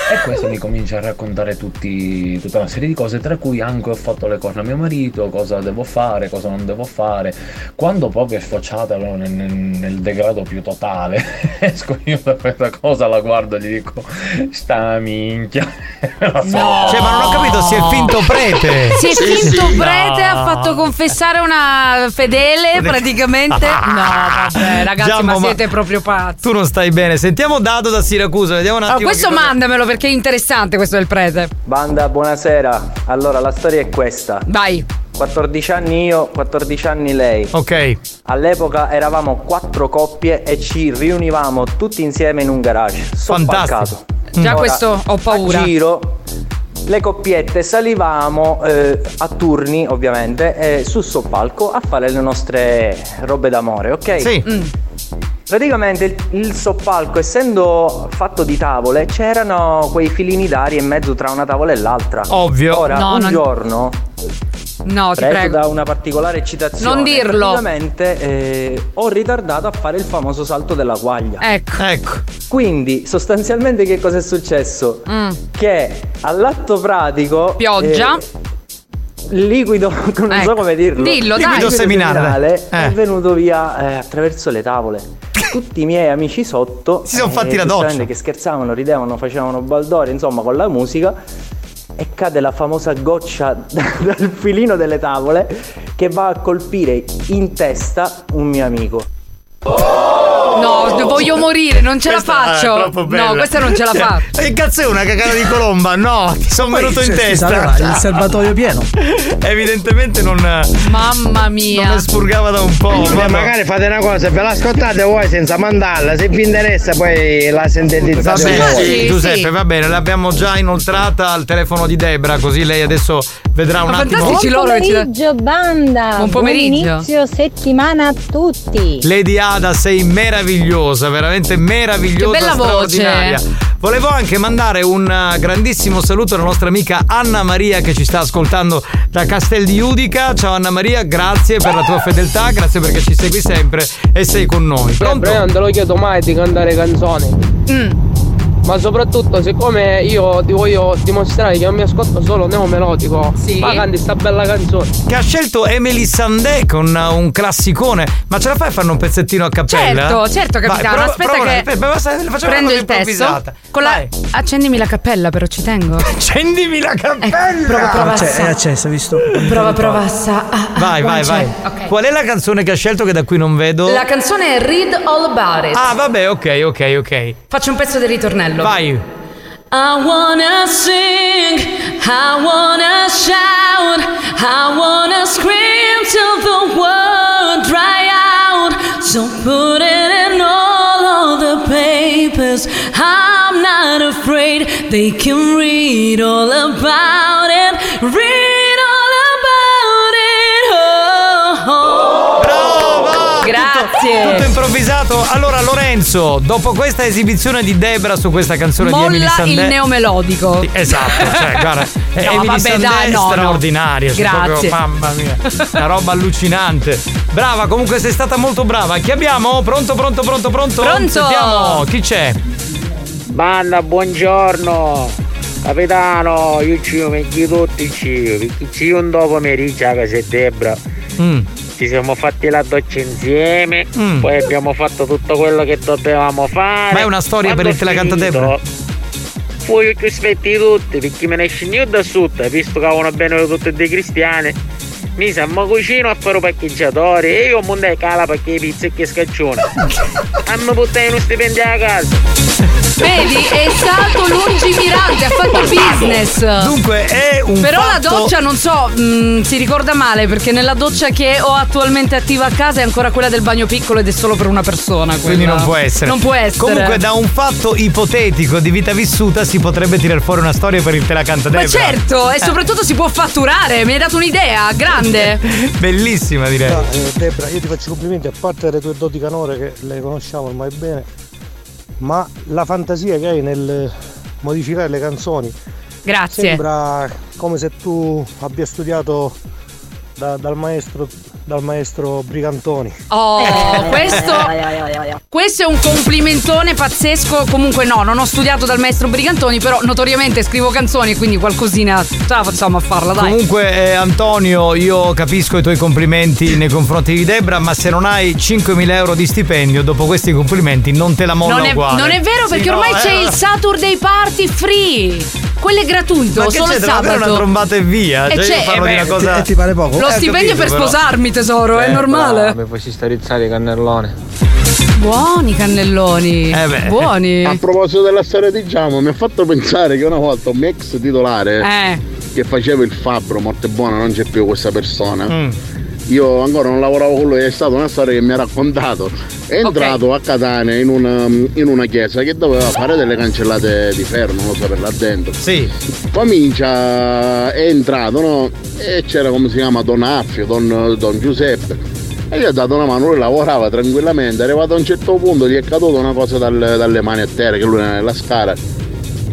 [SPEAKER 12] E questo mi comincia a raccontare tutti- tutta una serie di cose, tra cui anche ho fatto le corna a mio marito, cosa devo fare, cosa non devo fare. Quando proprio è sfociata no, nel, nel- nel degrado più totale, esco io da questa cosa, la guardo e gli dico, sta minchia.
[SPEAKER 2] Cioè, ma non ho capito, si è finto prete.
[SPEAKER 10] Si è
[SPEAKER 12] Sì,
[SPEAKER 10] finto
[SPEAKER 12] sì.
[SPEAKER 10] prete,
[SPEAKER 12] No.
[SPEAKER 10] ha fatto confessare una fedele praticamente. No, vabbè, ragazzi,
[SPEAKER 2] Giammo,
[SPEAKER 10] ma
[SPEAKER 2] ma-
[SPEAKER 10] siete proprio pazzi.
[SPEAKER 2] Ah, Tu non stai bene. Sentiamo Dado da Siracusa. Vediamo un
[SPEAKER 10] Allora,
[SPEAKER 2] attimo.
[SPEAKER 10] Ah, questo
[SPEAKER 2] che cosa-
[SPEAKER 10] mandamelo perché è interessante questo del prete.
[SPEAKER 4] Banda, buonasera. Allora, la storia è questa.
[SPEAKER 10] Vai.
[SPEAKER 4] 14 anni io, 14 anni lei.
[SPEAKER 2] Ok.
[SPEAKER 4] All'epoca eravamo quattro coppie e ci riunivamo tutti insieme in un garage. Fantastico.
[SPEAKER 10] Già questo ho paura.
[SPEAKER 4] A giro le coppiette salivamo eh, a turni, ovviamente, eh, su soppalco a fare le nostre robe d'amore, ok?
[SPEAKER 2] Sì.
[SPEAKER 10] Mm.
[SPEAKER 4] Praticamente il, il soppalco, essendo fatto di tavole, c'erano quei filini d'aria in mezzo tra una tavola e l'altra.
[SPEAKER 2] Ovvio.
[SPEAKER 4] Ora, No, un non- giorno,
[SPEAKER 10] No, ti
[SPEAKER 4] preso
[SPEAKER 10] prego.
[SPEAKER 4] da una particolare eccitazione,
[SPEAKER 10] Non dirlo.
[SPEAKER 4] praticamente eh, ho ritardato a fare il famoso salto della guaglia.
[SPEAKER 10] Ecco.
[SPEAKER 4] Quindi, sostanzialmente, che cosa è successo?
[SPEAKER 10] Mm.
[SPEAKER 4] Che all'atto pratico. eh,
[SPEAKER 10] Pioggia. Ecco.
[SPEAKER 4] liquido, non so come dirlo.
[SPEAKER 10] Dillo,
[SPEAKER 4] liquido
[SPEAKER 10] dai. Liquido seminale.
[SPEAKER 4] seminale è venuto via eh, attraverso le tavole. Tutti i miei amici sotto
[SPEAKER 2] Si sono
[SPEAKER 4] eh,
[SPEAKER 2] fatti la doccia.
[SPEAKER 4] giustamente, che scherzavano, ridevano, facevano baldoria, insomma, con la musica. E cade la famosa goccia dal filino delle tavole che va a colpire in testa un mio amico.
[SPEAKER 10] No, voglio morire, non ce
[SPEAKER 2] eh,
[SPEAKER 10] la faccio. no, questa non ce la
[SPEAKER 2] Cioè,
[SPEAKER 10] faccio.
[SPEAKER 2] E cazzo è una cagata di colomba? No, ti sono
[SPEAKER 33] Poi,
[SPEAKER 2] venuto in
[SPEAKER 33] cioè, scusa,
[SPEAKER 2] testa.
[SPEAKER 33] allora, il serbatoio pieno.
[SPEAKER 2] Evidentemente non. eh,
[SPEAKER 10] Mamma mia.
[SPEAKER 2] Non spurgava da un po'.
[SPEAKER 13] Beh, magari fate una cosa, ve l'ascoltate voi senza mandarla, se vi interessa poi la
[SPEAKER 2] Va
[SPEAKER 13] sintetizzate
[SPEAKER 2] bene,
[SPEAKER 13] voi.
[SPEAKER 2] Giuseppe, va bene, l'abbiamo già inoltrata al telefono di Debra, così lei adesso vedrà un attimo.
[SPEAKER 22] Buon pomeriggio, banda!
[SPEAKER 10] Buon pomeriggio.
[SPEAKER 22] Buon inizio settimana a tutti!
[SPEAKER 2] Lady Ada, sei meravigliosa, veramente meravigliosa.
[SPEAKER 22] Che bella voce.
[SPEAKER 2] straordinaria. Volevo anche mandare un eh, grandissimo saluto alla nostra amica Anna Maria che ci sta ascoltando da Castel di Udica. Ciao Anna Maria, grazie per la tua fedeltà, grazie perché ci segui sempre e sei con noi. Pronto?
[SPEAKER 26] Però non te lo chiedo mai di cantare canzoni.
[SPEAKER 10] Mm.
[SPEAKER 26] Ma soprattutto, siccome io ti voglio dimostrare che non mi ascolto solo neomelodico, ma canti sta bella canzone.
[SPEAKER 2] Che ha scelto Emily Sandé con eh, un classicone. Ma ce la fai a farne un pezzettino a cappella?
[SPEAKER 10] Certo, certo,
[SPEAKER 2] Vai,
[SPEAKER 10] capitano.
[SPEAKER 2] prova-
[SPEAKER 10] Aspetta
[SPEAKER 2] prova una-
[SPEAKER 10] che
[SPEAKER 2] aspetta, ma basta, facciamo una
[SPEAKER 10] prendo
[SPEAKER 2] cosa
[SPEAKER 10] il testo.
[SPEAKER 2] improvvisata.
[SPEAKER 10] Con la... Accendimi la cappella, però ci tengo. Ecco,
[SPEAKER 2] Accendimi la cappella! eh,
[SPEAKER 10] prova, prova,
[SPEAKER 33] Cioè, è
[SPEAKER 10] sa.
[SPEAKER 33] accesa, visto?
[SPEAKER 10] Prova, prova, sa. Ah, ah,
[SPEAKER 2] Vai, vai, vai.
[SPEAKER 10] comincia. Ok.
[SPEAKER 2] Qual è la canzone che ha scelto che da qui non vedo?
[SPEAKER 10] La canzone è Read All About It.
[SPEAKER 2] Ah, vabbè, ok, ok, ok.
[SPEAKER 10] Faccio un pezzo del ritornello.
[SPEAKER 2] Vai.
[SPEAKER 9] I wanna sing, I wanna shout, I wanna scream till the world dry out. So put it in all of the papers. I'm not afraid, they can read all about it. Read all about it. Oh, oh. Grazie.
[SPEAKER 2] Tutto improvvisato. Allora, Lorenzo, dopo questa esibizione di Debra su questa canzone di Emily
[SPEAKER 10] Molla il
[SPEAKER 2] Sandé.
[SPEAKER 10] neomelodico.
[SPEAKER 2] Esatto, cioè, guarda, eh,
[SPEAKER 10] No,
[SPEAKER 2] Emily
[SPEAKER 10] vabbè,
[SPEAKER 2] Sandé
[SPEAKER 10] dai,
[SPEAKER 2] è
[SPEAKER 10] no, no.
[SPEAKER 2] straordinaria. cioè, proprio,
[SPEAKER 10] Grazie.
[SPEAKER 2] mamma mia, una roba allucinante. Brava, comunque sei stata molto brava. Chi abbiamo? Pronto, pronto, pronto, pronto?
[SPEAKER 13] Pronto.
[SPEAKER 2] Sentiamo, chi c'è?
[SPEAKER 13] Banda, buongiorno. Capitano, io ci ho messo tutti in giro, perché ci un dopo pomeriggio che se Debra. Ci siamo fatti la doccia insieme,
[SPEAKER 2] Mm.
[SPEAKER 13] poi abbiamo fatto tutto quello che dovevamo fare.
[SPEAKER 2] Ma è una storia per il te la canta Debra?
[SPEAKER 13] Poi ci aspetti tutti, perché me ne esci io da sud, visto che avevano bene tutti dei cristiani. Mi sa, ma cucino a fare un paccheggiatore e io monte cala perché le pizze e che scaccione. Hanno buttato uno stipendio a casa.
[SPEAKER 10] Vedi, è stato lungimirante, ha fatto business.
[SPEAKER 2] Dunque, è un
[SPEAKER 10] Però
[SPEAKER 2] fatto-
[SPEAKER 10] la doccia, non so, mh, si ricorda male perché nella doccia che ho attualmente attiva a casa è ancora quella del bagno piccolo ed è solo per una persona.
[SPEAKER 2] Quindi
[SPEAKER 10] Ah, quella.
[SPEAKER 2] non può essere.
[SPEAKER 10] Non può essere.
[SPEAKER 2] Comunque, da un fatto ipotetico di vita vissuta si potrebbe tirar fuori una storia per il te la canta
[SPEAKER 10] Ma
[SPEAKER 2] Debra.
[SPEAKER 10] certo, e
[SPEAKER 2] Eh,
[SPEAKER 10] soprattutto si può fatturare, mi hai dato un'idea, grande.
[SPEAKER 2] Bellissima, direi.
[SPEAKER 18] Dai, eh, Debra, io ti faccio complimenti, a parte le tue doti canore che le conosciamo ormai bene, ma la fantasia che hai nel modificare le canzoni.
[SPEAKER 10] Grazie.
[SPEAKER 18] Sembra come se tu abbia studiato da- dal maestro dal maestro Brigantoni.
[SPEAKER 10] Oh, questo, questo è un complimentone pazzesco. Comunque, no, non ho studiato dal maestro Brigantoni, però notoriamente scrivo canzoni, quindi qualcosina ce la facciamo a farla, dai.
[SPEAKER 2] Comunque eh, Antonio, io capisco i tuoi complimenti nei confronti di Debra, ma se non hai 5.000 euro di stipendio, dopo questi complimenti non te la molla
[SPEAKER 10] non, è,
[SPEAKER 2] uguale.
[SPEAKER 10] non è vero, perché
[SPEAKER 2] Sì, no,
[SPEAKER 10] ormai
[SPEAKER 2] eh,
[SPEAKER 10] c'è
[SPEAKER 2] allora-
[SPEAKER 10] il Saturday Party free. Quello è gratuito,
[SPEAKER 2] Ma che
[SPEAKER 10] solo
[SPEAKER 2] c'è?
[SPEAKER 10] il
[SPEAKER 2] Devo avere
[SPEAKER 10] sabato.
[SPEAKER 2] una trombata e via.
[SPEAKER 10] E
[SPEAKER 2] Cioè,
[SPEAKER 10] c'è-
[SPEAKER 2] io parlo
[SPEAKER 10] eh
[SPEAKER 2] di una
[SPEAKER 10] beh,
[SPEAKER 2] cosa. Eh,
[SPEAKER 24] ti- ti pare poco?
[SPEAKER 10] Lo stipendio per sposarmi, tesoro, è
[SPEAKER 26] Eh,
[SPEAKER 10] normale.
[SPEAKER 26] brava, Mi fai starizzare i cannelloni.
[SPEAKER 10] Buoni cannelloni.
[SPEAKER 2] Eh,
[SPEAKER 10] Buoni.
[SPEAKER 8] A proposito della storia di Giamo, mi ha fatto pensare che una volta un mio ex titolare
[SPEAKER 10] Eh.
[SPEAKER 8] che faceva il fabbro, morte buona, non c'è più questa persona.
[SPEAKER 11] Mm.
[SPEAKER 8] Io ancora non lavoravo con lui, è stata una storia che mi ha raccontato. È entrato a Catania in una, in una chiesa che doveva fare delle cancellate di ferro, non lo so per là dentro.
[SPEAKER 2] Sì.
[SPEAKER 8] Comincia, è entrato, no? E c'era come si chiama Don Affio, Don, Don Giuseppe. E gli ha dato una mano, lui lavorava tranquillamente, è arrivato a un certo punto, gli è caduta una cosa dal- dalle mani a terra, che lui era nella scala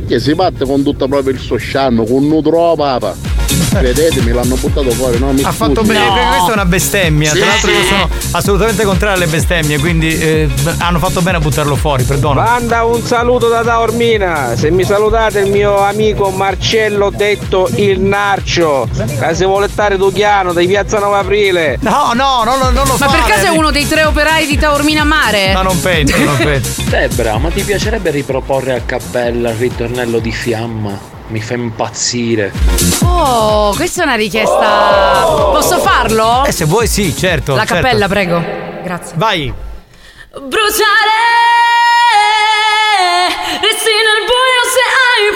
[SPEAKER 8] che si batte con tutto proprio il suo scianno, con un trova papa. Credetemi, l'hanno buttato fuori, no? Mi
[SPEAKER 2] Ha fatto bene, perché questa è una bestemmia.
[SPEAKER 8] Sì,
[SPEAKER 2] Tra l'altro, io
[SPEAKER 8] sì.
[SPEAKER 2] sono assolutamente contrario alle bestemmie, quindi eh, b- hanno fatto bene a buttarlo fuori, perdono.
[SPEAKER 26] Manda un saluto da Taormina, se mi salutate il mio amico Marcello detto il Narcio, che si vuole stare Duchiano di Piazza 9 Aprile.
[SPEAKER 2] No, no, no, non
[SPEAKER 10] Ma per caso è uno dei tre operai di Taormina Mare?
[SPEAKER 2] penso, non penso.
[SPEAKER 30] Debra, ma ti piacerebbe riproporre a Cappella il ritornello di fiamma? Mi fa impazzire.
[SPEAKER 10] Oh, questa è una richiesta. Posso farlo?
[SPEAKER 30] Eh,
[SPEAKER 2] se vuoi sì, certo.
[SPEAKER 10] Oh. La
[SPEAKER 30] certo.
[SPEAKER 10] cappella, prego. Grazie.
[SPEAKER 2] Vai.
[SPEAKER 9] Bruciare, resti nel buio se hai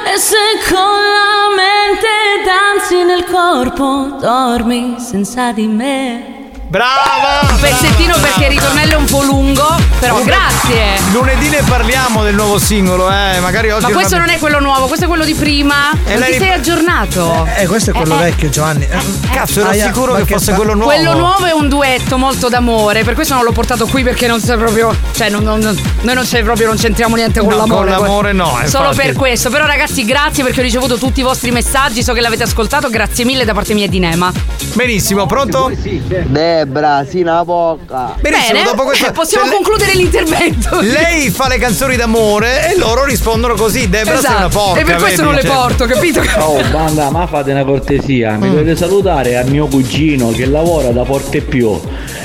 [SPEAKER 9] paura e se con la mente danzi nel corpo dormi senza di me.
[SPEAKER 2] Brava!
[SPEAKER 10] Un pezzettino perché il ritornello è un po' lungo, però
[SPEAKER 2] Lunedì-
[SPEAKER 10] grazie.
[SPEAKER 2] Lunedì ne parliamo del nuovo singolo, eh. Magari oggi.
[SPEAKER 10] Ma questo non è quello nuovo, questo è quello di prima.
[SPEAKER 2] E
[SPEAKER 10] non
[SPEAKER 2] lei-
[SPEAKER 10] ti sei aggiornato.
[SPEAKER 24] Eh, questo è quello vecchio, Giovanni. Eh,
[SPEAKER 2] Cazzo, ero
[SPEAKER 24] aia,
[SPEAKER 2] sicuro
[SPEAKER 24] ma
[SPEAKER 2] che fosse
[SPEAKER 24] fa-
[SPEAKER 2] quello nuovo.
[SPEAKER 10] Quello nuovo è un duetto molto d'amore, per questo non l'ho portato qui perché non c'è proprio. Cioè, non- non- non- noi non c'è proprio, non c'entriamo niente con
[SPEAKER 2] No, con
[SPEAKER 10] l'amore.
[SPEAKER 2] l'amore no, eh, infatti.
[SPEAKER 10] Solo per questo. Però, ragazzi, grazie perché ho ricevuto tutti i vostri messaggi, so che l'avete ascoltato, grazie mille da parte mia e di Nema.
[SPEAKER 2] Benissimo, pronto?
[SPEAKER 30] certo.
[SPEAKER 34] Debra, sì, una bocca.
[SPEAKER 2] Benissimo,
[SPEAKER 10] Bene,
[SPEAKER 2] dopo questo.
[SPEAKER 10] possiamo
[SPEAKER 2] se lei-
[SPEAKER 10] concludere l'intervento.
[SPEAKER 2] Lei fa le canzoni d'amore e loro rispondono così. Debra sei
[SPEAKER 10] Esatto.
[SPEAKER 2] una porca. vedi, cioè.
[SPEAKER 30] Oh, banda, ma fate una cortesia. Mi dovete salutare a mio cugino che lavora da Porte Più.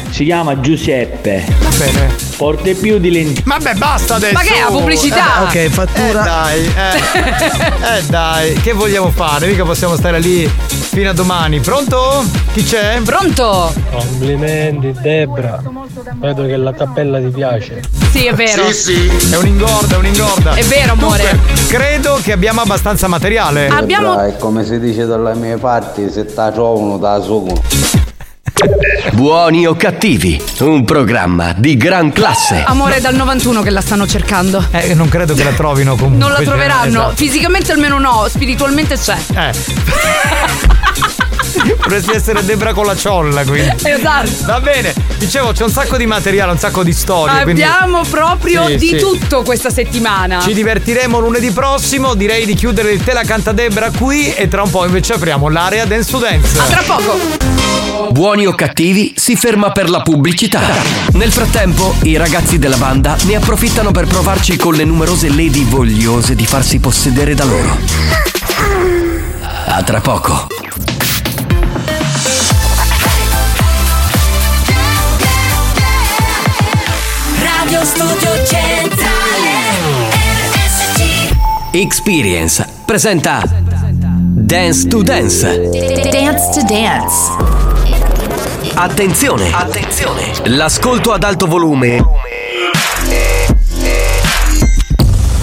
[SPEAKER 30] Si chiama Giuseppe. Va
[SPEAKER 2] bene.
[SPEAKER 30] Porte Più di Lenti.
[SPEAKER 2] Vabbè, basta adesso.
[SPEAKER 30] Ma che è la pubblicità?
[SPEAKER 24] Eh, ok, fattura.
[SPEAKER 2] Eh dai, eh. Eh, dai, che vogliamo fare? Mica possiamo stare lì fino a domani. Pronto? Chi c'è?
[SPEAKER 10] Pronto?
[SPEAKER 34] Complimenti, Debra. Vedo che la cappella ti piace.
[SPEAKER 10] Sì, è vero.
[SPEAKER 2] È un'ingorda, è un'ingorda.
[SPEAKER 10] È vero, amore.
[SPEAKER 2] Dunque, credo che abbiamo abbastanza materiale.
[SPEAKER 34] Debra, È come si dice dalle mie parti, se ta trovano da suono.
[SPEAKER 1] Buoni o cattivi, un programma di gran classe.
[SPEAKER 10] Amore, è dal 91 che la stanno cercando.
[SPEAKER 2] Eh, non credo che la trovino comunque.
[SPEAKER 10] Non la troveranno.
[SPEAKER 2] Esatto. Eh,
[SPEAKER 10] Fisicamente almeno no, spiritualmente c'è.
[SPEAKER 2] Dovresti essere Debra con la ciolla, quindi.
[SPEAKER 10] Esatto.
[SPEAKER 2] Va bene, dicevo, c'è un sacco di materiale, un sacco di storie. quindi-
[SPEAKER 10] Abbiamo proprio
[SPEAKER 2] Sì,
[SPEAKER 10] di
[SPEAKER 2] sì.
[SPEAKER 10] tutto questa settimana.
[SPEAKER 2] Ci divertiremo lunedì prossimo, direi di chiudere il Te la canta Debra qui e tra un po' invece apriamo l'area Dance to Dance.
[SPEAKER 10] A tra poco.
[SPEAKER 1] Buoni o cattivi si ferma per la pubblicità. Nel frattempo, i ragazzi della banda ne approfittano per provarci con le numerose lady vogliose di farsi possedere da loro. A tra poco.
[SPEAKER 11] Radio Studio Centrale RSC
[SPEAKER 1] Experience presenta Dance to Dance.
[SPEAKER 11] Dance to Dance
[SPEAKER 1] Attenzione!
[SPEAKER 11] Attenzione
[SPEAKER 1] L'ascolto ad alto volume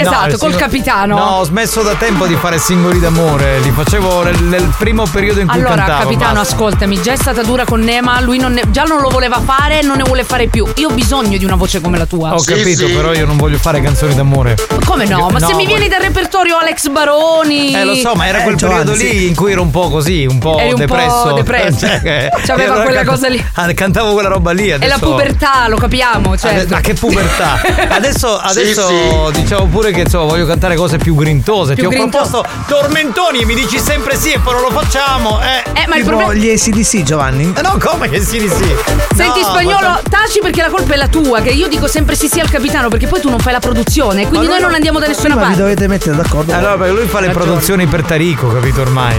[SPEAKER 2] No, il
[SPEAKER 10] Esatto, col
[SPEAKER 2] singolo-
[SPEAKER 10] capitano.
[SPEAKER 2] No, ho smesso da tempo di fare singoli d'amore, li facevo nel, nel primo periodo in cui
[SPEAKER 10] Allora,
[SPEAKER 2] cantavo.
[SPEAKER 10] capitano,
[SPEAKER 2] basta.
[SPEAKER 10] ascoltami, già è stata dura con Nema, lui non ne- già non lo voleva fare, non ne vuole fare più. Io ho bisogno di una voce come la tua.
[SPEAKER 2] Ho capito, però io non voglio fare canzoni d'amore.
[SPEAKER 10] Come no? Ma se mi
[SPEAKER 2] voglio-
[SPEAKER 10] vieni dal repertorio Alex Baroni.
[SPEAKER 2] Eh lo so, ma era quel periodo lì in cui ero un po' così, un po'
[SPEAKER 10] Eri un po'
[SPEAKER 2] depresso.
[SPEAKER 10] depresso.
[SPEAKER 2] Cioè,
[SPEAKER 10] C'aveva
[SPEAKER 2] io allora
[SPEAKER 10] quella cosa lì.
[SPEAKER 2] ah, Cantavo quella roba lì.
[SPEAKER 10] È
[SPEAKER 2] Adesso...
[SPEAKER 10] la pubertà, lo capiamo,
[SPEAKER 2] Ade-
[SPEAKER 10] certo.
[SPEAKER 2] Ma che pubertà! Adesso,
[SPEAKER 10] Sì,
[SPEAKER 2] adesso diciamo pure che insomma, voglio cantare cose più grintose.
[SPEAKER 10] Più
[SPEAKER 2] Ti
[SPEAKER 10] grinto-
[SPEAKER 2] ho proposto tormentoni e mi dici sempre sì e poi non lo facciamo. Eh,
[SPEAKER 24] Tipo gli ACDC, Giovanni?
[SPEAKER 2] No, come che sì, sì.
[SPEAKER 10] Senti
[SPEAKER 2] No,
[SPEAKER 10] spagnolo,
[SPEAKER 2] ma-
[SPEAKER 10] taci perché la colpa è la tua, che io dico sempre sì sì al capitano perché poi tu non fai la produzione, quindi noi non andiamo da nessuna
[SPEAKER 24] Prima vi
[SPEAKER 10] parte.
[SPEAKER 24] dovete mettere d'accordo.
[SPEAKER 2] Allora, Eh, perché lui fa le
[SPEAKER 24] Ragione.
[SPEAKER 2] produzioni per Tarico, capito ormai?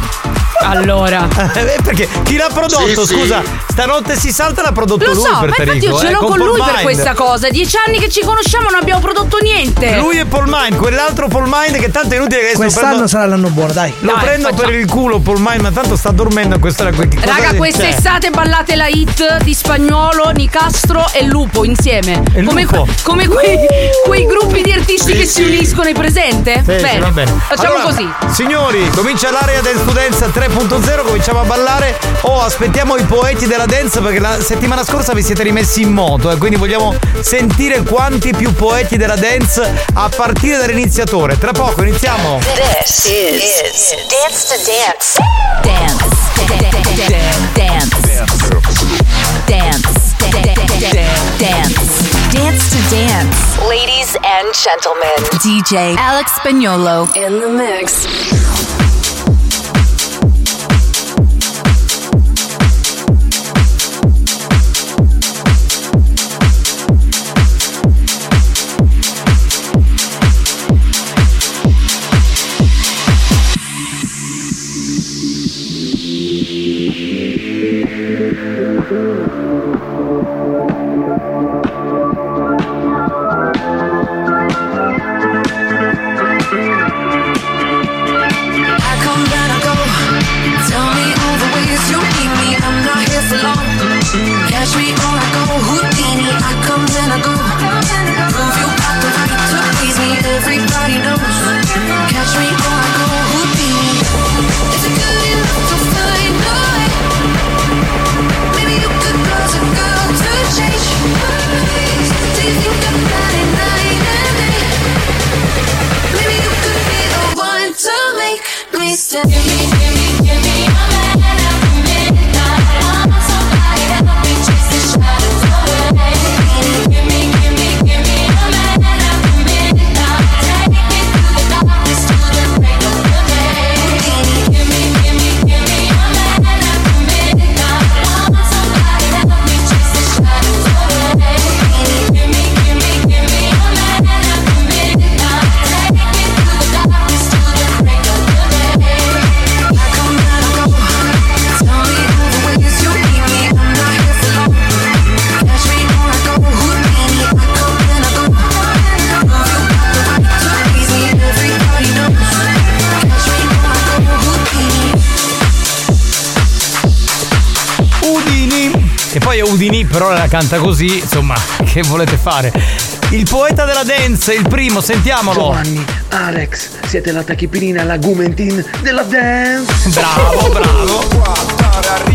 [SPEAKER 10] Allora.
[SPEAKER 2] Eh, perché chi l'ha prodotto?
[SPEAKER 24] Sì, sì.
[SPEAKER 2] scusa, stanotte si salta l'ha prodotto
[SPEAKER 10] Lo
[SPEAKER 2] lui
[SPEAKER 10] so, ma
[SPEAKER 2] per
[SPEAKER 10] infatti
[SPEAKER 2] Tarico.
[SPEAKER 10] io ce
[SPEAKER 2] eh,
[SPEAKER 10] l'ho con
[SPEAKER 2] Paul
[SPEAKER 10] lui per
[SPEAKER 2] Mind.
[SPEAKER 10] questa cosa. Dieci anni che ci conosciamo non abbiamo prodotto niente.
[SPEAKER 2] Lui e Paul Mind, quell'altro Paul Mind che tanto è inutile che adesso
[SPEAKER 24] Quest'anno
[SPEAKER 2] prendo-
[SPEAKER 24] sarà l'anno buono, dai.
[SPEAKER 2] Lo prendo per il culo Paul Mind, ma tanto sta dormendo a quest'ora. que- cosa-
[SPEAKER 10] Raga,
[SPEAKER 2] cioè-
[SPEAKER 10] quest'estate ballate la hit di Spagnolo, Nicastro e Lupo insieme. come
[SPEAKER 2] Lupo.
[SPEAKER 10] come quei, quei gruppi di artisti
[SPEAKER 2] Sì,
[SPEAKER 10] che
[SPEAKER 2] sì.
[SPEAKER 10] si uniscono, hai presente?
[SPEAKER 2] Sì, sì, va bene.
[SPEAKER 10] Facciamo
[SPEAKER 2] Allora,
[SPEAKER 10] così.
[SPEAKER 2] Signori, comincia l'area del studenza 3.0, cominciamo a ballare. Oh, aspettiamo i poeti della danza perché la settimana scorsa vi siete rimessi in moto e quindi vogliamo sentire quanti più poeti della dance a partire dall'iniziatore. Tra poco iniziamo.
[SPEAKER 11] This is, Dance to Dance. Dance. Dance. Dance. Dance. Dance to dance. Ladies and gentlemen.
[SPEAKER 28] DJ Alex Spagnolo. In the mix.
[SPEAKER 11] I come, then I go. Tell me all the ways you need me. I'm not here for long. Catch me or I go Houdini. I come, then I go. Prove you got the right to please me. Everybody knows. Catch me or I go Houdini. Is it good enough to find a way? Maybe you could close a girl to change your ways. Do you think I'm bad at night and day? Maybe you could be the
[SPEAKER 2] Udini. Che poi è Udini, però la canta così, insomma, che volete fare? Il poeta della dance, il primo, sentiamolo.
[SPEAKER 12] Giovanni, Alex, siete la tachipirina, la gumentin della dance.
[SPEAKER 2] Bravo, bravo.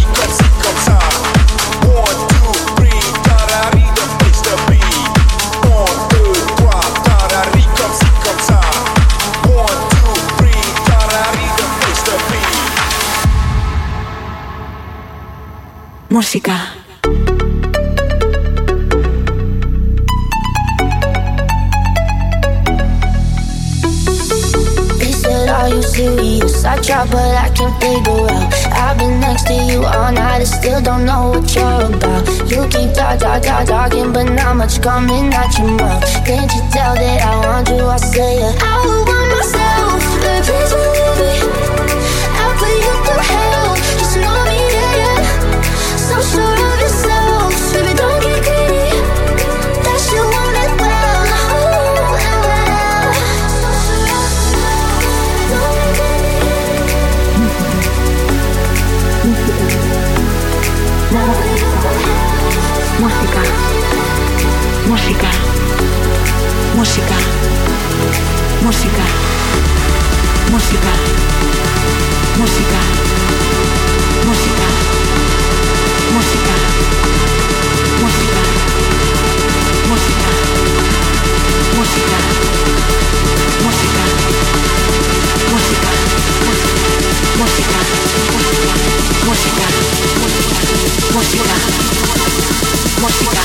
[SPEAKER 16] Música.
[SPEAKER 11] They said, Are you serious? I try, but I can't figure out. I've been next to you all night, I still don't know what you're about. You keep talk, talk, talk, talking, but not much coming out your mouth. Can't you tell that I want you? I say, yeah. I want myself, the prison me. I'll play you through hell, just know me, yeah, yeah. So sure of yourself, baby, don't get greedy. That you want it well, ooh, and well. So sure of
[SPEAKER 16] Música. Música. Música. Música. Música. Música. Música. Música. Música. Música. Música. Música. Música. Música. Música. Música. Música. Música.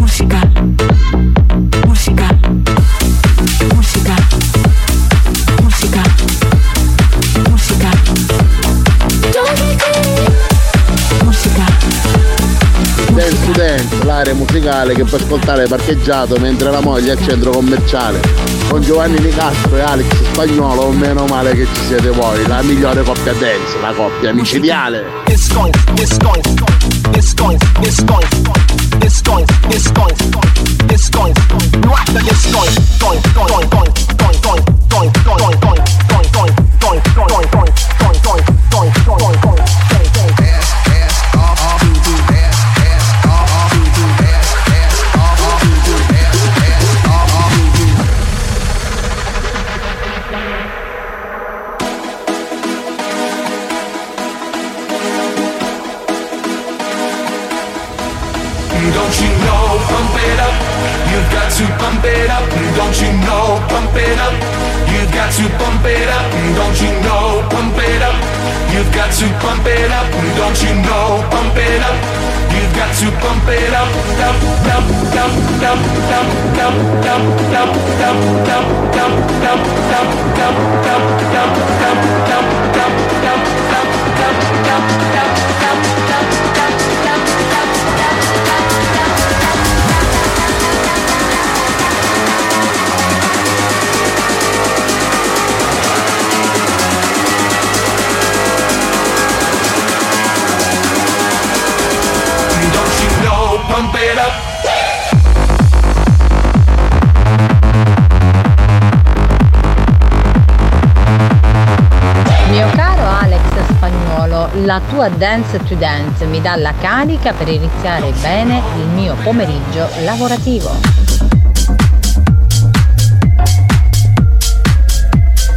[SPEAKER 16] Música. Música. Música. Música. Música. Música.
[SPEAKER 8] Dance to Dance, l'area musicale che puoi ascoltare parcheggiato mentre la moglie è al centro commerciale. Con Giovanni Nicastro e Alex Spagnolo, meno male che ci siete voi, la migliore coppia dance, la coppia micidiale.
[SPEAKER 31] Disco, disco, disco, disco, disco, disco, disco. You rock the disco, going, going, going, going, going, going, going, going, going, going, going, going, going, going, going, going, going, going, going.
[SPEAKER 35] Don't you know, pump it up. You've got to pump it up. Don't you know, pump it up. You've got to pump it up. Don't you know, pump it up. You've got to pump it up. Don't you know, pump it up. You've got to pump it up. Dump, dump, dump, dump, dump, dump, dump, dump, dump, dump, dump, dump, dump, dump, dump, dump, dump, dump, dump, dump, dump, dump, dump, dump, dump, dump, dump, dump, dump, dump, dump. Don't you know, pump it up.
[SPEAKER 10] Mio caro Alex Spagnuolo, la tua Dance to Dance mi dà la carica per iniziare bene il mio pomeriggio lavorativo.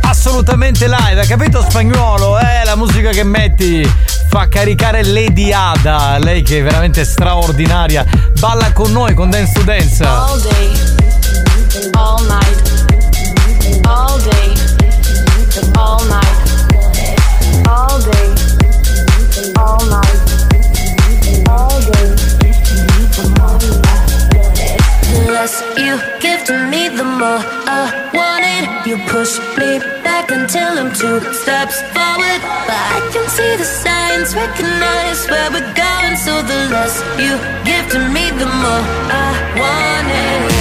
[SPEAKER 2] Assolutamente live, hai capito spagnolo? Eh, la musica che metti fa caricare Lady Ada, lei che è veramente straordinaria, balla con noi con Dance to Dance.
[SPEAKER 22] All day, all night, all day, all night, all day, all night, all day.
[SPEAKER 11] The less you give to me, the more I want it. You push me back until I'm two steps forward. But I can see the signs, recognize where we're going. So the less you give to me, the more I want it.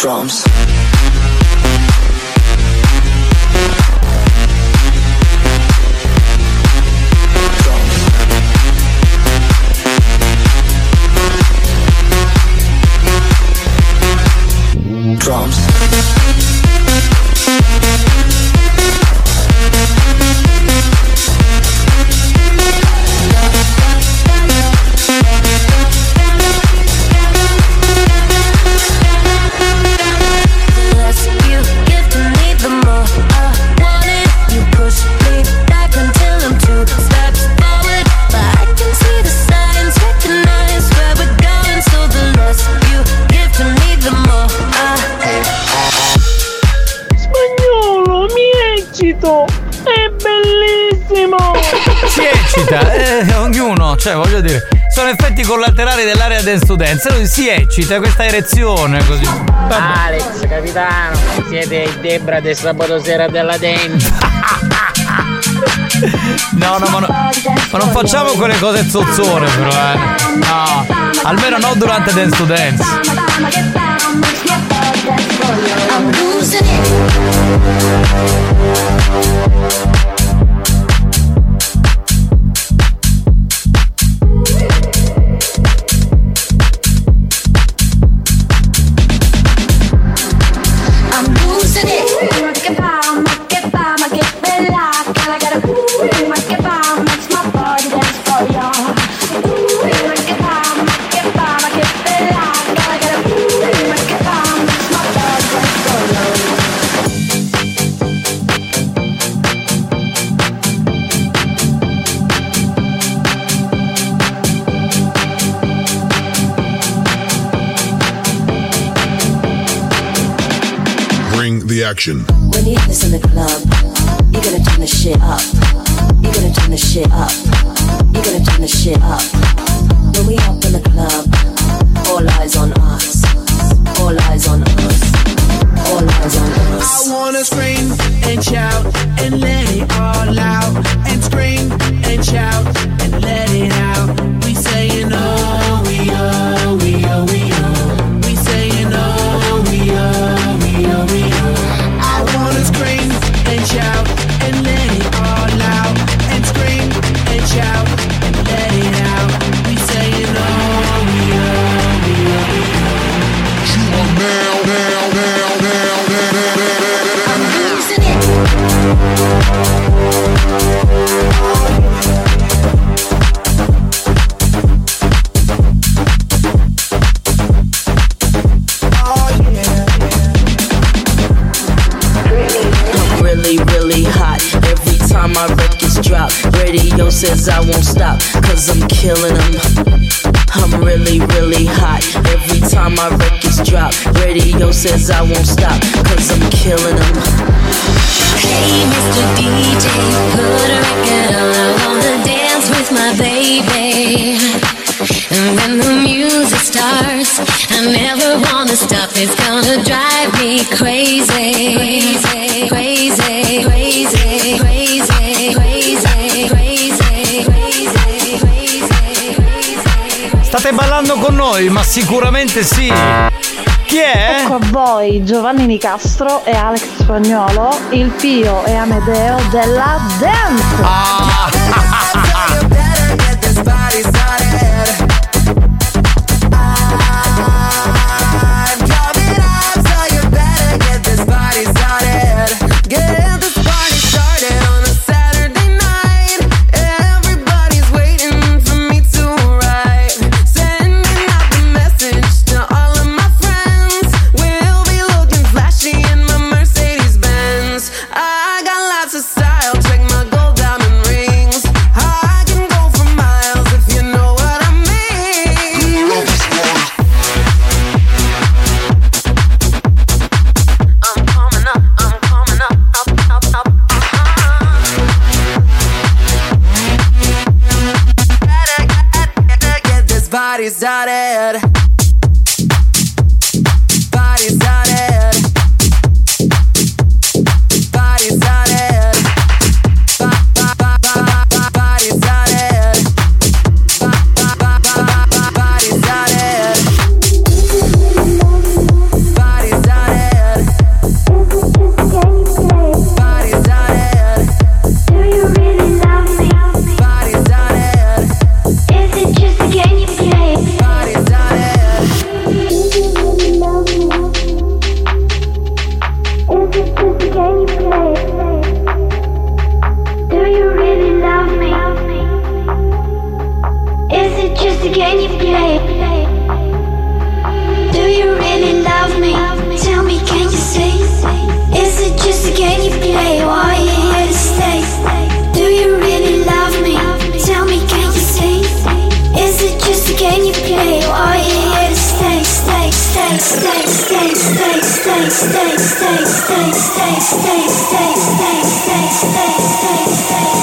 [SPEAKER 9] Drums. Drums.
[SPEAKER 11] The less you give to me, the more I want it. You push me back until I'm two steps forward. But I can see the signs, recognize where we're going. So the less you give to me, the more I.
[SPEAKER 22] Spagnolo, mi eccito! È bellissimo!
[SPEAKER 2] Si eccita, eh, ognuno, cioè voglio dire, sono effetti collaterali dell'area dance to dance, lui si eccita, questa erezione così.
[SPEAKER 13] Alex, capitano, siete il Debra del sabato sera della dance.
[SPEAKER 2] No, no, ma, no- ma non facciamo quelle cose zozzone però, eh. No, almeno no durante dance to dance.
[SPEAKER 11] I'm losing it. I'm losing it. Make it bomb, make it bomb, make it bella. Gotta get a boom, make it bomb, makes my body dance for ya. Ooh, make it bomb, make it bomb, make it bella. Gotta get a boom, make it bomb, makes my body dance for ya.
[SPEAKER 36] Bring the action.
[SPEAKER 37] When you hit this in the club, you're gonna turn the shit up. You're gonna turn the shit up. You're gonna turn the shit up. When we up in the club, all eyes on us. All eyes on us. All eyes on us.
[SPEAKER 9] I wanna scream and shout and let it all out. And scream and shout and let it out. We saying oh, we oh, we oh, we oh. We saying oh, we oh, we oh, we oh. I wanna scream and shout and let it all out. And scream and shout and let it out. We saying oh, we oh, we oh, we oh. You are now, now, now, now, now.
[SPEAKER 38] I'm really, really hot. Every time my records drop, radio says I won't stop, cause I'm killing them. I'm really, really hot. Every time my records drop, radio says I won't stop, cause I'm killing them. Hey, Mr. DJ, put a record on. I wanna dance with my
[SPEAKER 11] baby. And when the music starts, I never wanna stop. It's gonna drive me crazy. Crazy, crazy, crazy, crazy, crazy, crazy, crazy,
[SPEAKER 2] State ballando con noi, ma sicuramente sì. Chi è?
[SPEAKER 16] Ecco a voi Giovanni Nicastro e Alex Spagnolo, il Pio e Amedeo della Dance.
[SPEAKER 11] Ah.
[SPEAKER 9] Saturday night, everybody's waiting for me
[SPEAKER 13] uh-huh. out it. Body's out it. Body's out it. Ba- ba- ba- ba- ba- Body's out it. Ba- ba- ba- ba- ba- ba- Body's out it. Body's out it. Body's out it. Do you really love me? Body's out it. Is it just a game you play? Body's out it.
[SPEAKER 17] Do you really love me? Is it just a game you play? Do you really love me? Tell me, can you see? Is it just a game you play? Or are you here to stay? Do you really love me? Tell me, can you see? Is it just a game you play? Or are you here to stay? Stay, stay, stay, stay, stay, stay, stay, stay, stay, stay, stay, stay, stay, stay, stay.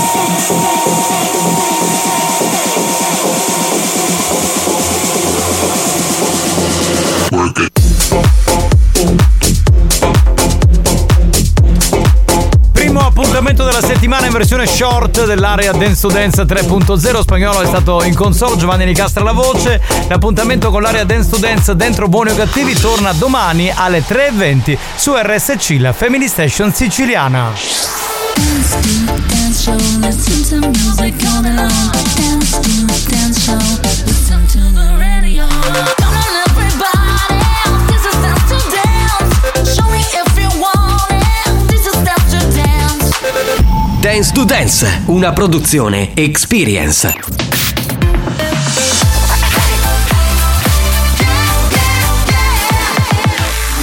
[SPEAKER 2] Primo appuntamento della settimana in versione short dell'area Dance to Dance 3.0 spagnolo è stato in console, Giovanni Nicastra la voce. L'appuntamento con l'area Dance to Dance dentro Buoni o Cattivi torna domani alle 3.20 su RSC, la Family Station siciliana.
[SPEAKER 11] Dance to dance show, listen to music all day long. Dance to dance show, listen to the radio. Come on, everybody, this is dance to dance. Show me if you want it. This is dance to dance.
[SPEAKER 1] Dance to Dance, una produzione Experience.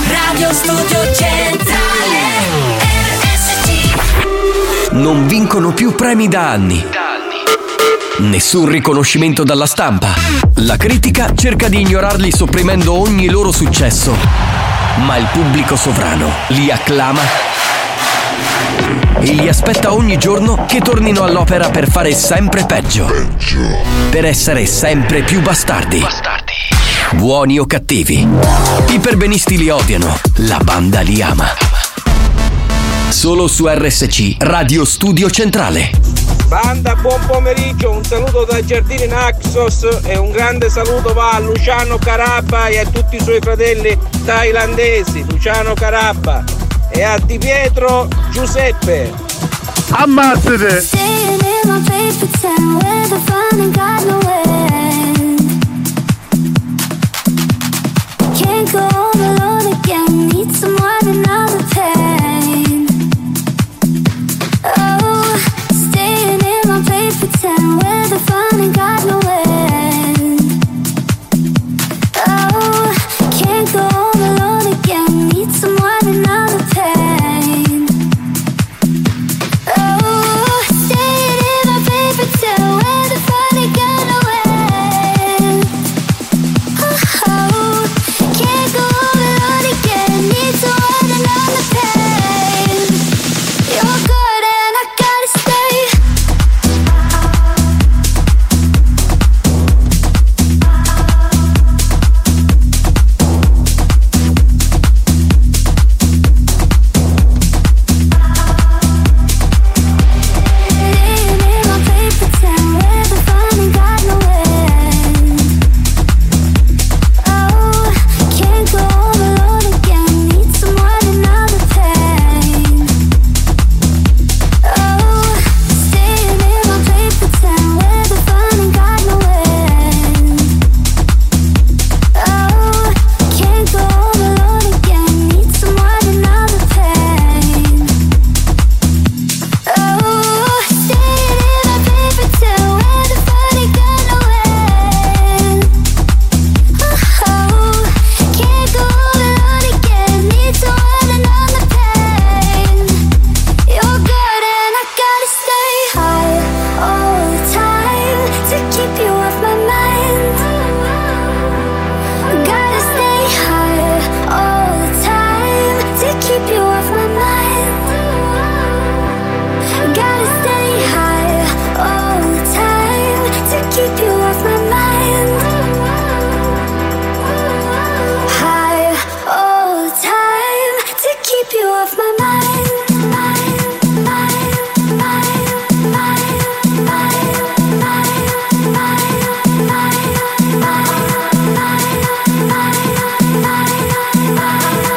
[SPEAKER 11] Radio Studio Centrale.
[SPEAKER 1] Non vincono più premi da anni. Nessun riconoscimento dalla stampa. La critica cerca di ignorarli sopprimendo ogni loro successo. Ma il pubblico sovrano li acclama e li aspetta ogni giorno che tornino all'opera per fare sempre peggio. Per essere sempre più bastardi. Buoni o cattivi. I perbenisti li odiano, la banda li ama. Solo su RSC, Radio Studio Centrale.
[SPEAKER 18] Banda, buon pomeriggio, un saluto da Giardini Naxos e un grande saluto va a Luciano Carabba e a tutti i suoi fratelli thailandesi, Luciano Carabba e a Di Pietro Giuseppe. Ammazzate!
[SPEAKER 11] Staying in my place, pretend we're the fun and got no end. Can't go all alone again, need someone another pain. Oh, staying in my place, pretend we're the fun and got no end. Oh, can't go all alone again, need someone another pain. Oh, staying in my paper till where the funny got away. Oh, Oh, Oh, Uh-huh.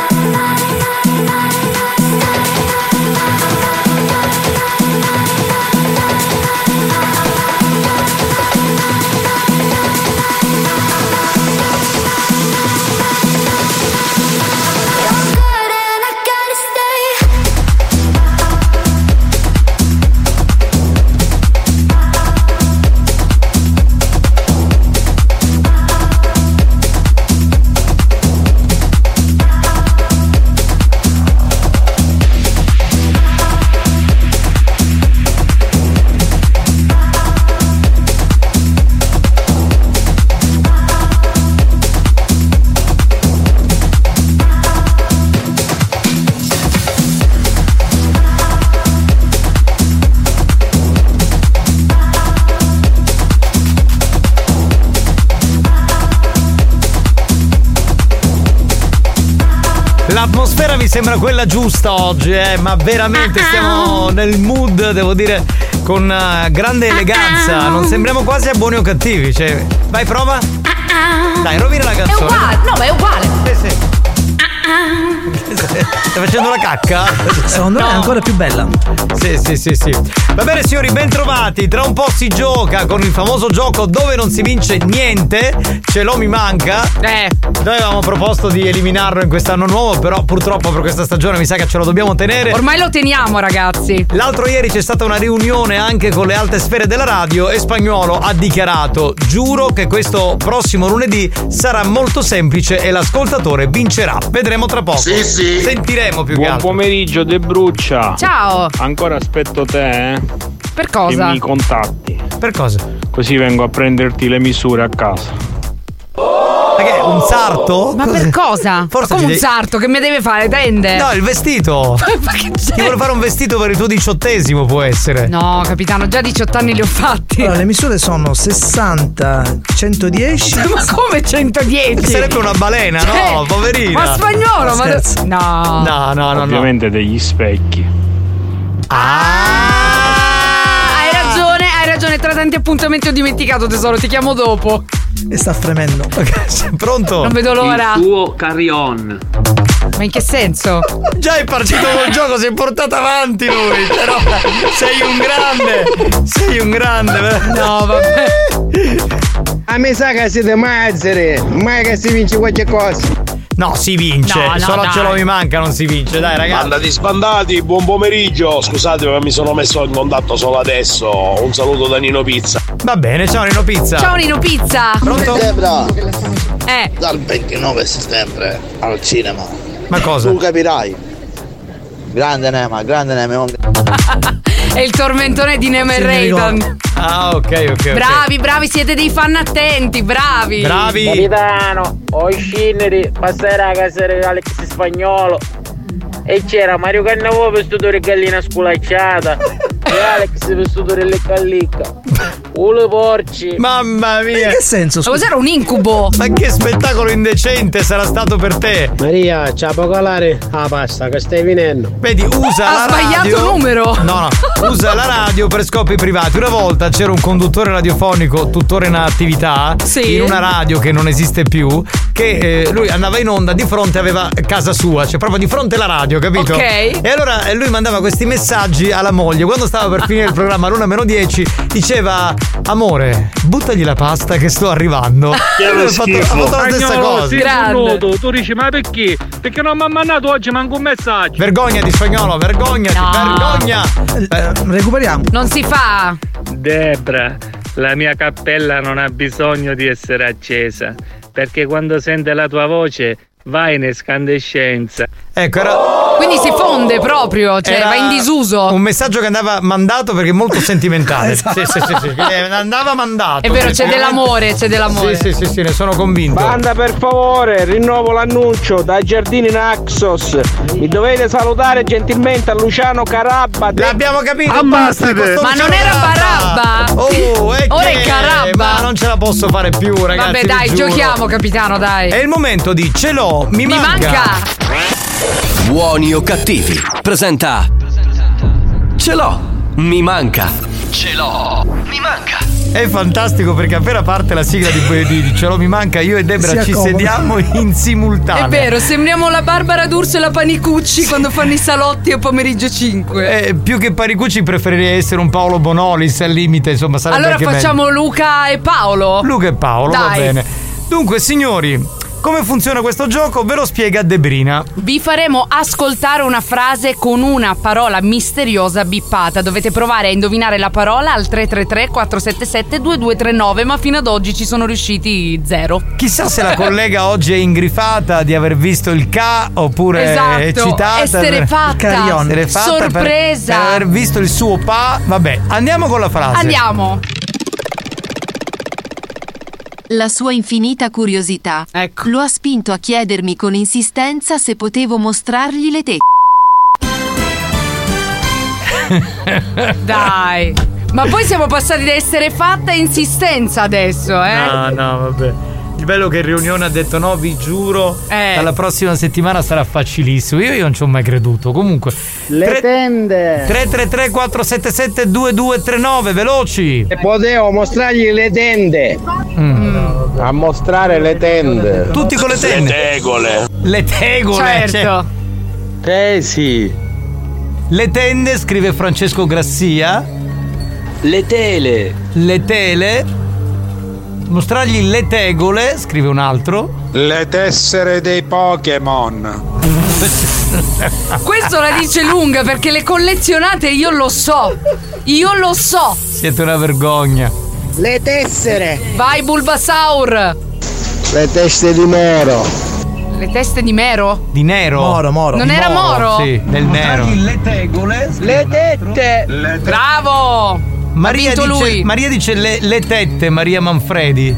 [SPEAKER 11] oh,
[SPEAKER 2] L'atmosfera mi sembra quella giusta oggi, eh, ma veramente siamo nel mood, devo dire, con eh, grande eleganza. Non sembriamo quasi a buoni o cattivi. Cioè. Vai, prova. Dai, rovina la canzone.
[SPEAKER 10] È uguale, no, ma è uguale. Ah,
[SPEAKER 2] Sì, sì. Stai facendo la cacca?
[SPEAKER 24] Secondo me è ancora più bella.
[SPEAKER 2] Sì, sì, sì, sì. Va bene signori, bentrovati. Tra un po' si gioca con il famoso gioco dove non si vince niente. Ce l'ho mi manca. Eh. Noi avevamo proposto di eliminarlo in quest'anno nuovo, però purtroppo per questa stagione mi sa che ce lo dobbiamo tenere.
[SPEAKER 10] Ormai lo teniamo, ragazzi.
[SPEAKER 2] L'altro ieri c'è stata una riunione anche con le alte sfere della radio e Spagnolo ha dichiarato: Giuro che questo prossimo lunedì sarà molto semplice e l'ascoltatore vincerà. Vedremo tra poco.
[SPEAKER 18] Sì, sì.
[SPEAKER 2] Sentiremo più che
[SPEAKER 18] Buon
[SPEAKER 2] altro.
[SPEAKER 18] pomeriggio De Bruccia.
[SPEAKER 10] Ciao.
[SPEAKER 18] Ancora aspetto te, eh.
[SPEAKER 10] Per
[SPEAKER 18] Che
[SPEAKER 10] cosa?
[SPEAKER 18] mi contatti.
[SPEAKER 2] Per cosa?
[SPEAKER 18] Così vengo a prenderti le misure a casa.
[SPEAKER 2] Perché un sarto?
[SPEAKER 10] Ma per cosa?
[SPEAKER 2] Forse
[SPEAKER 10] Come
[SPEAKER 2] ti
[SPEAKER 10] un
[SPEAKER 2] devi-
[SPEAKER 10] sarto che mi deve fare? Tende.
[SPEAKER 2] No, il vestito.
[SPEAKER 10] Ma che c'è?
[SPEAKER 2] Ti voglio fare un vestito per il tuo diciottesimo, può essere.
[SPEAKER 10] No, capitano, già 18 anni li ho fatti.
[SPEAKER 24] Allora, le misure sono 60, 110.
[SPEAKER 10] Ma come 110?
[SPEAKER 2] Sarebbe una balena, no?
[SPEAKER 10] Cioè,
[SPEAKER 2] Poverina.
[SPEAKER 10] Ma spagnolo, ma.
[SPEAKER 2] Scherzo.
[SPEAKER 10] No.
[SPEAKER 2] No, no, no.
[SPEAKER 18] Ovviamente degli specchi.
[SPEAKER 10] Hai ragione, hai ragione. Tra tanti appuntamenti ho dimenticato, tesoro. Ti chiamo dopo.
[SPEAKER 24] E sta fremendo.
[SPEAKER 2] Pronto?
[SPEAKER 10] Non vedo l'ora.
[SPEAKER 9] Il tuo carrion.
[SPEAKER 10] Ma in che senso?
[SPEAKER 2] Già è partito col gioco, si è portato avanti lui. Però sei un grande. Sei un grande. eh.
[SPEAKER 10] No, vabbè.
[SPEAKER 4] A me sa che siete mazzere, mai che si vince qualche cosa.
[SPEAKER 2] No, si vince.
[SPEAKER 4] No, no,
[SPEAKER 2] Solo
[SPEAKER 4] dai.
[SPEAKER 2] ce l'ho mi manca, non si vince. Dai, ragazzi.
[SPEAKER 16] Banda di sbandati, buon pomeriggio. Scusate, ma mi sono messo in contatto solo adesso. Un saluto da Nino Pizza.
[SPEAKER 2] Va bene, ciao Nino Pizza.
[SPEAKER 10] Ciao Nino Pizza.
[SPEAKER 16] Pronto? Debra,
[SPEAKER 10] Eh.
[SPEAKER 16] dal 29 settembre al cinema.
[SPEAKER 2] Ma cosa?
[SPEAKER 16] Tu capirai. Grande Nema, grande Nema. è un-
[SPEAKER 10] È il tormentone di Neme
[SPEAKER 16] Sì, mi
[SPEAKER 10] Raiden.
[SPEAKER 16] ricordo.
[SPEAKER 2] Ah, ok, ok. ok.
[SPEAKER 10] Bravi, bravi, siete dei fan attenti, bravi.
[SPEAKER 25] Capitano, o scindere, passare a casa di Alex Spagnolo. E c'era Mario Cannavò per studere gallina sculacciata. e Alex per studere le callicca. Ulo porci.
[SPEAKER 2] Mamma mia.
[SPEAKER 24] che senso?
[SPEAKER 10] Ma cos'era un incubo?
[SPEAKER 2] Ma che spettacolo indecente sarà stato per te.
[SPEAKER 21] Maria, ciao pocolare Ah pasta che stai venendo.
[SPEAKER 2] Vedi, usa
[SPEAKER 21] Ha
[SPEAKER 2] la
[SPEAKER 21] sbagliato
[SPEAKER 2] radio.
[SPEAKER 21] numero.
[SPEAKER 2] No, no, usa la radio per scopi privati. Una volta c'era un conduttore radiofonico, tuttora in attività, in una radio che non esiste più, che eh, lui andava in onda di fronte, aveva casa sua, cioè proprio di fronte alla radio, capito?
[SPEAKER 16] Ok.
[SPEAKER 2] E allora eh, lui mandava questi messaggi alla moglie. Quando stava per finire il programma all'una meno 10, diceva: Amore, buttagli la pasta che sto arrivando. E lui ha fatto- ha fatto la stessa cosa.
[SPEAKER 16] Tu dici, ma perché? Perché non mi ha mandato oggi manco un messaggio.
[SPEAKER 2] Vergogna di spagnolo, vergognati,
[SPEAKER 10] Ah.
[SPEAKER 2] vergogna! Eh,
[SPEAKER 24] recuperiamo.
[SPEAKER 10] Non si fa.
[SPEAKER 21] Debra, la mia cappella non ha bisogno di essere accesa, perché quando sente la tua voce va in escandescenza.
[SPEAKER 2] Ecco, era
[SPEAKER 10] Quindi si fonde proprio, cioè
[SPEAKER 2] Era
[SPEAKER 10] va in disuso.
[SPEAKER 2] Un messaggio che andava mandato perché è molto sentimentale.
[SPEAKER 10] Esatto.
[SPEAKER 2] Sì, sì, sì, sì. Eh, Andava mandato.
[SPEAKER 10] È vero, c'è
[SPEAKER 2] Veramente-
[SPEAKER 10] dell'amore, c'è dell'amore.
[SPEAKER 2] Sì, sì, sì, sì, ne sono convinto.
[SPEAKER 18] Banda per favore, rinnovo l'annuncio da Giardini Naxos. Mi dovete salutare gentilmente a Luciano Carabba.
[SPEAKER 2] L'abbiamo capito. Questo
[SPEAKER 10] Ma non
[SPEAKER 2] c'è
[SPEAKER 10] era
[SPEAKER 2] Barabba.
[SPEAKER 10] Barabba.
[SPEAKER 2] Oh, e
[SPEAKER 10] Ora
[SPEAKER 2] che?
[SPEAKER 10] è Carabba.
[SPEAKER 2] Ma non ce la posso fare più, ragazzi.
[SPEAKER 10] Vabbè,
[SPEAKER 2] vi
[SPEAKER 10] dai,
[SPEAKER 2] giuro.
[SPEAKER 10] giochiamo, capitano, dai.
[SPEAKER 2] È il momento di ce l'ho, mi,
[SPEAKER 10] Mi manca.
[SPEAKER 1] Buoni o cattivi, presenta. Ce l'ho, mi manca. Ce l'ho, mi manca.
[SPEAKER 2] È fantastico perché appena parte la sigla di, di, di Ce l'ho, mi manca, io e Debra
[SPEAKER 1] Si
[SPEAKER 2] ci
[SPEAKER 1] accomoda.
[SPEAKER 2] sediamo in simultanea.
[SPEAKER 10] È vero, sembriamo la Barbara D'Urso e la Panicucci quando fanno i salotti a pomeriggio 5.
[SPEAKER 2] Eh, più che Paricucci preferirei essere un Paolo Bonolis al limite, insomma, sarebbe
[SPEAKER 10] allora
[SPEAKER 2] anche
[SPEAKER 10] facciamo Luca e Paolo.
[SPEAKER 2] meglio. Luca e Paolo, va
[SPEAKER 10] Dai.
[SPEAKER 2] bene. Dunque, signori, come funziona questo gioco? Ve lo spiega Debrina.
[SPEAKER 10] Vi faremo ascoltare una frase con una parola misteriosa bippata. Dovete provare a indovinare la parola al 333-477-2239, ma fino ad oggi ci sono riusciti zero.
[SPEAKER 2] Chissà se la collega oggi è ingrifata di aver visto il K oppure è
[SPEAKER 10] Esatto,
[SPEAKER 2] eccitata.
[SPEAKER 10] essere
[SPEAKER 2] per-
[SPEAKER 10] fatta,
[SPEAKER 2] Carillon. Essere fatta per-
[SPEAKER 10] sorpresa.
[SPEAKER 2] Per, aver visto il suo pa. Vabbè, andiamo con la frase.
[SPEAKER 10] Andiamo.
[SPEAKER 26] La sua infinita curiosità lo ha spinto a chiedermi con insistenza se potevo mostrargli le tette.
[SPEAKER 10] Dai. Ma poi siamo passati da essere fatta a insistenza adesso, eh?
[SPEAKER 2] No, no, vabbè. Il bello che in riunione ha detto no, vi giuro,
[SPEAKER 28] Eh.
[SPEAKER 2] dalla prossima settimana sarà facilissimo. Io, io non ci ho mai creduto. Comunque,
[SPEAKER 4] Le tende.
[SPEAKER 2] 333 477 2239, veloci.
[SPEAKER 4] E potevo mostrargli le tende. A mostrare le tende.
[SPEAKER 2] Tutti con le tende.
[SPEAKER 4] Le tegole.
[SPEAKER 2] Le tegole. cioè.
[SPEAKER 4] Certo.
[SPEAKER 2] Eh, Tesi. Le tende, scrive Francesco Grassia. Le tele. Le tele. Mostrargli le tegole, scrive un altro.
[SPEAKER 15] Le tessere dei Pokémon.
[SPEAKER 10] Questo la dice lunga perché le collezionate io lo so. Io lo so.
[SPEAKER 2] Siete una vergogna.
[SPEAKER 10] Le tessere. Vai Bulbasaur.
[SPEAKER 4] Le teste di Mero.
[SPEAKER 10] Le teste di Mero?
[SPEAKER 2] Di nero. Moro, moro.
[SPEAKER 10] Non era Moro?
[SPEAKER 2] Sì, del nero. Le tegole.
[SPEAKER 10] Le tette. Bravo.
[SPEAKER 2] Maria
[SPEAKER 10] Ha vinto
[SPEAKER 2] dice,
[SPEAKER 10] lui.
[SPEAKER 2] Maria dice le, le tette, Maria Manfredi.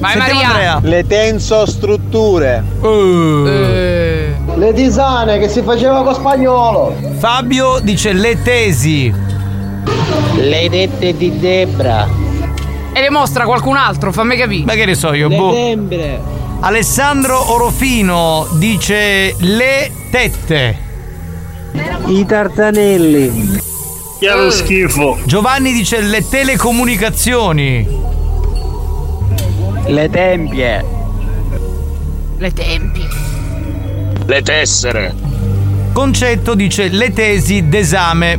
[SPEAKER 10] Vai
[SPEAKER 2] Sentiamo Andrea.
[SPEAKER 10] Maria.
[SPEAKER 4] Le tensostrutture.
[SPEAKER 10] Eh.
[SPEAKER 24] Le tisane che si faceva con spagnolo.
[SPEAKER 2] Fabio dice le tesi.
[SPEAKER 24] Le dette di Debra.
[SPEAKER 10] E le mostra qualcun altro, fammi capire.
[SPEAKER 2] Ma che ne so io, boh. Alessandro Orofino dice le tette. I tartanelli. Eh. Che
[SPEAKER 9] lo schifo.
[SPEAKER 2] Giovanni dice le telecomunicazioni. Le tempie.
[SPEAKER 10] Le tempi.
[SPEAKER 16] Le tessere.
[SPEAKER 2] Concetto dice le tesi d'esame.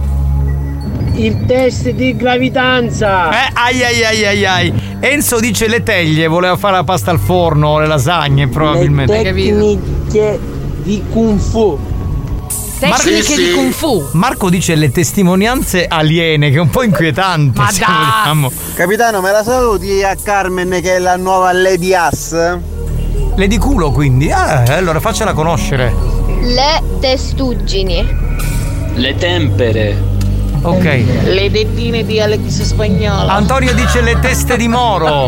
[SPEAKER 4] Il test di gravidanza.
[SPEAKER 2] Eh, ai ai ai ai ai. Enzo dice le teglie, voleva fare la pasta al forno o le lasagne probabilmente.
[SPEAKER 4] tecniche di Kung Fu.
[SPEAKER 2] Marco- Marco dice le testimonianze aliene, che è un po' inquietante. se vogliamo.
[SPEAKER 4] Capitano, me la saluti a Carmen che è la nuova Lady Ass?
[SPEAKER 2] Le di culo quindi? Ah, allora faccela conoscere.
[SPEAKER 8] Le testuggini.
[SPEAKER 2] Le tempere. Ok.
[SPEAKER 25] Le dettine di Alex Spagnolo.
[SPEAKER 2] Antonio dice le teste di Moro.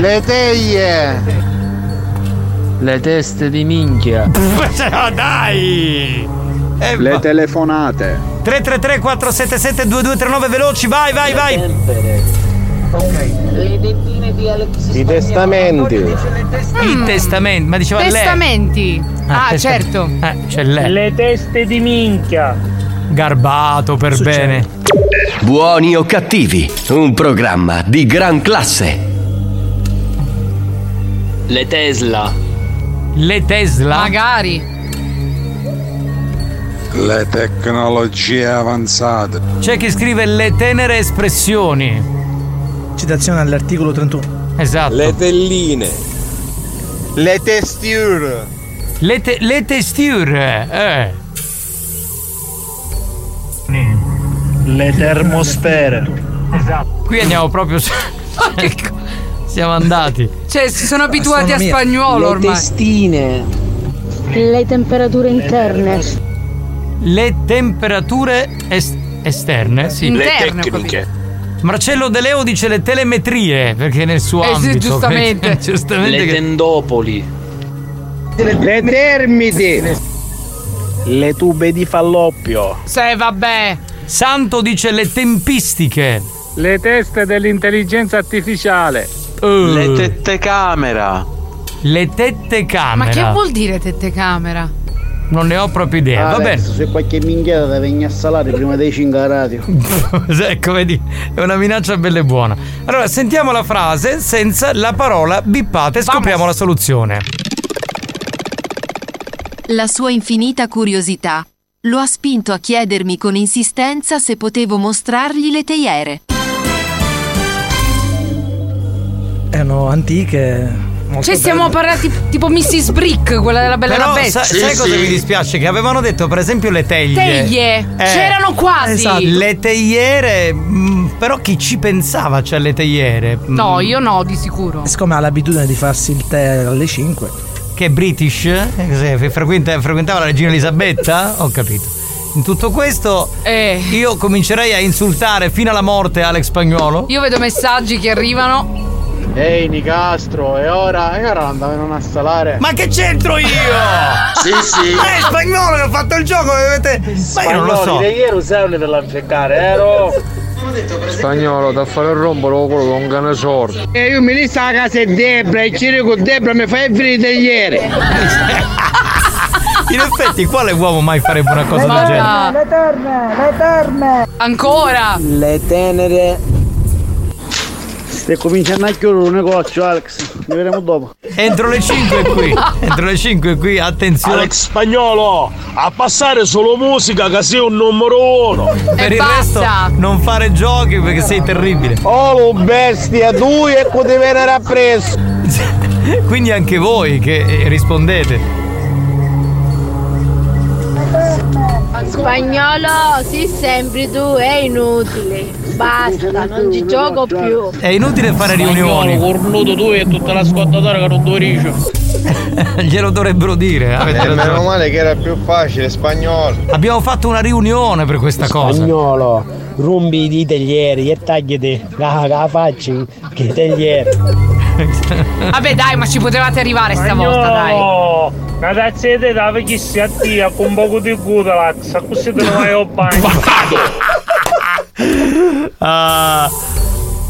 [SPEAKER 4] Le teglie.
[SPEAKER 30] Le teste di minchia.
[SPEAKER 2] Ma dai! Eh,
[SPEAKER 30] Le telefonate.
[SPEAKER 2] 333 477 2239 veloci, vai, vai, vai!
[SPEAKER 25] Le dettine di Alex Spagnolo.
[SPEAKER 2] I testamenti, ma diceva Cioè, lei.
[SPEAKER 10] Testamenti. Ah,
[SPEAKER 2] testa-
[SPEAKER 10] certo.
[SPEAKER 2] Eh, c'è lei.
[SPEAKER 9] Le teste di minchia.
[SPEAKER 2] Garbato per bene.
[SPEAKER 1] Buoni o cattivi, un programma di gran classe.
[SPEAKER 30] Le Tesla.
[SPEAKER 2] Le Tesla.
[SPEAKER 10] Magari.
[SPEAKER 15] Le tecnologie avanzate.
[SPEAKER 2] C'è chi scrive le tenere espressioni.
[SPEAKER 24] Citazione all'articolo 31.
[SPEAKER 2] Esatto.
[SPEAKER 24] Le
[SPEAKER 2] telline.
[SPEAKER 4] Le testure.
[SPEAKER 2] Le, te- le testure. Eh.
[SPEAKER 9] Le termosfere.
[SPEAKER 2] Esatto. Qui andiamo proprio. su- Siamo andati.
[SPEAKER 10] Cioè, si
[SPEAKER 2] Ah,
[SPEAKER 10] sono abituati a
[SPEAKER 2] Astronomia.
[SPEAKER 10] spagnolo
[SPEAKER 2] Le
[SPEAKER 10] ormai.
[SPEAKER 4] testine.
[SPEAKER 8] Le temperature interne.
[SPEAKER 2] Le temperature est- esterne, sì.
[SPEAKER 8] Interne,
[SPEAKER 2] Le tecniche. Marcello De Leo dice le telemetrie, perché nel suo
[SPEAKER 4] Eh sì,
[SPEAKER 2] ambito.
[SPEAKER 4] giustamente.
[SPEAKER 2] giustamente
[SPEAKER 4] Le
[SPEAKER 2] tendopoli.
[SPEAKER 4] Le termiti. Le tube di falloppio.
[SPEAKER 10] Se vabbè.
[SPEAKER 2] Santo dice le tempistiche.
[SPEAKER 9] Le teste dell'intelligenza artificiale.
[SPEAKER 2] Le
[SPEAKER 9] tette camera.
[SPEAKER 2] Uh. Le tette
[SPEAKER 10] Ma
[SPEAKER 2] camera.
[SPEAKER 10] che vuol dire tettecamera?
[SPEAKER 2] Non ne ho proprio idea. Va bene.
[SPEAKER 4] Se qualche minchiata da venire a salare prima dei 5 radio.
[SPEAKER 2] ecco, vedi, è una minaccia bella e buona. Allora, sentiamo la frase senza la parola bippate e scopriamo la soluzione.
[SPEAKER 26] La sua infinita curiosità lo ha spinto a chiedermi con insistenza se potevo mostrargli le teiere.
[SPEAKER 24] Erano antiche. molto
[SPEAKER 10] Cioè, stiamo
[SPEAKER 24] belle.
[SPEAKER 10] parlando tipo, tipo Mrs. Brick, quella della Bella e
[SPEAKER 2] Però
[SPEAKER 10] la
[SPEAKER 2] sa-
[SPEAKER 10] Bestia.
[SPEAKER 2] sai cosa mi dispiace? Che avevano detto per esempio le teglie. Eh.
[SPEAKER 10] Teglie. C'erano quasi.
[SPEAKER 2] Esatto. Le teiere, mh, però chi ci pensava cioè le Mm. teiere? Mh,
[SPEAKER 10] No, io no, di sicuro.
[SPEAKER 24] Siccome ha l'abitudine di farsi il tè alle 5.
[SPEAKER 2] Che è british? eh, cos'è? Frequenta- frequentava la regina Elisabetta? Ho capito. In tutto questo io comincerei a insultare fino alla morte Alex Spagnolo.
[SPEAKER 10] Io vedo messaggi che arrivano.
[SPEAKER 4] Ehi Nicastro, e ora? E ora andavano a salare?
[SPEAKER 2] Ma che c'entro io?
[SPEAKER 4] Sì, sì.
[SPEAKER 2] Ma è spagnolo che ho fatto il gioco, avete. Ma io non lo so.
[SPEAKER 4] ieri usavano per lanfeccare, ero.
[SPEAKER 18] Spagnolo, da fare il rombo lo culo con cane sordo.
[SPEAKER 39] E io mi lista a casa di Debra e Ciro con Debra mi fai venire ieri.
[SPEAKER 2] In effetti, quale uomo mai farebbe una cosa del genere?
[SPEAKER 40] Le terme, le terme.
[SPEAKER 10] Ancora.
[SPEAKER 39] Le tenere.
[SPEAKER 4] Stai cominciando a chiudere un negozio, Alex. Ne vedremo dopo.
[SPEAKER 2] Entro le 5 qui. Entro le 5 qui, attenzione.
[SPEAKER 41] Alex Spagnolo, a passare solo musica che sei un numero uno.
[SPEAKER 2] Per il resto non fare giochi perché sei terribile.
[SPEAKER 42] Oh, bestia, tu e potevi venire appresso.
[SPEAKER 2] Quindi anche voi che eh, rispondete.
[SPEAKER 22] Spagnolo, si sembri tu, è inutile. Basta, non ci gioco più.
[SPEAKER 2] È inutile fare riunioni.
[SPEAKER 42] cornuto tu e tutta la squadra che non riso.
[SPEAKER 2] Glielo dovrebbero dire. avete
[SPEAKER 43] Eh,
[SPEAKER 2] ragione.
[SPEAKER 43] meno male che era più facile, spagnolo.
[SPEAKER 2] Abbiamo fatto una riunione per questa cosa.
[SPEAKER 4] Spagnolo, rompi i ditaglieri e tagliati la, la faccia che tagliere.
[SPEAKER 10] Vabbè, dai, ma ci potevate arrivare stavolta, dai.
[SPEAKER 7] No, una tazzetta dava chi si attia con un poco di gutalax, così te ne vai al bagno.
[SPEAKER 2] Ah,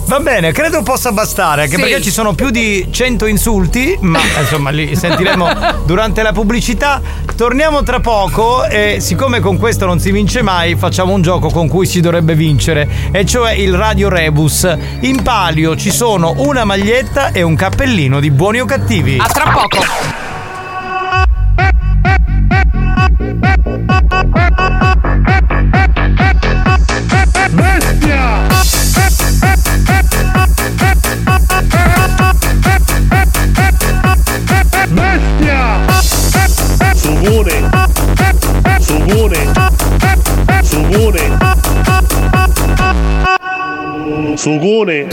[SPEAKER 2] va bene, credo possa bastare, anche
[SPEAKER 7] Sì.
[SPEAKER 2] perché ci sono più di 100 insulti, ma insomma li sentiremo durante la pubblicità. Torniamo tra poco e siccome con questo non si vince mai, facciamo un gioco con cui si dovrebbe vincere, e cioè il Radio Rebus. In palio ci sono una maglietta e un cappellino di buoni o cattivi.
[SPEAKER 10] A tra poco.
[SPEAKER 11] Bestia! Bestia! Subone! Subone! Subone! Sugone!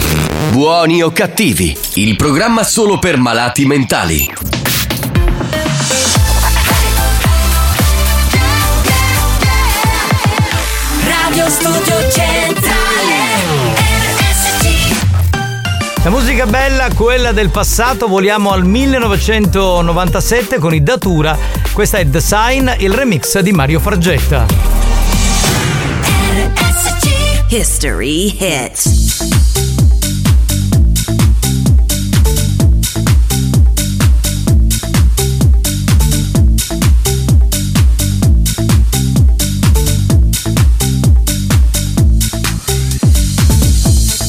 [SPEAKER 1] Buoni o cattivi, il programma solo per malati mentali.
[SPEAKER 11] Radio Studio Centrale RSC
[SPEAKER 2] La musica bella, quella del passato, voliamo al 1997 con i Datura. Questa è The Sign, il remix di Mario Fargetta.
[SPEAKER 44] History hit.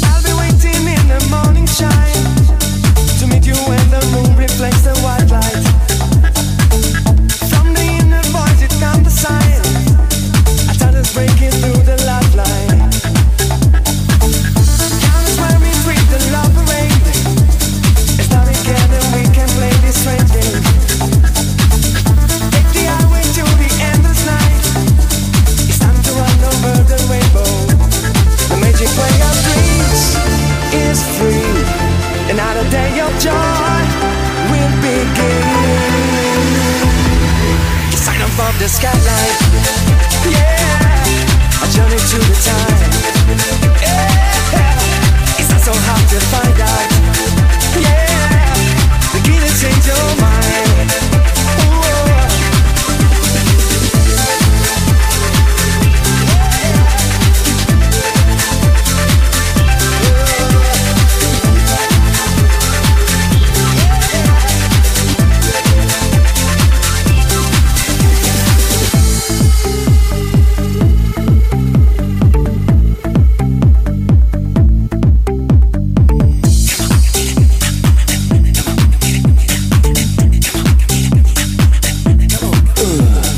[SPEAKER 11] I'll be waiting in the morning shine To meet you when the moon reflects the white light From the inner voice it comes the sign I thought it's breaking through the lifeline Time is wearing with the love rain It's not again and we can play this strange game Take the highway to the endless night It's time to run over the rainbow the magic way of dreams is free. Another day of joy will begin. Sign up above the skyline. Yeah, a journey to the time. Yeah, it's not so hard to find out. Yeah, beginning to change your mind. Ooh.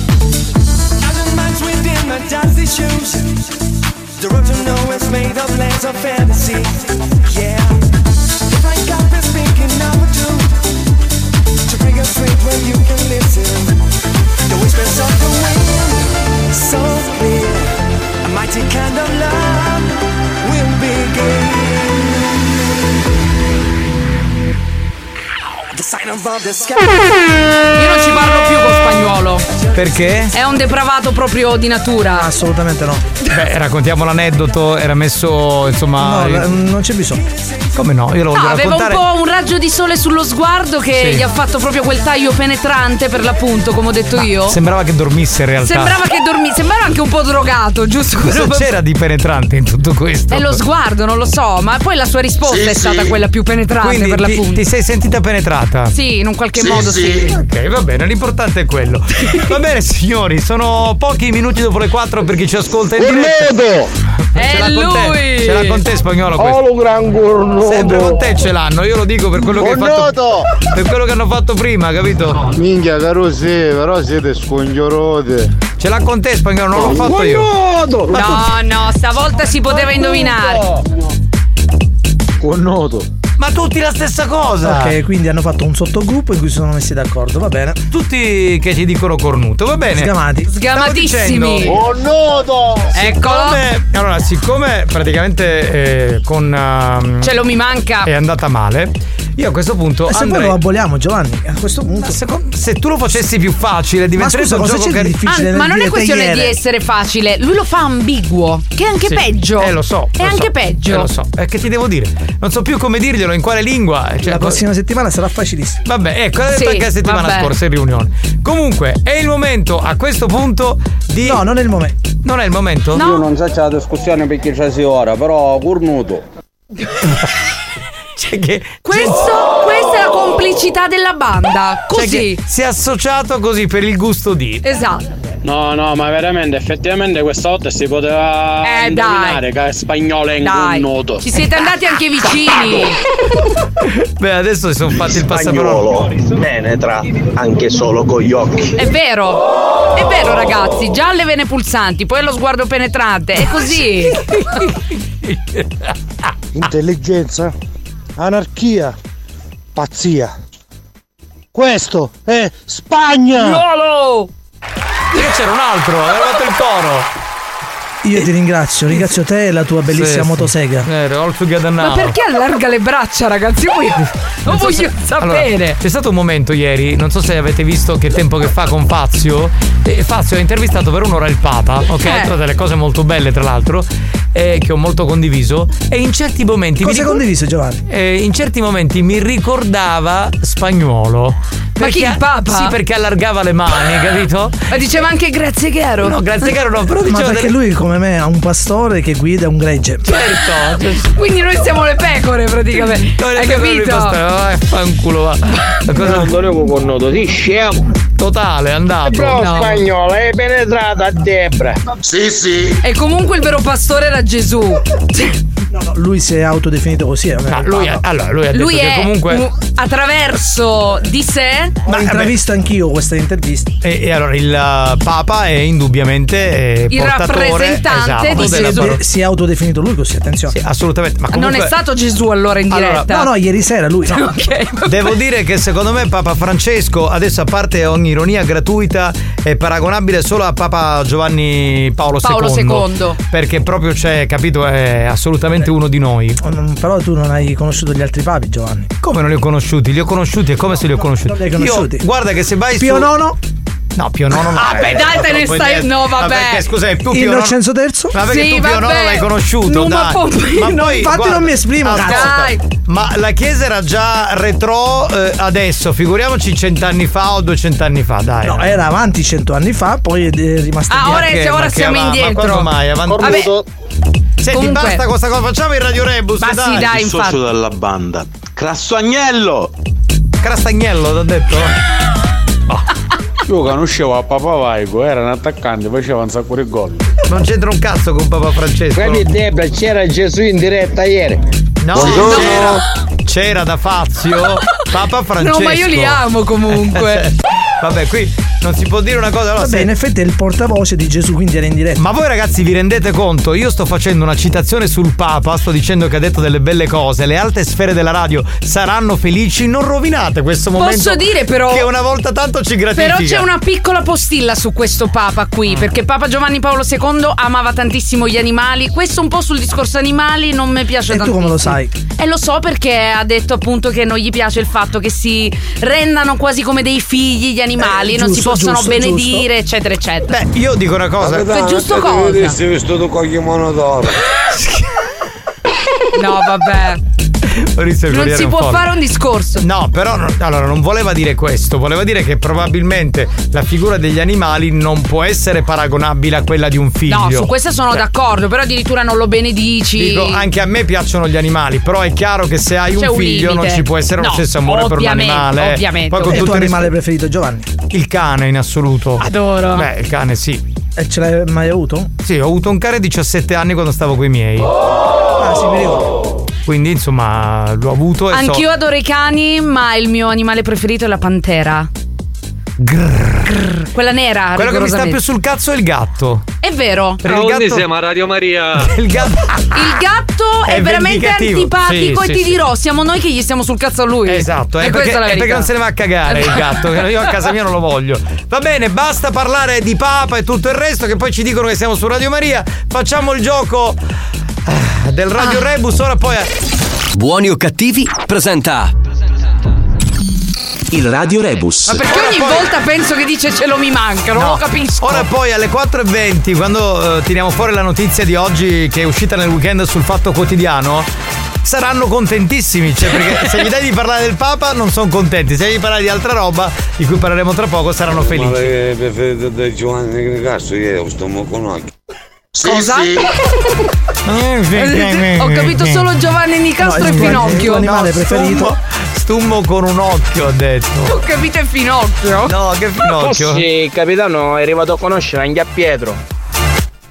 [SPEAKER 11] Thousand minds within my dusty shoes. The road to nowhere's made of lands of fantasy. Yeah. If I got this thinking I would do to bring us straight where you can listen. The whispers of the wind, so clear. A mighty kind of love will begin. The sign above the sky.
[SPEAKER 10] Io non ci parlo più con spagnolo.
[SPEAKER 2] Perché?
[SPEAKER 11] eh.
[SPEAKER 10] È un depravato proprio di natura.
[SPEAKER 24] Assolutamente no.
[SPEAKER 2] Beh, raccontiamo l'aneddoto, era messo, insomma.
[SPEAKER 24] No,
[SPEAKER 2] il-
[SPEAKER 24] la- non c'è bisogno.
[SPEAKER 2] Come no? Io lo voglio
[SPEAKER 10] No, aveva un
[SPEAKER 2] raccontare.
[SPEAKER 10] po' un raggio di sole sullo sguardo che
[SPEAKER 2] Sì.
[SPEAKER 10] gli ha fatto proprio quel taglio penetrante per l'appunto, come ho detto io.
[SPEAKER 2] Sembrava che dormisse in realtà.
[SPEAKER 10] Sembrava che dormisse, sembrava anche un po' drogato, giusto?
[SPEAKER 2] Cosa
[SPEAKER 10] Quello-
[SPEAKER 2] c'era di penetrante in tutto questo?
[SPEAKER 10] È lo sguardo, non lo so, ma poi la sua risposta
[SPEAKER 2] Sì,
[SPEAKER 10] è
[SPEAKER 2] sì.
[SPEAKER 10] stata quella più penetrante
[SPEAKER 2] Quindi Ah.
[SPEAKER 10] per
[SPEAKER 2] ti,
[SPEAKER 10] l'appunto.
[SPEAKER 2] ti sei sentita penetrata?
[SPEAKER 10] Sì, in un qualche modo sì.
[SPEAKER 2] Ok, va bene, l'importante è quello. Va bene, signori, sono pochi minuti dopo le 4 per chi ci ascolta in diretta.
[SPEAKER 10] È
[SPEAKER 2] Ce l'ha con te,
[SPEAKER 10] lui!
[SPEAKER 2] Ce l'ha con te spagnolo questo.
[SPEAKER 13] Oh, lo gran gornodo.
[SPEAKER 2] Sempre con te ce l'hanno, io lo dico per quello che hai fatto.
[SPEAKER 13] Gornodo!
[SPEAKER 2] Per quello che hanno fatto prima, capito?
[SPEAKER 13] Minchia caro sì, però siete scongiorode.
[SPEAKER 2] Ce l'ha con te spagnolo, non l'ho fatto io.
[SPEAKER 10] No, no, stavolta si poteva indovinare.
[SPEAKER 13] Connoto.
[SPEAKER 2] Ma tutti la stessa cosa.
[SPEAKER 24] Ok, quindi hanno fatto un sottogruppo in cui si sono messi d'accordo, va bene.
[SPEAKER 2] Tutti che ti dicono cornuto, va bene.
[SPEAKER 24] Sgamati.
[SPEAKER 2] Sgamatissimi.
[SPEAKER 8] Oh,
[SPEAKER 13] Connoto!
[SPEAKER 2] Ecco.
[SPEAKER 10] Eccolo.
[SPEAKER 2] Siccome- allora, siccome praticamente eh, con. ehm,
[SPEAKER 10] Ce lo mi manca.
[SPEAKER 2] È andata male. Io a questo punto.
[SPEAKER 24] E se poi
[SPEAKER 2] andrei-
[SPEAKER 24] lo aboliamo Giovanni, a questo punto.
[SPEAKER 2] se tu lo facessi più facile, diventerebbe
[SPEAKER 24] scusa,
[SPEAKER 2] un
[SPEAKER 24] cosa
[SPEAKER 2] gioco
[SPEAKER 24] c'è di
[SPEAKER 2] cari-
[SPEAKER 24] difficile
[SPEAKER 10] Ah, ma non è questione di
[SPEAKER 2] teiere.
[SPEAKER 10] essere facile, lui lo fa ambiguo, che è anche
[SPEAKER 2] Sì.
[SPEAKER 10] peggio.
[SPEAKER 2] Eh, lo so.
[SPEAKER 10] È
[SPEAKER 2] lo
[SPEAKER 10] anche
[SPEAKER 2] so,
[SPEAKER 10] peggio.
[SPEAKER 2] Eh, lo so. Eh, che ti devo dire? Non so più come dirglielo, in quale lingua. Cioè,
[SPEAKER 24] La
[SPEAKER 2] co-
[SPEAKER 24] prossima settimana sarà facilissimo.
[SPEAKER 2] Vabbè, ecco, l'ha detto
[SPEAKER 24] Sì,
[SPEAKER 2] anche la settimana
[SPEAKER 24] vabbè.
[SPEAKER 2] scorsa in riunione. Comunque, è il momento a questo punto di. No,
[SPEAKER 24] non è il momento.
[SPEAKER 2] Non è il momento?
[SPEAKER 14] Io non so c'è la discussione perché c'è si ora, però cornuto.
[SPEAKER 2] C'è che.
[SPEAKER 10] Questo- questa è la complicità della banda.
[SPEAKER 2] Cioè
[SPEAKER 10] Così.
[SPEAKER 2] che si è associato così per il gusto di.
[SPEAKER 10] Esatto.
[SPEAKER 1] No, no, ma veramente, effettivamente questa volta si poteva
[SPEAKER 10] Eh,
[SPEAKER 1] indovinare che spagnolo è
[SPEAKER 10] Dai.
[SPEAKER 1] un noto.
[SPEAKER 10] Ci siete andati anche vicini.
[SPEAKER 2] Beh, adesso si sono fatti il
[SPEAKER 17] passaparola. penetra anche solo con gli occhi.
[SPEAKER 10] È vero. È vero, ragazzi. Già le vene pulsanti, poi lo sguardo penetrante. È così.
[SPEAKER 11] Intelligenza, anarchia, pazzia. Questo è Spagna!
[SPEAKER 10] Yolo!
[SPEAKER 2] Io c'era un altro, era arrivato il coro.
[SPEAKER 24] Io ti ringrazio, ringrazio te e la tua bellissima
[SPEAKER 2] Sì,
[SPEAKER 24] motosega.
[SPEAKER 2] sì. Eh, all together now.
[SPEAKER 10] Ma perché allarga le braccia, ragazzi? Io voglio- non
[SPEAKER 2] so
[SPEAKER 10] voglio
[SPEAKER 2] se- Allora,
[SPEAKER 10] sapere.
[SPEAKER 2] c'è stato un momento ieri, non so se avete visto che tempo che fa con Fazio. Eh, Fazio ha intervistato per un'ora il Papa, ok?
[SPEAKER 24] Eh.
[SPEAKER 2] Tra delle cose molto belle, tra l'altro, eh, che ho molto condiviso. E in certi momenti. mi
[SPEAKER 24] Cosa hai
[SPEAKER 2] ricor-
[SPEAKER 24] condiviso Giovanni?
[SPEAKER 2] eh, in certi momenti mi ricordava spagnolo. Perché
[SPEAKER 10] chi, il Papa?
[SPEAKER 2] Sì, perché allargava le mani, capito?
[SPEAKER 10] Ma diceva anche grazie caro.
[SPEAKER 2] No, grazie caro no, però
[SPEAKER 24] Ma
[SPEAKER 2] diceva
[SPEAKER 24] perché
[SPEAKER 2] delle-
[SPEAKER 24] lui come me ha un pastore che guida un gregge.
[SPEAKER 2] Certo, cioè,
[SPEAKER 10] Quindi noi siamo le pecore praticamente.
[SPEAKER 2] Dove
[SPEAKER 10] Hai
[SPEAKER 2] le pecore
[SPEAKER 10] capito?
[SPEAKER 2] mi bastano? Vai, fanculo, va. La cosa non dovevo connoto, sì, scemo. Totale, è andato.
[SPEAKER 14] Però
[SPEAKER 2] No.
[SPEAKER 14] spagnolo è penetrata a Debra. Sì, sì.
[SPEAKER 10] E comunque il vero pastore era Gesù.
[SPEAKER 24] Lui si è autodefinito così.
[SPEAKER 2] No, lui ha- allora, lui ha detto
[SPEAKER 10] Lui
[SPEAKER 2] che
[SPEAKER 10] è
[SPEAKER 2] comunque.
[SPEAKER 10] un- attraverso di sé.
[SPEAKER 24] Ma eh, intravista anch'io questa intervista.
[SPEAKER 2] eh, E, e allora il eh, Papa è indubbiamente eh,
[SPEAKER 10] Il
[SPEAKER 2] portatore
[SPEAKER 10] rappresentante
[SPEAKER 2] esatto,
[SPEAKER 10] di
[SPEAKER 2] della
[SPEAKER 10] Gesù. Ah,
[SPEAKER 2] parola.
[SPEAKER 24] Si è autodefinito lui così, attenzione.
[SPEAKER 2] assolutamente. Ma
[SPEAKER 10] Non
[SPEAKER 2] comunque,
[SPEAKER 10] è stato Gesù allora in diretta.
[SPEAKER 24] no, no, ieri sera lui. No.
[SPEAKER 2] Devo dire che secondo me Papa Francesco, adesso a parte ogni ironia gratuita, è paragonabile solo a Papa Giovanni Paolo,
[SPEAKER 24] Paolo
[SPEAKER 2] II.
[SPEAKER 24] secondo.
[SPEAKER 2] Perché proprio c'è, capito, è assolutamente uno di noi.
[SPEAKER 24] Mm, Però tu non hai conosciuto gli altri papi, Giovanni.
[SPEAKER 2] Come non li ho conosciuti? Li ho conosciuti e come se li ho conosciuti?
[SPEAKER 24] li hai conosciuti.
[SPEAKER 2] Io, guarda che se vai
[SPEAKER 24] Pio
[SPEAKER 2] su...
[SPEAKER 24] nono?
[SPEAKER 2] No, Pio Nono no.
[SPEAKER 24] Ah, beh,
[SPEAKER 2] eh,
[SPEAKER 24] dai, te ne
[SPEAKER 2] troppo
[SPEAKER 24] stai-
[SPEAKER 2] indietro.
[SPEAKER 24] no,
[SPEAKER 2] Ma
[SPEAKER 24] vabbè.
[SPEAKER 2] perché, scusa, tu Pio
[SPEAKER 24] Innocenzo
[SPEAKER 2] Nono-
[SPEAKER 24] III?
[SPEAKER 2] Ma perché
[SPEAKER 24] Sì,
[SPEAKER 2] tu Pio
[SPEAKER 24] vabbè.
[SPEAKER 2] Nono l'hai conosciuto?
[SPEAKER 24] Numa
[SPEAKER 2] dai.
[SPEAKER 24] Pompino.
[SPEAKER 2] Ma poi,
[SPEAKER 24] Infatti
[SPEAKER 2] guarda,
[SPEAKER 24] non mi esprimo,
[SPEAKER 2] ascolta,
[SPEAKER 24] cazzo.
[SPEAKER 2] Ma la chiesa era già retro eh, adesso, figuriamoci cent'anni fa o duecent'anni fa, dai.
[SPEAKER 24] No, era avanti cento anni fa, poi è rimasta
[SPEAKER 2] Ah,
[SPEAKER 24] indietro.
[SPEAKER 2] ora è- Perché? ora Ma che siamo av- ma indietro. quando mai? Avanti- Vabbè. Senti,
[SPEAKER 24] Comunque-
[SPEAKER 2] basta questa cosa, facciamo il Radio Rebus,
[SPEAKER 24] Ma sì, dai,
[SPEAKER 2] dai.
[SPEAKER 24] Il socio infatti.
[SPEAKER 2] della banda. Crassagnello! Crassagnello, t'ho detto?
[SPEAKER 15] Io conoscevo a Papa Vaigo, era un attaccante, faceva un sacco di gol.
[SPEAKER 2] Non c'entra un cazzo con Papa Francesco.
[SPEAKER 14] Quelli Debra c'era Gesù in diretta ieri.
[SPEAKER 2] No, c'era, c'era da Fazio, Papa Francesco.
[SPEAKER 24] No, ma io li amo comunque.
[SPEAKER 2] Vabbè, qui non si può dire una cosa. Allora,
[SPEAKER 24] Vabbè,
[SPEAKER 2] se-
[SPEAKER 24] in effetti è il portavoce di Gesù, quindi era in diretta.
[SPEAKER 2] Ma voi ragazzi vi rendete conto? Io sto facendo una citazione sul Papa, sto dicendo che ha detto delle belle cose, le alte sfere della radio saranno felici, non rovinate questo momento.
[SPEAKER 10] Posso dire però
[SPEAKER 2] Che una volta tanto ci gratifica.
[SPEAKER 10] Però c'è una piccola postilla su questo Papa
[SPEAKER 24] Mm.
[SPEAKER 10] qui, perché Papa Giovanni Paolo II amava tantissimo gli animali. Questo un po' sul discorso animali non mi piace
[SPEAKER 24] E tu
[SPEAKER 10] tantissimo.
[SPEAKER 24] come lo sai?
[SPEAKER 10] E lo so perché ha detto appunto che non gli piace il fatto che si rendano quasi come dei figli gli animali,
[SPEAKER 24] Eh,
[SPEAKER 10] non si
[SPEAKER 24] giusto,
[SPEAKER 10] possono
[SPEAKER 25] giusto,
[SPEAKER 10] benedire, eccetera, eccetera.
[SPEAKER 2] Beh, io dico una cosa.
[SPEAKER 10] Per giusto cosa.
[SPEAKER 2] Vedessi vestito con gli monodoro.
[SPEAKER 10] No, vabbè. Non si può fare un discorso.
[SPEAKER 2] No, però no- allora non voleva dire questo, voleva dire che probabilmente la figura degli animali non può essere paragonabile a quella di un figlio.
[SPEAKER 10] No, su questo sono
[SPEAKER 2] Cioè,
[SPEAKER 10] d'accordo, però addirittura non lo benedici.
[SPEAKER 2] Dico, "Ah, anche a me piacciono gli animali, però è chiaro che se hai un
[SPEAKER 10] C'è un
[SPEAKER 2] figlio non
[SPEAKER 10] limite.
[SPEAKER 2] ci può essere lo
[SPEAKER 10] No,
[SPEAKER 2] stesso amore per un
[SPEAKER 10] ovviamente,
[SPEAKER 2] animale.
[SPEAKER 10] ovviamente.
[SPEAKER 2] Poi con
[SPEAKER 10] E il
[SPEAKER 2] tutto
[SPEAKER 10] tuo
[SPEAKER 2] il
[SPEAKER 10] animale
[SPEAKER 2] rispetto-
[SPEAKER 24] preferito Giovanni?
[SPEAKER 2] Il cane in assoluto.
[SPEAKER 10] Adoro.
[SPEAKER 2] Beh, il cane sì.
[SPEAKER 24] E ce l'hai mai avuto?
[SPEAKER 2] Sì, ho avuto un cane a 17 anni quando stavo coi miei.
[SPEAKER 24] Ah, sì, mi ricordo.
[SPEAKER 2] Quindi insomma l'ho avuto e so-
[SPEAKER 10] Anch'io adoro i cani, ma il mio animale preferito è la pantera. Grrr. Quella nera.
[SPEAKER 2] Quello che mi sta
[SPEAKER 10] rigorosamente.
[SPEAKER 2] più sul cazzo è il gatto.
[SPEAKER 10] È vero.
[SPEAKER 2] Perché il gatto-
[SPEAKER 21] siamo a Radio Maria?
[SPEAKER 2] Il gatto.
[SPEAKER 10] Il gatto è,
[SPEAKER 2] È
[SPEAKER 10] veramente
[SPEAKER 2] vendicativo.
[SPEAKER 10] antipatico
[SPEAKER 2] Sì,
[SPEAKER 10] e
[SPEAKER 2] sì,
[SPEAKER 10] ti
[SPEAKER 2] sì.
[SPEAKER 10] dirò, siamo noi che gli stiamo sul cazzo a lui. Esatto,
[SPEAKER 2] Cioè, è
[SPEAKER 10] e
[SPEAKER 2] perché,
[SPEAKER 10] questa è la
[SPEAKER 2] è perché
[SPEAKER 10] verità.
[SPEAKER 2] non se ne va a cagare il gatto. che Io a casa mia non lo voglio. Va bene, basta parlare di papa e tutto il resto, che poi ci dicono che siamo su Radio Maria. Facciamo il gioco ah, del Radio Rebus. Ora poi.
[SPEAKER 1] Buoni o cattivi presenta il Radio Rebus.
[SPEAKER 10] Ma perché ogni volta penso che dice ce lo mi manca, non
[SPEAKER 2] No.
[SPEAKER 10] lo capisco.
[SPEAKER 2] Ora poi alle 4.20, quando eh, tiriamo fuori la notizia di oggi che è uscita nel weekend sul Fatto Quotidiano, saranno contentissimi. Cioè, perché se gli dai di parlare del Papa non sono contenti, se gli dai di parlare di altra roba, di cui parleremo tra poco, saranno felici.
[SPEAKER 23] Male preferito di Giovanni Nicastro io sto moconocchio.
[SPEAKER 10] Cosa?
[SPEAKER 2] Eh,
[SPEAKER 10] Ho capito solo Giovanni Nicastro e Pinocchio.
[SPEAKER 2] No, Stummo, stummo con un occhio, ho detto.
[SPEAKER 10] Ho capito e Pinocchio.
[SPEAKER 2] No, che Pinocchio.
[SPEAKER 18] Sì, capitano, è arrivato a conoscere anche a Pietro.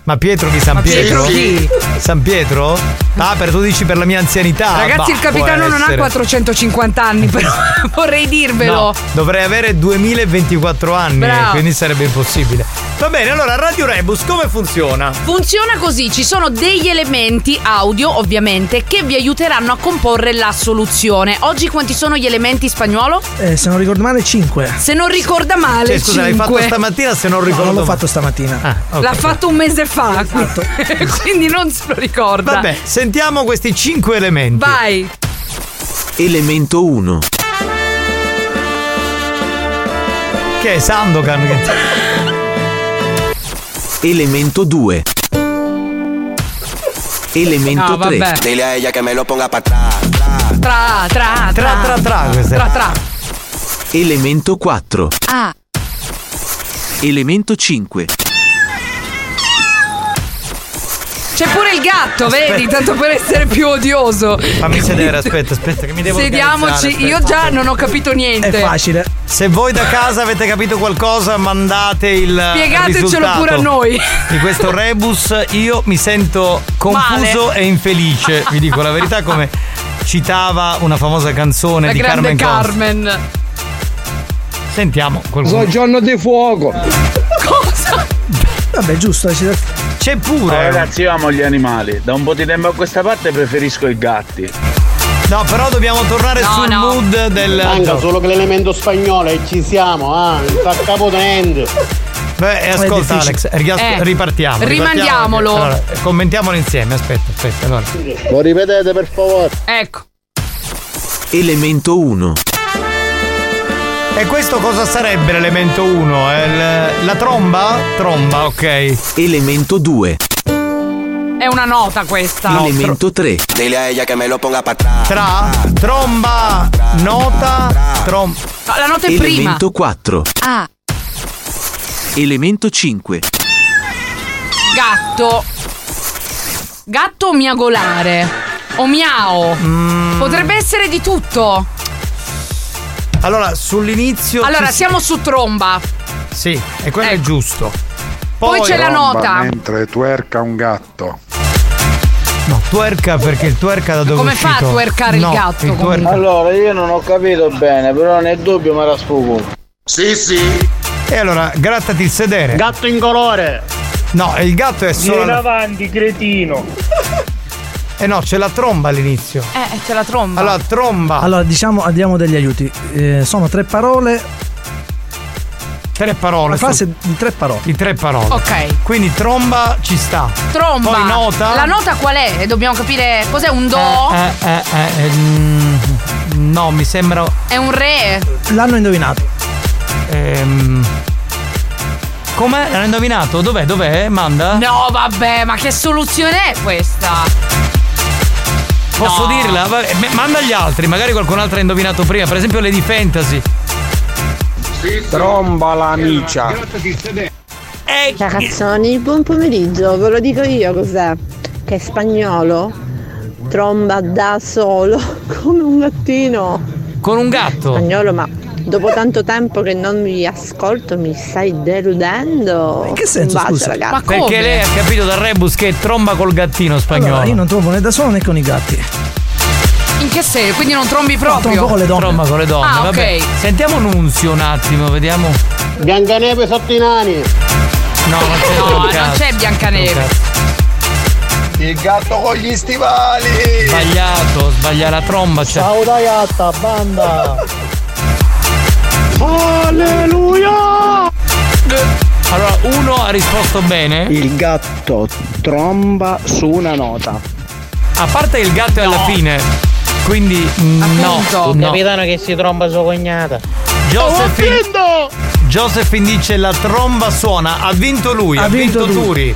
[SPEAKER 2] Ma Pietro chi? San
[SPEAKER 18] Ma
[SPEAKER 2] Pietro?
[SPEAKER 18] Pietro chi?
[SPEAKER 2] San Pietro? Ah, per tu dici per la mia anzianità.
[SPEAKER 10] Ragazzi,
[SPEAKER 2] Ah, Bah,
[SPEAKER 10] il capitano
[SPEAKER 2] può
[SPEAKER 10] non ha
[SPEAKER 2] essere.
[SPEAKER 10] 450 anni, però vorrei dirvelo.
[SPEAKER 2] No, dovrei avere 2024 anni,
[SPEAKER 10] Bravo.
[SPEAKER 2] quindi sarebbe impossibile. Va bene, allora Radio Rebus come funziona?
[SPEAKER 10] Funziona così, ci sono degli elementi audio ovviamente che vi aiuteranno a comporre la soluzione. Oggi quanti sono gli elementi in spagnolo?
[SPEAKER 24] Eh, se non ricordo male, 5.
[SPEAKER 10] Se non ricorda male,
[SPEAKER 24] Cioè, scusa, l'hai fatto
[SPEAKER 10] cinque.
[SPEAKER 24] stamattina
[SPEAKER 2] se non
[SPEAKER 24] ricordo. Ah, No, non l'ho fatto stamattina.
[SPEAKER 10] L'ha fatto un mese fa, quindi non se lo ricorda.
[SPEAKER 2] Vabbè, sentiamo questi 5 elementi.
[SPEAKER 10] Vai.
[SPEAKER 2] Elemento 1. Che è Sandokan?
[SPEAKER 1] Elemento 2. Elemento
[SPEAKER 10] Ah, vabbè.
[SPEAKER 1] 3. Dile a ella che me lo ponga para atrás.
[SPEAKER 10] Tra, tra, tra, tra, tra,
[SPEAKER 1] tra, questa è.
[SPEAKER 10] tra, tra.
[SPEAKER 1] Elemento 4.
[SPEAKER 10] Ah,
[SPEAKER 1] Elemento 5.
[SPEAKER 10] c'è pure il gatto, vedi, tanto per essere più odioso.
[SPEAKER 2] Fammi sedere, aspetta, aspetta, che mi devo
[SPEAKER 10] Sediamoci,
[SPEAKER 2] organizzare,
[SPEAKER 10] io
[SPEAKER 2] aspetta.
[SPEAKER 10] già non ho capito niente.
[SPEAKER 2] Se voi da casa avete capito qualcosa, mandate il.
[SPEAKER 10] Spiegatecelo
[SPEAKER 2] risultato
[SPEAKER 10] pure a noi.
[SPEAKER 2] Di questo rebus io mi sento confuso
[SPEAKER 10] Male.
[SPEAKER 2] e infelice. Vi dico la verità, come citava una famosa canzone
[SPEAKER 10] La
[SPEAKER 2] di
[SPEAKER 10] grande
[SPEAKER 2] Carmen Costa.
[SPEAKER 10] Carmen.
[SPEAKER 2] Sentiamo
[SPEAKER 4] So
[SPEAKER 2] qualcuno.
[SPEAKER 4] giorno di fuoco.
[SPEAKER 10] Cosa?
[SPEAKER 24] Vabbè, giusto. ci-
[SPEAKER 2] C'è pure.
[SPEAKER 15] ragazzi, io amo gli animali. Da un po' di tempo a questa parte preferisco i gatti.
[SPEAKER 2] No, però dobbiamo tornare sul mood del.
[SPEAKER 26] Manca solo che l'elemento spagnolo e ci siamo, ah, sta capotendo.
[SPEAKER 2] Beh, e ascolta Alex, rias-
[SPEAKER 26] Eh,
[SPEAKER 2] ripartiamo. ripartiamo.
[SPEAKER 26] rimandiamolo.
[SPEAKER 2] Allora, commentiamolo insieme, aspetta, aspetta. Allora.
[SPEAKER 26] Lo ripetete per favore.
[SPEAKER 10] Ecco.
[SPEAKER 1] Elemento 1.
[SPEAKER 2] E questo cosa sarebbe l'elemento 1? la tromba? Tromba, ok.
[SPEAKER 1] Elemento 2.
[SPEAKER 10] È una nota questa.
[SPEAKER 1] Elemento 3. Dile a ella che me lo ponga para atrás.
[SPEAKER 2] Tra, tromba, nota, tromba.
[SPEAKER 10] No, La nota è prima.
[SPEAKER 1] Elemento 4.
[SPEAKER 10] Ah,
[SPEAKER 1] Elemento 5.
[SPEAKER 10] gatto. Gatto o miagolare? O miao?
[SPEAKER 2] Mm.
[SPEAKER 10] Potrebbe essere di tutto.
[SPEAKER 2] Allora, sull'inizio.
[SPEAKER 10] Allora,
[SPEAKER 2] ci-
[SPEAKER 10] siamo su tromba.
[SPEAKER 2] Sì, e quello è giusto.
[SPEAKER 10] Poi c'è la
[SPEAKER 30] Tromba
[SPEAKER 10] nota.
[SPEAKER 30] Mentre tuerca un gatto.
[SPEAKER 2] No, tuerca perché il tuerca da dove
[SPEAKER 10] Come
[SPEAKER 2] è
[SPEAKER 10] fa a
[SPEAKER 2] uscito?
[SPEAKER 10] tuercare il
[SPEAKER 2] No,
[SPEAKER 10] gatto,
[SPEAKER 2] il tuerca-
[SPEAKER 26] Allora, io non ho capito bene, però nel dubbio me la sfugo.
[SPEAKER 30] Sì, sì.
[SPEAKER 2] E allora, grattati il sedere.
[SPEAKER 26] Gatto in colore.
[SPEAKER 2] No, il gatto è solo.
[SPEAKER 9] Vieni
[SPEAKER 2] alla-
[SPEAKER 9] avanti, cretino.
[SPEAKER 2] Eh no, c'è la tromba all'inizio.
[SPEAKER 10] Eh, c'è la tromba.
[SPEAKER 2] Allora, tromba.
[SPEAKER 24] Allora, diciamo, diamo degli aiuti. Eh, sono tre parole.
[SPEAKER 2] Tre parole.
[SPEAKER 24] Una frase
[SPEAKER 2] sono-
[SPEAKER 24] di tre parole.
[SPEAKER 2] Di tre parole.
[SPEAKER 10] Ok.
[SPEAKER 2] Quindi tromba ci sta.
[SPEAKER 10] Tromba.
[SPEAKER 2] Poi nota.
[SPEAKER 10] La nota qual è? Dobbiamo capire cos'è un do?
[SPEAKER 2] Eh, eh, eh, eh, mm, no, mi sembra.
[SPEAKER 10] È un re?
[SPEAKER 24] L'hanno indovinato.
[SPEAKER 2] Ehm, Come? L'ha indovinato? Dov'è? Dov'è? Manda?
[SPEAKER 10] No, vabbè, ma che soluzione è questa?
[SPEAKER 2] Posso dirla? Vabbè, me- manda gli altri, magari qualcun altro ha indovinato prima, per esempio Lady Fantasy.
[SPEAKER 28] Tromba la micia.
[SPEAKER 2] Eh,
[SPEAKER 11] Ragazzoni, buon pomeriggio, ve lo dico io cos'è. Che spagnolo tromba da solo come un gattino.
[SPEAKER 2] Con un gatto.
[SPEAKER 11] Spagnolo, ma dopo tanto tempo che non mi ascolto mi stai deludendo. In che un bacio, ragazzi.
[SPEAKER 2] Perché lei ha capito dal rebus che è tromba col gattino spagnolo.
[SPEAKER 24] Allora, io non trovo né da solo né con i gatti.
[SPEAKER 10] In che senso? Quindi non trombi proprio?
[SPEAKER 24] trombo con le donne.
[SPEAKER 2] Tromba con le donne,
[SPEAKER 10] Ah,
[SPEAKER 2] vabbè.
[SPEAKER 10] ok.
[SPEAKER 2] Sentiamo Nunzio un attimo, vediamo.
[SPEAKER 45] Biancaneve sotto i nani.
[SPEAKER 2] No, non c'è
[SPEAKER 10] No,
[SPEAKER 2] un
[SPEAKER 10] non
[SPEAKER 2] cazzo.
[SPEAKER 10] c'è Eh, Biancaneve.
[SPEAKER 28] Il gatto con gli stivali.
[SPEAKER 2] Sbagliato, sbaglia la tromba. C'è.
[SPEAKER 24] Ciao da gatta, banda!
[SPEAKER 2] Alleluia! Allora, uno ha risposto bene.
[SPEAKER 46] Il gatto tromba su una nota.
[SPEAKER 2] A parte il gatto è alla fine. Quindi mm, no, no.
[SPEAKER 13] Capitano che si tromba sua cognata.
[SPEAKER 2] Josephine, Josephine dice la tromba suona, ha vinto lui, ha, vinto, Turi.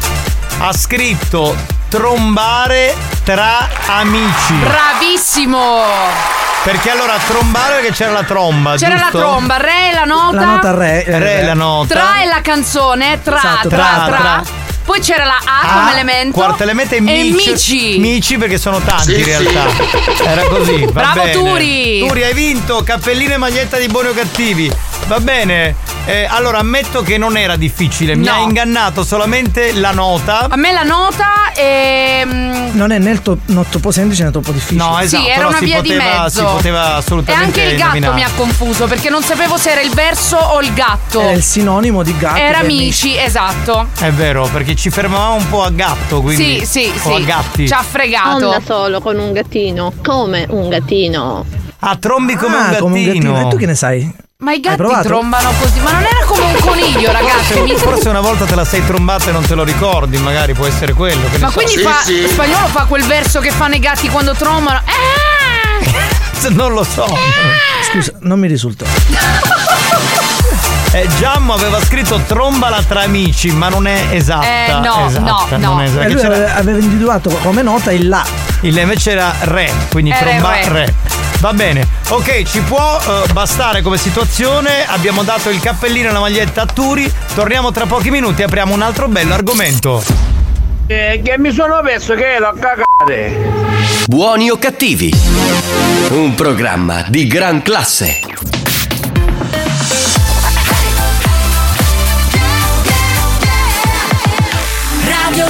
[SPEAKER 2] Ha scritto trombare tra amici.
[SPEAKER 10] Bravissimo!
[SPEAKER 2] Perché allora trombare perché c'era la tromba,
[SPEAKER 10] C'era
[SPEAKER 2] Ah, giusto?
[SPEAKER 10] la tromba, re la nota.
[SPEAKER 2] re. Re la nota.
[SPEAKER 10] Tra è la canzone, tra,
[SPEAKER 2] Esatto,
[SPEAKER 10] tra,
[SPEAKER 2] tra,
[SPEAKER 10] tra,
[SPEAKER 2] tra.
[SPEAKER 10] Poi c'era la A, come elemento.
[SPEAKER 2] Quarto elemento Ah, e mici.
[SPEAKER 10] Ah, mici.
[SPEAKER 2] Mici perché sono tanti
[SPEAKER 10] Sì,
[SPEAKER 2] in
[SPEAKER 10] sì.
[SPEAKER 2] realtà. Era così. va
[SPEAKER 10] Bravo,
[SPEAKER 2] bene.
[SPEAKER 10] Turi.
[SPEAKER 2] Turi hai vinto, cappellino e maglietta di buoni o cattivi. Va bene. Eh, allora ammetto che non era difficile, mi
[SPEAKER 10] No.
[SPEAKER 2] ha ingannato solamente la nota.
[SPEAKER 10] A me la nota e. mm,
[SPEAKER 24] Non è né to- no, troppo semplice né troppo difficile.
[SPEAKER 2] No,
[SPEAKER 10] Sì,
[SPEAKER 2] esatto,
[SPEAKER 10] era
[SPEAKER 2] però
[SPEAKER 10] una
[SPEAKER 2] si
[SPEAKER 10] via di
[SPEAKER 2] poteva,
[SPEAKER 10] mezzo.
[SPEAKER 2] si poteva
[SPEAKER 10] E
[SPEAKER 2] assolutamente
[SPEAKER 10] anche il gatto
[SPEAKER 2] indovinare.
[SPEAKER 10] mi ha confuso perché non sapevo se era il verso o il gatto.
[SPEAKER 24] È il sinonimo di gatto.
[SPEAKER 10] era
[SPEAKER 24] che è
[SPEAKER 10] amici, esatto.
[SPEAKER 2] È vero, perché ci fermavamo un po' a gatto, quindi
[SPEAKER 10] Sì, sì,
[SPEAKER 2] o
[SPEAKER 10] sì.
[SPEAKER 2] a gatti.
[SPEAKER 10] Ci ha fregato.
[SPEAKER 11] Non da solo, con un gattino, come un gattino.
[SPEAKER 2] A trombi come
[SPEAKER 24] Ah,
[SPEAKER 2] un gattino.
[SPEAKER 24] come un gattino. E tu che ne sai?
[SPEAKER 10] Ma i gatti
[SPEAKER 24] provato?
[SPEAKER 10] trombano così. Ma non era come un coniglio, ragazzi.
[SPEAKER 2] Forse,
[SPEAKER 10] Mi-
[SPEAKER 2] forse una volta te la sei trombata e non te lo ricordi, magari può essere quello. Che ne
[SPEAKER 10] Ma
[SPEAKER 2] so.
[SPEAKER 10] quindi fa, il spagnolo fa quel verso che fanno i gatti quando Eh, trombano.
[SPEAKER 2] Non lo so.
[SPEAKER 24] Scusa, non mi risulta.
[SPEAKER 2] Eh, Giammo aveva scritto trombala tra amici, ma non è esatta.
[SPEAKER 24] Eh, no,
[SPEAKER 2] esatta,
[SPEAKER 24] no,
[SPEAKER 2] esatto, non è
[SPEAKER 24] no.
[SPEAKER 2] esatta.
[SPEAKER 24] E Eh, lui
[SPEAKER 2] C'era-
[SPEAKER 24] aveva, aveva individuato come nota il la.
[SPEAKER 2] Il invece era re, quindi
[SPEAKER 24] Era il
[SPEAKER 2] tromba
[SPEAKER 24] re.
[SPEAKER 2] re. Va bene, ok, ci può eh, bastare come situazione. Abbiamo dato il cappellino e la maglietta a Turi. Torniamo tra pochi minuti e apriamo un altro bello argomento.
[SPEAKER 4] Eh, che mi sono perso che ero a cagare.
[SPEAKER 1] Buoni o cattivi? Un programma di gran classe.
[SPEAKER 47] Radio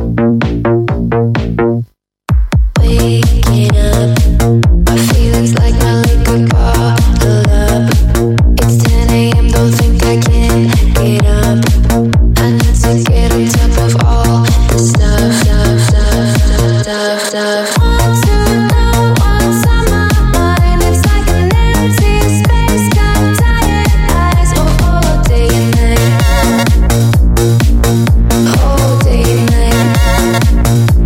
[SPEAKER 8] Waking up, my feelings like my liquor bottled up. It's 10 a.m., don't think I can get up. I need to get on top of all the stuff, stuff, stuff, stuff, stuff, stuff. Want to know what's on my mind? It's like an empty space, got tired eyes, oh, all day and night, all day and night.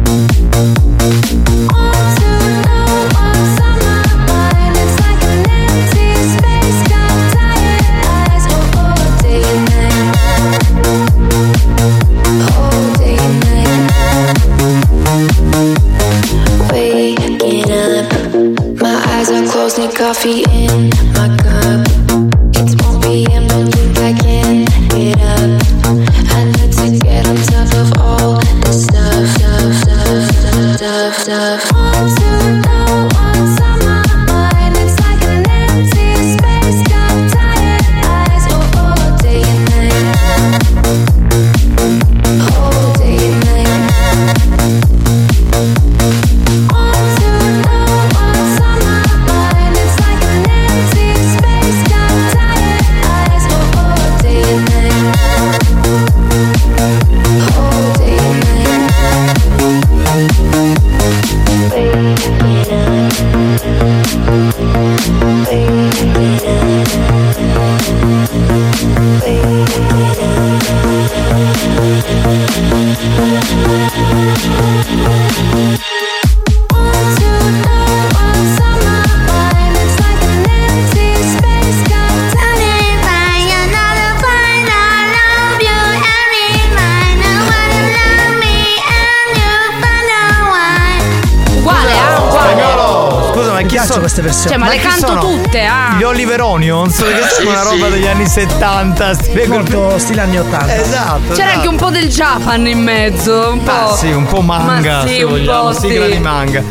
[SPEAKER 24] Ah, sono queste versioni?
[SPEAKER 10] Cioè, ma, le
[SPEAKER 24] chi
[SPEAKER 10] canto
[SPEAKER 24] sono?
[SPEAKER 10] tutte, ah.
[SPEAKER 2] Gli Oliver Onions, perché sono una roba degli anni 70, stile
[SPEAKER 24] Molto stile anni 80.
[SPEAKER 2] Esatto.
[SPEAKER 10] C'era anche un po' del Japan in mezzo, un po'.
[SPEAKER 2] Ah, sì, un po' manga,
[SPEAKER 10] Ma sì,
[SPEAKER 2] se
[SPEAKER 10] un
[SPEAKER 2] vogliamo,
[SPEAKER 10] po',
[SPEAKER 2] sigla
[SPEAKER 10] sì.
[SPEAKER 2] di manga.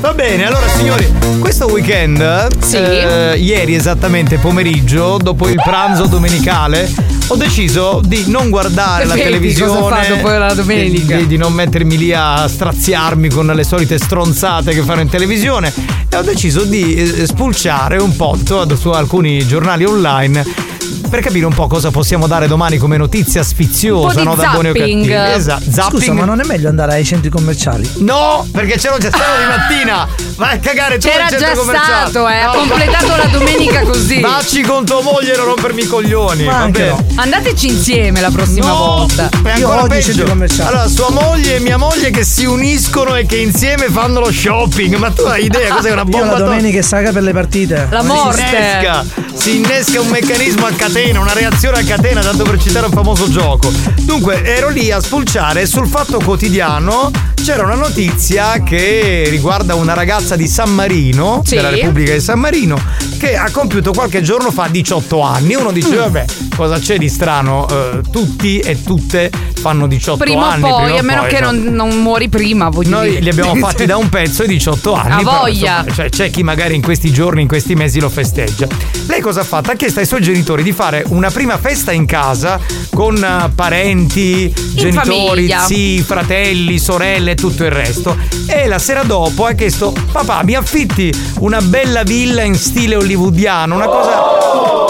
[SPEAKER 2] Va bene, allora signori, questo weekend, eh, ieri esattamente pomeriggio, dopo il pranzo domenicale, ho deciso di non guardare la
[SPEAKER 10] Vedi
[SPEAKER 2] televisione.
[SPEAKER 10] cosa fa dopo la domenica.
[SPEAKER 2] Di, di non mettermi lì a straziarmi con le solite stronzate che fanno in televisione. E ho deciso di eh, spulciare un po' su- su alcuni giornali online. Per capire un po' cosa possiamo dare domani come notizia sfiziosa, no? Da buoni o cattivi. Esatto, zapping.
[SPEAKER 24] Scusa, ma non è meglio andare ai centri commerciali?
[SPEAKER 2] No, perché c'ero già stato di mattina. Vai a cagare tu
[SPEAKER 10] C'era
[SPEAKER 2] nel
[SPEAKER 10] già
[SPEAKER 2] centro commerciale.
[SPEAKER 10] stato, eh, ha
[SPEAKER 2] No,
[SPEAKER 10] completato
[SPEAKER 2] va-
[SPEAKER 10] la domenica così.
[SPEAKER 2] Vacci con tua moglie e non rompermi i coglioni.
[SPEAKER 10] Ma anche
[SPEAKER 2] Vabbè.
[SPEAKER 10] Andateci insieme la prossima
[SPEAKER 2] No,
[SPEAKER 10] volta.
[SPEAKER 2] è ancora peggio. Allora, sua moglie e mia moglie che si uniscono e che insieme fanno lo shopping. Ma tu hai idea cos'è una
[SPEAKER 24] Io
[SPEAKER 2] bomba
[SPEAKER 24] la
[SPEAKER 2] atomica?
[SPEAKER 24] domenica è saga per le partite.
[SPEAKER 10] La morte.
[SPEAKER 2] Si innesca, si innesca un meccanismo a catena, una reazione a catena, tanto per citare un famoso gioco. Dunque, ero lì a spulciare e sul fatto quotidiano. C'era una notizia che riguarda una ragazza di San Marino,
[SPEAKER 13] Sì.
[SPEAKER 2] della Repubblica di San Marino, che ha compiuto qualche giorno fa 18 anni. Uno dice,
[SPEAKER 13] Mm.
[SPEAKER 2] vabbè, cosa c'è di strano? Eh, tutti e tutte fanno 18
[SPEAKER 10] Prima o
[SPEAKER 2] anni.
[SPEAKER 10] poi,
[SPEAKER 2] prima o
[SPEAKER 10] a meno
[SPEAKER 2] poi,
[SPEAKER 10] che
[SPEAKER 2] no?
[SPEAKER 10] non, non muori prima, voglio
[SPEAKER 2] Noi
[SPEAKER 10] dire.
[SPEAKER 2] li abbiamo fatti da un pezzo i 18 anni.
[SPEAKER 10] Ha
[SPEAKER 2] però,
[SPEAKER 10] voglia.
[SPEAKER 2] insomma, cioè, c'è chi magari in questi giorni, in questi mesi lo festeggia. Lei cosa ha fatto? Ha chiesto ai suoi genitori di fare una prima festa in casa con eh, parenti, genitori,
[SPEAKER 10] famiglia.
[SPEAKER 2] zii, fratelli, sorelle e tutto il resto. E la sera dopo ha chiesto: Papà, mi affitti una bella villa in stile hollywoodiano, una cosa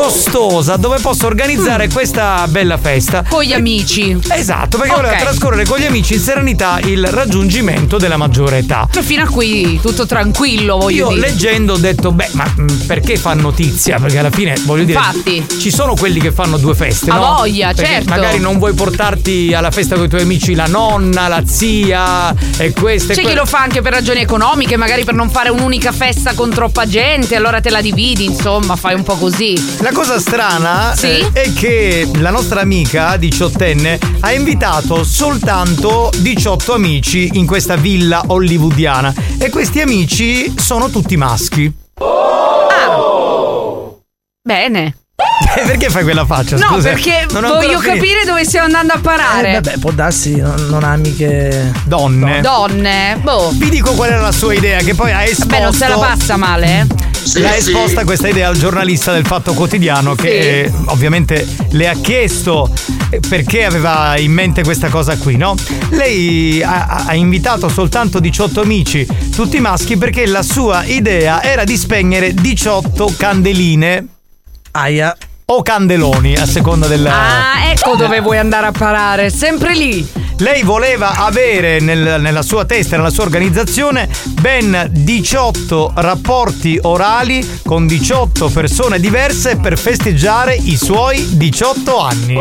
[SPEAKER 2] costosa dove posso organizzare
[SPEAKER 10] Mm.
[SPEAKER 2] questa bella festa
[SPEAKER 10] con gli amici
[SPEAKER 2] esatto perché voleva
[SPEAKER 10] Ok.
[SPEAKER 2] trascorrere con gli amici in serenità il raggiungimento della maggiore età
[SPEAKER 10] Cioè, fino a qui tutto tranquillo, voglio
[SPEAKER 2] io
[SPEAKER 10] dire.
[SPEAKER 2] leggendo ho detto, beh, ma mm, perché fa notizia? Perché alla fine, voglio dire,
[SPEAKER 10] Infatti.
[SPEAKER 2] ci sono quelli che fanno due feste,
[SPEAKER 10] Ha
[SPEAKER 2] no?
[SPEAKER 10] voglia,
[SPEAKER 2] Perché
[SPEAKER 10] certo.
[SPEAKER 2] Magari non vuoi portarti alla festa con i tuoi amici la nonna, la zia e queste.
[SPEAKER 10] C'è chi lo fa anche per ragioni economiche, magari per non fare un'unica festa con troppa gente, allora te la dividi, insomma, fai un po' così.
[SPEAKER 2] La cosa strana
[SPEAKER 10] Sì?
[SPEAKER 2] eh, è che la nostra amica, diciottenne, ha invitato soltanto 18 amici in questa villa hollywoodiana e questi amici sono tutti maschi.
[SPEAKER 10] Bene.
[SPEAKER 2] perché fai quella faccia?
[SPEAKER 10] No,
[SPEAKER 2] scusa?
[SPEAKER 10] perché
[SPEAKER 2] Non ho ancora
[SPEAKER 10] voglio
[SPEAKER 2] finito.
[SPEAKER 10] capire dove stiamo andando a parare.
[SPEAKER 24] Eh, vabbè, può darsi, non, non ha mica.
[SPEAKER 2] Donne.
[SPEAKER 10] Donne, boh.
[SPEAKER 2] Eh. Vi dico qual era la sua idea, che poi ha esposto.
[SPEAKER 10] Beh, non se la passa male, eh.
[SPEAKER 2] L'ha esposta questa idea al giornalista del Fatto Quotidiano che eh, ovviamente le ha chiesto eh, perché aveva in mente questa cosa qui, no? Lei ha, ha- ha invitato soltanto 18 amici, tutti maschi, perché la sua idea era di spegnere 18 candeline.
[SPEAKER 24] Aia.
[SPEAKER 2] O candeloni, a seconda della.
[SPEAKER 10] Ah, ecco dove vuoi andare a parare, sempre lì.
[SPEAKER 2] Lei voleva avere nel- nella sua testa, nella sua organizzazione, ben 18 rapporti orali con 18 persone diverse per festeggiare i suoi 18 anni.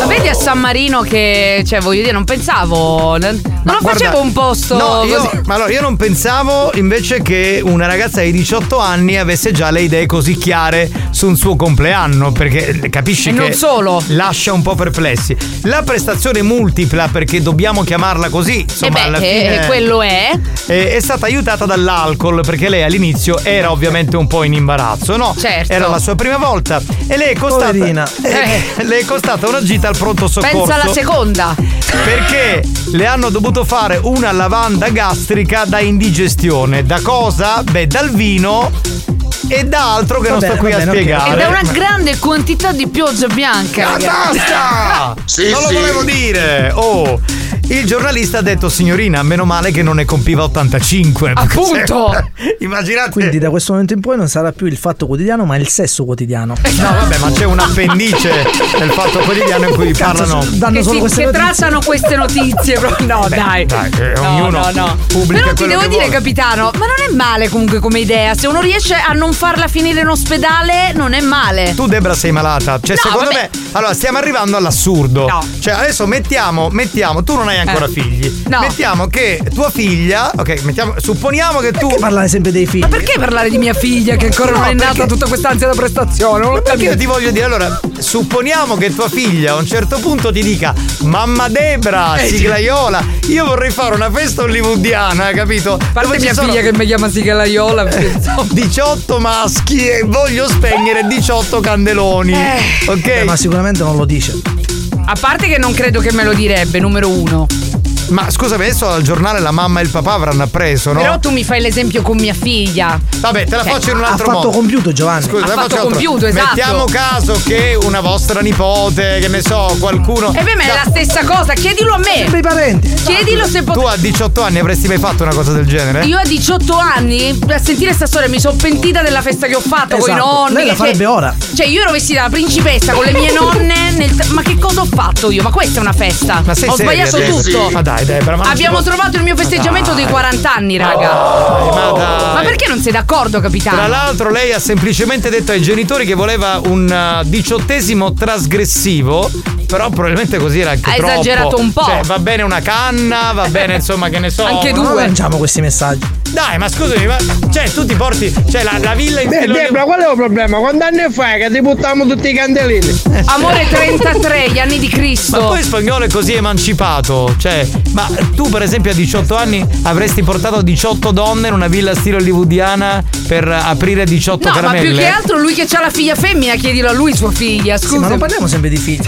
[SPEAKER 10] Ma vedi a San Marino che, cioè, voglio dire, non pensavo. Non non lo
[SPEAKER 2] Guarda,
[SPEAKER 10] facevo un posto
[SPEAKER 2] no, io,
[SPEAKER 10] così.
[SPEAKER 2] ma allora io non pensavo invece che una ragazza di 18 anni avesse già le idee così chiare su un suo compleanno perché eh, capisci
[SPEAKER 10] E
[SPEAKER 2] che
[SPEAKER 10] non solo.
[SPEAKER 2] lascia un po' perplessi la prestazione multipla perché dobbiamo chiamarla così insomma
[SPEAKER 10] eh
[SPEAKER 2] alla
[SPEAKER 10] beh, eh,
[SPEAKER 2] fine
[SPEAKER 10] quello è.
[SPEAKER 2] Eh, è stata aiutata dall'alcol perché lei all'inizio era ovviamente un po' in imbarazzo, no?
[SPEAKER 10] Certo.
[SPEAKER 2] Era la sua prima volta e lei è costata, Eh, le è costata una gita al pronto soccorso.
[SPEAKER 10] Pensa alla seconda.
[SPEAKER 2] Perché le hanno dovuto fare una lavanda gastrica da indigestione. Da cosa? Beh, dal vino e da altro
[SPEAKER 24] Va
[SPEAKER 2] che non
[SPEAKER 24] bene,
[SPEAKER 2] sto qui
[SPEAKER 24] va
[SPEAKER 2] a
[SPEAKER 24] bene, ok.
[SPEAKER 2] spiegare.
[SPEAKER 10] E da una grande quantità di pioggia bianca.
[SPEAKER 2] Ma
[SPEAKER 10] ragazzi.
[SPEAKER 2] basta! non lo volevo dire! Oh! Il giornalista ha detto, signorina, meno male che non ne compiva 85. perché se- Immaginate.
[SPEAKER 24] Quindi da questo momento in poi non sarà più il fatto quotidiano, ma il sesso quotidiano.
[SPEAKER 2] No, vabbè, ma c'è un appendice nel Cioè, fatto quotidiano in cui
[SPEAKER 24] Cazzo,
[SPEAKER 2] parlano.
[SPEAKER 24] so- danno
[SPEAKER 10] che
[SPEAKER 24] solo
[SPEAKER 10] si-
[SPEAKER 24] queste
[SPEAKER 10] che
[SPEAKER 24] notizie.
[SPEAKER 10] tracciano queste notizie. proprio. No,
[SPEAKER 2] Beh,
[SPEAKER 10] dai.
[SPEAKER 2] dai, eh,
[SPEAKER 10] No,
[SPEAKER 2] ognuno
[SPEAKER 10] no, no.
[SPEAKER 2] pubblica
[SPEAKER 10] Però ti
[SPEAKER 2] quello
[SPEAKER 10] devo
[SPEAKER 2] che
[SPEAKER 10] dire,
[SPEAKER 2] vuole.
[SPEAKER 10] capitano, ma non è male comunque come idea. Se uno riesce a non farla finire in ospedale, non è male.
[SPEAKER 2] Tu Debra sei malata. Cioè,
[SPEAKER 10] No,
[SPEAKER 2] secondo
[SPEAKER 10] vabbè.
[SPEAKER 2] me. Allora, stiamo arrivando all'assurdo. Cioè, adesso mettiamo, mettiamo, tu non hai ancora
[SPEAKER 24] Eh.
[SPEAKER 2] figli.
[SPEAKER 24] No.
[SPEAKER 2] Mettiamo che tua figlia, ok, mettiamo, supponiamo che tu.
[SPEAKER 24] parlare sempre dei figli? Ma
[SPEAKER 10] perché parlare di mia figlia che ancora non è nata tutta quest'ansia da prestazione? Non l'ho
[SPEAKER 2] Perché io ti voglio dire, allora, supponiamo che tua figlia a un certo punto ti dica Mamma Debra,
[SPEAKER 10] Eh, sì.
[SPEAKER 2] siglaiola, io vorrei fare una festa hollywoodiana, capito? Dove
[SPEAKER 10] Parte
[SPEAKER 2] ci
[SPEAKER 10] mia
[SPEAKER 2] sono Eh,
[SPEAKER 10] figlia che mi chiama Sigalaiola.
[SPEAKER 2] 18 maschi e voglio spegnere 18 candeloni. Ok? Ah,
[SPEAKER 24] ma sicuramente non lo dice.
[SPEAKER 10] A parte che non credo che me lo direbbe, numero uno.
[SPEAKER 2] Ma scusami, adesso al giornale la mamma e il papà avranno appreso, no?
[SPEAKER 10] Però tu mi fai l'esempio con mia figlia. Cioè,
[SPEAKER 2] Vabbè, te la faccio in un altro
[SPEAKER 24] Cioè, ha fatto
[SPEAKER 2] modo.
[SPEAKER 24] compiuto Giovanni.
[SPEAKER 2] Scusa, la
[SPEAKER 10] Ha fatto
[SPEAKER 2] faccio altro.
[SPEAKER 10] compiuto, esatto.
[SPEAKER 2] Mettiamo caso che una vostra nipote, che ne so, qualcuno.
[SPEAKER 10] E per me Eh è la stessa cosa, chiedilo a me. Sempre
[SPEAKER 24] i parenti.
[SPEAKER 10] Chiedilo se
[SPEAKER 2] Tu
[SPEAKER 10] posso.
[SPEAKER 2] a 18 anni avresti mai fatto una cosa del genere?
[SPEAKER 10] Io a 18 anni, per sentire sta storia, mi sono pentita della festa che ho fatto con i
[SPEAKER 2] Esatto.
[SPEAKER 10] nonni.
[SPEAKER 2] Lei la farebbe ora.
[SPEAKER 10] Cioè, io ero vestita da principessa con le mie nonne. nel- Ma che cosa ho fatto io? Ma questa è una festa.
[SPEAKER 2] Ma sei
[SPEAKER 10] ho
[SPEAKER 2] seria
[SPEAKER 10] sbagliato
[SPEAKER 2] adesso?
[SPEAKER 10] tutto.
[SPEAKER 2] Ma dai, Debra, ma non
[SPEAKER 10] Abbiamo
[SPEAKER 2] si può-
[SPEAKER 10] trovato il mio
[SPEAKER 2] Ma
[SPEAKER 10] festeggiamento
[SPEAKER 2] dai.
[SPEAKER 10] dei 40 anni, raga.
[SPEAKER 2] ma dai.
[SPEAKER 10] perché non sei d'accordo, capitano?
[SPEAKER 2] Tra l'altro lei ha semplicemente detto ai genitori che voleva un eh, diciottesimo trasgressivo, però probabilmente così era anche
[SPEAKER 10] Ha
[SPEAKER 2] troppo.
[SPEAKER 10] esagerato un po'. Eh,
[SPEAKER 2] Cioè, va bene una canna, va bene insomma che ne so.
[SPEAKER 24] Ma non lanciamo questi messaggi.
[SPEAKER 2] Dai, ma scusami, ma cioè tu ti porti cioè la, la villa in
[SPEAKER 4] Beh,
[SPEAKER 2] stile
[SPEAKER 4] Debra, qual è il problema? Quanti anni fai che ti buttiamo tutti i candelini?
[SPEAKER 10] Amore 33, gli anni di Cristo.
[SPEAKER 2] Ma poi il spagnolo è così emancipato, cioè, ma tu per esempio a 18 anni avresti portato 18 donne in una villa stile hollywoodiana per aprire 18
[SPEAKER 10] No, ma
[SPEAKER 2] caramelle?
[SPEAKER 10] più che altro lui che ha la figlia femmina, chiedilo a lui sua figlia, scusa.
[SPEAKER 24] ma non parliamo sempre di figli.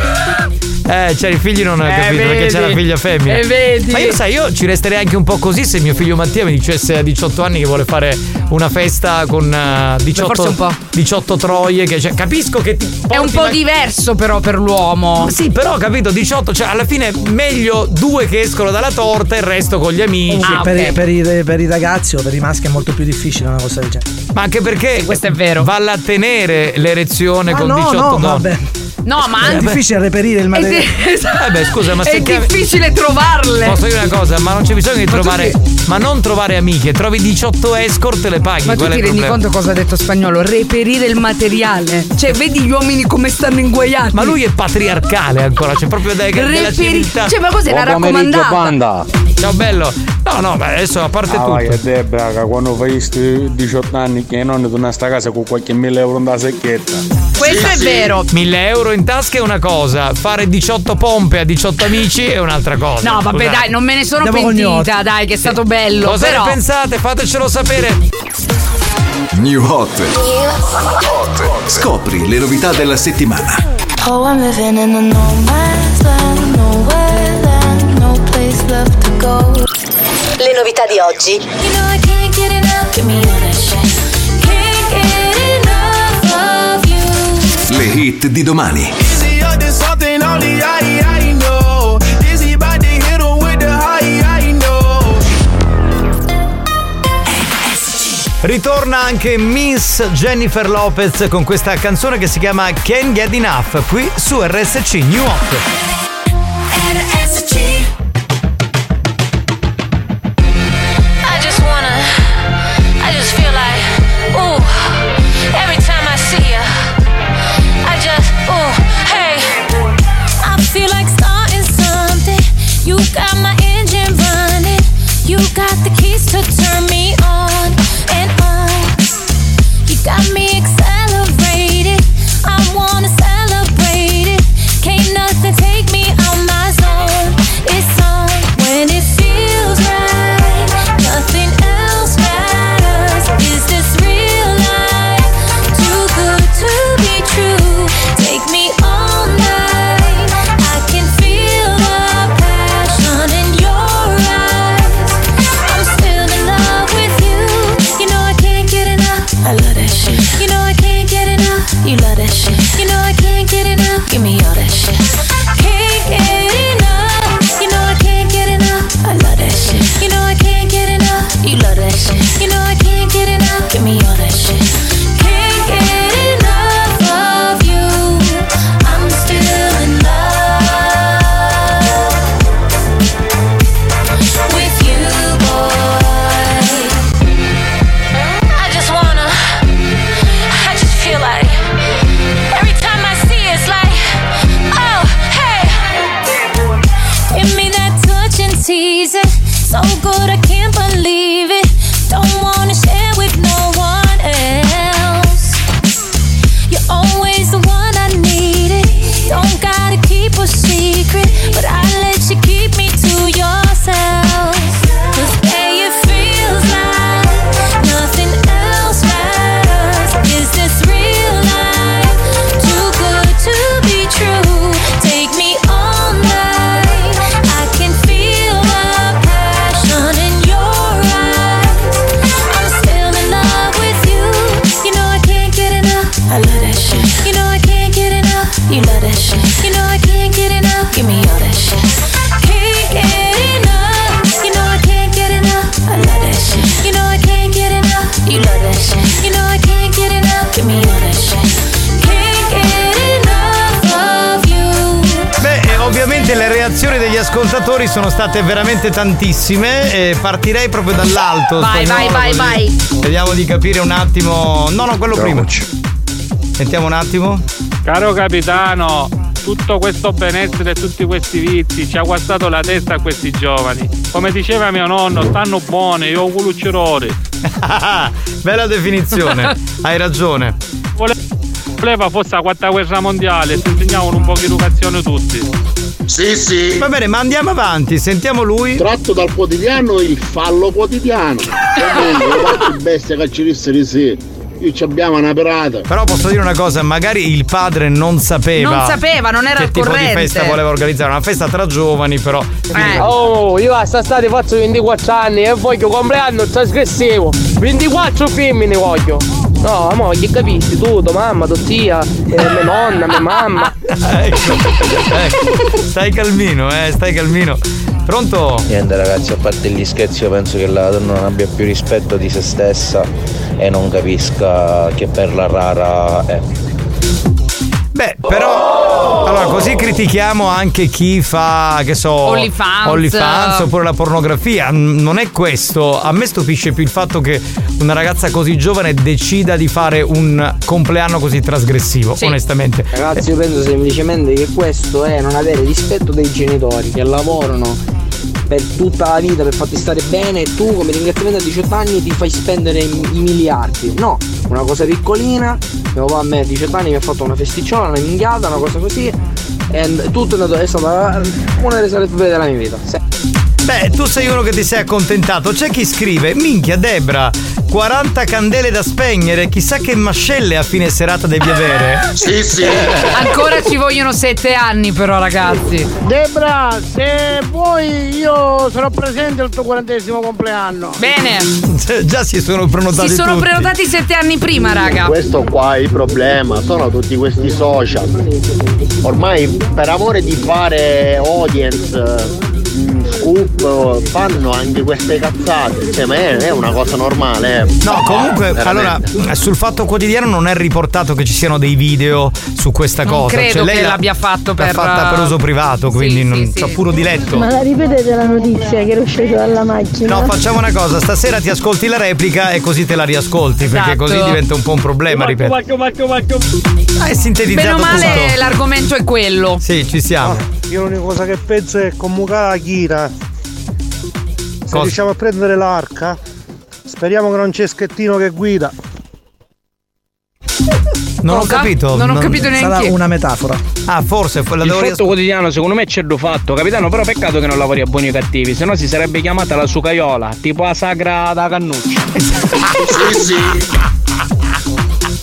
[SPEAKER 2] Eh, cioè, i figli non ho
[SPEAKER 24] Eh,
[SPEAKER 2] capito perché
[SPEAKER 24] vedi.
[SPEAKER 2] c'è la figlia femmina.
[SPEAKER 24] Eh, vedi.
[SPEAKER 2] Ma io sai, io ci resterei anche un po' così se mio figlio Mattia mi dicesse a 18 anni che vuole fare una festa con eh, 18,
[SPEAKER 10] forse un po'.
[SPEAKER 2] 18 troie. Che, cioè, capisco che ti.
[SPEAKER 10] È un
[SPEAKER 2] porti,
[SPEAKER 10] po'
[SPEAKER 2] ma-
[SPEAKER 10] diverso però per l'uomo.
[SPEAKER 2] Ma Sì, però capito, 18, cioè alla fine meglio due che escono dalla torta e il resto con gli amici.
[SPEAKER 10] Ah,
[SPEAKER 24] Comunque, Ah, per, i- per i, per i ragazzi o per i maschi è molto più difficile una cosa del genere.
[SPEAKER 2] Ma anche perché questo è vero. Valla a tenere l'erezione
[SPEAKER 24] Ma
[SPEAKER 2] con
[SPEAKER 24] Ah, no,
[SPEAKER 2] 18
[SPEAKER 24] no,
[SPEAKER 2] donne.
[SPEAKER 24] vabbè.
[SPEAKER 10] No, ma
[SPEAKER 24] È
[SPEAKER 10] anche.
[SPEAKER 24] difficile reperire il
[SPEAKER 10] Eh
[SPEAKER 24] materiale.
[SPEAKER 10] sì, esatto.
[SPEAKER 2] Eh beh, scusa, ma se
[SPEAKER 10] È
[SPEAKER 2] chiami-
[SPEAKER 10] difficile trovarle.
[SPEAKER 2] Posso dire una cosa, ma non c'è bisogno di
[SPEAKER 10] Ma tu
[SPEAKER 2] trovare.
[SPEAKER 10] ti-
[SPEAKER 2] Ma non trovare amiche, trovi 18 escort e le paghi.
[SPEAKER 10] Ma tu
[SPEAKER 2] quello
[SPEAKER 10] ti
[SPEAKER 2] è il
[SPEAKER 10] rendi
[SPEAKER 2] problema.
[SPEAKER 10] conto cosa ha detto spagnolo? Reperire il materiale. Cioè, vedi gli uomini come stanno inguaiati.
[SPEAKER 2] Ma lui è patriarcale ancora, c'è proprio dai della
[SPEAKER 10] Reperi-
[SPEAKER 2] civiltà.
[SPEAKER 10] cioè, ma cos'è, una Buon pomeriggio, raccomandata?
[SPEAKER 2] Ciao bello. No, no, ma adesso a parte
[SPEAKER 15] Ah,
[SPEAKER 2] tutto.
[SPEAKER 15] vai, Debra, che quando fai sti 18 anni che non è tornato a sta casa con qualche 1000 euro in da secchietta.
[SPEAKER 10] Questo è vero.
[SPEAKER 2] 1000 euro in tasca è una cosa, fare 18 pompe a 18 amici è un'altra cosa.
[SPEAKER 10] No, vabbè,
[SPEAKER 2] Scusate.
[SPEAKER 10] dai, non me ne sono pentita, dai, che è stato bello.
[SPEAKER 2] Cosa
[SPEAKER 10] però.
[SPEAKER 2] ne pensate? Fatecelo sapere.
[SPEAKER 13] New Hot. Scopri le novità della settimana.
[SPEAKER 22] Oh, I'm living in a no man's land, nowhere land, no place left to go. Le novità di oggi. You know I can't get enough, give me all that shit. Can't get enough of you.
[SPEAKER 13] Le hit di domani.
[SPEAKER 31] Easy up to something only I, I know. Dizzy about to hit 'em with the high, I know.
[SPEAKER 2] Ritorna anche Miss Jennifer Lopez con questa canzone che si chiama Can't Get Enough qui su RSC New Hot.
[SPEAKER 22] RSC. I just wanna, I just feel like, ooh, every time I see ya, I just, ooh, hey. I feel like starting something. You got my engine running. You got the keys to turn me on and on. You got me accelerated. I wanna celebrate it. Can't nothing take me out my zone. oh, so good I can't believe it. Don't wanna share with no one else. You're always the one I needed. Don't gotta keep a secret, but I let you keep me to yourself. 'Cause, hey, it feels like nothing else matters. Is this real life? Too good to be true. Take me all night. I can feel the passion in your eyes. I'm still in love with you. You know I can't get enough. I love that shit. You know I can't get enough. You love that shit. You know I can't get enough. Give me all that shit. Can't get enough. You know I can't get enough. I love that shit. You know I can't get enough. You love that shit. You know I can't get enough. Give me all that shit. Can't get enough of you.
[SPEAKER 2] Beh, eh, ovviamente le reazioni degli ascoltatori sono state veramente tantissime. eh, partirei proprio dall'alto.
[SPEAKER 10] Vai,
[SPEAKER 2] spagnolo,
[SPEAKER 10] vai, vai,
[SPEAKER 2] così
[SPEAKER 10] vai.
[SPEAKER 2] Vediamo di capire un attimo. No, no, quello prima. Sentiamo un attimo.
[SPEAKER 4] Caro capitano, tutto questo benessere e tutti questi vizi ci ha guastato la testa a questi giovani. Come diceva mio nonno, stanno buoni, io culucciorori.
[SPEAKER 2] Bella definizione, hai ragione.
[SPEAKER 4] Voleva fosse la quarta guerra mondiale, si insegnavano un po' di educazione tutti.
[SPEAKER 2] Sì, sì. Va bene, ma andiamo avanti, sentiamo lui.
[SPEAKER 8] Tratto dal quotidiano il fallo quotidiano. Ovviamente, le quattro bestie calcioliste di sì. Io ci abbiamo una perata.
[SPEAKER 2] Però posso dire una cosa, magari il padre non sapeva.
[SPEAKER 10] Non sapeva, non era
[SPEAKER 2] che
[SPEAKER 10] al
[SPEAKER 2] tipo
[SPEAKER 10] corrente.
[SPEAKER 2] di festa voleva organizzare, una festa tra giovani, però.
[SPEAKER 10] Eh.
[SPEAKER 26] Oh, io a quest'estate faccio 24 anni e voglio compleanno trasgressivo. 24 femmine voglio. No, ma che capisci? Tutto, mamma, tua zia, eh, mia nonna, mia mamma.
[SPEAKER 2] Ecco, stai calmino, eh, stai calmino. Pronto?
[SPEAKER 48] Niente ragazzi, a parte gli scherzi io penso che la donna non abbia più rispetto di se stessa e non capisca che perla rara è.
[SPEAKER 2] Beh, però. Allora, così critichiamo anche chi fa, che so.
[SPEAKER 10] OnlyFans.
[SPEAKER 2] OnlyFans oppure la pornografia. Mm, Non è questo. A me stupisce più il fatto che una ragazza così giovane decida di fare un compleanno così trasgressivo, onestamente.
[SPEAKER 26] Ragazzi, io penso semplicemente che questo è non avere rispetto dei genitori che lavorano per tutta la vita per farti stare bene e tu come ringraziamento a 18 anni ti fai spendere i i miliardi. No, una cosa piccolina, mio papà a me a 18 anni mi ha fatto una festicciola, una minchiata, una cosa così. E tutto è, andato, è stata una delle sale più belle della mia vita. Sì.
[SPEAKER 2] Beh, tu sei uno che ti sei accontentato. C'è chi scrive: Minchia, Debra, 40 candele da spegnere. Chissà che mascelle a fine serata devi avere.
[SPEAKER 28] Sì, sì.
[SPEAKER 10] Ancora ci vogliono sette anni però ragazzi.
[SPEAKER 49] Debra, se vuoi io sarò presente al tuo quarantesimo compleanno.
[SPEAKER 10] Bene.
[SPEAKER 2] Già si sono prenotati.
[SPEAKER 10] Si sono
[SPEAKER 2] tutti.
[SPEAKER 10] prenotati sette anni prima, raga.
[SPEAKER 8] Questo qua è il problema, sono tutti questi social. Ormai per amore di fare audience, mh, scoop, fanno anche queste cazzate. Cioè, ma è, è una cosa normale. eh.
[SPEAKER 2] No, comunque,
[SPEAKER 8] Veramente.
[SPEAKER 2] allora, sul fatto quotidiano non è riportato che ci siano dei video su questa
[SPEAKER 10] Non
[SPEAKER 2] cosa.
[SPEAKER 10] credo
[SPEAKER 2] Cioè, lei
[SPEAKER 10] che
[SPEAKER 2] l'ha-
[SPEAKER 10] l'abbia fatto
[SPEAKER 2] l'ha
[SPEAKER 10] per eh,
[SPEAKER 2] fatta per uso privato, quindi non c'ho puro diletto.
[SPEAKER 11] Ma la ripetete la notizia che ero sceso dalla macchina?
[SPEAKER 2] No, facciamo una cosa, stasera ti ascolti la replica e così te la riascolti, perché
[SPEAKER 10] Esatto.
[SPEAKER 2] così diventa un po' un problema, ripeto. Ah, è
[SPEAKER 10] Meno
[SPEAKER 2] sintetizzato
[SPEAKER 10] male
[SPEAKER 2] tutto.
[SPEAKER 10] l'argomento è quello.
[SPEAKER 2] Sì, ci siamo.
[SPEAKER 18] Io l'unica cosa che penso è convocare la Kira. Se
[SPEAKER 2] Cosa?
[SPEAKER 18] riusciamo a prendere l'arca, speriamo che non c'è Schettino che guida.
[SPEAKER 2] Non ho capito.
[SPEAKER 24] Sarà una metafora.
[SPEAKER 2] Ah, forse la
[SPEAKER 18] devo
[SPEAKER 4] Il
[SPEAKER 18] rias-
[SPEAKER 4] fatto quotidiano secondo me c'è do fatto, capitano, però peccato che non lavori a buoni e cattivi, sennò si sarebbe chiamata la sucaiola, tipo la sagra da cannuccia.
[SPEAKER 10] Sì,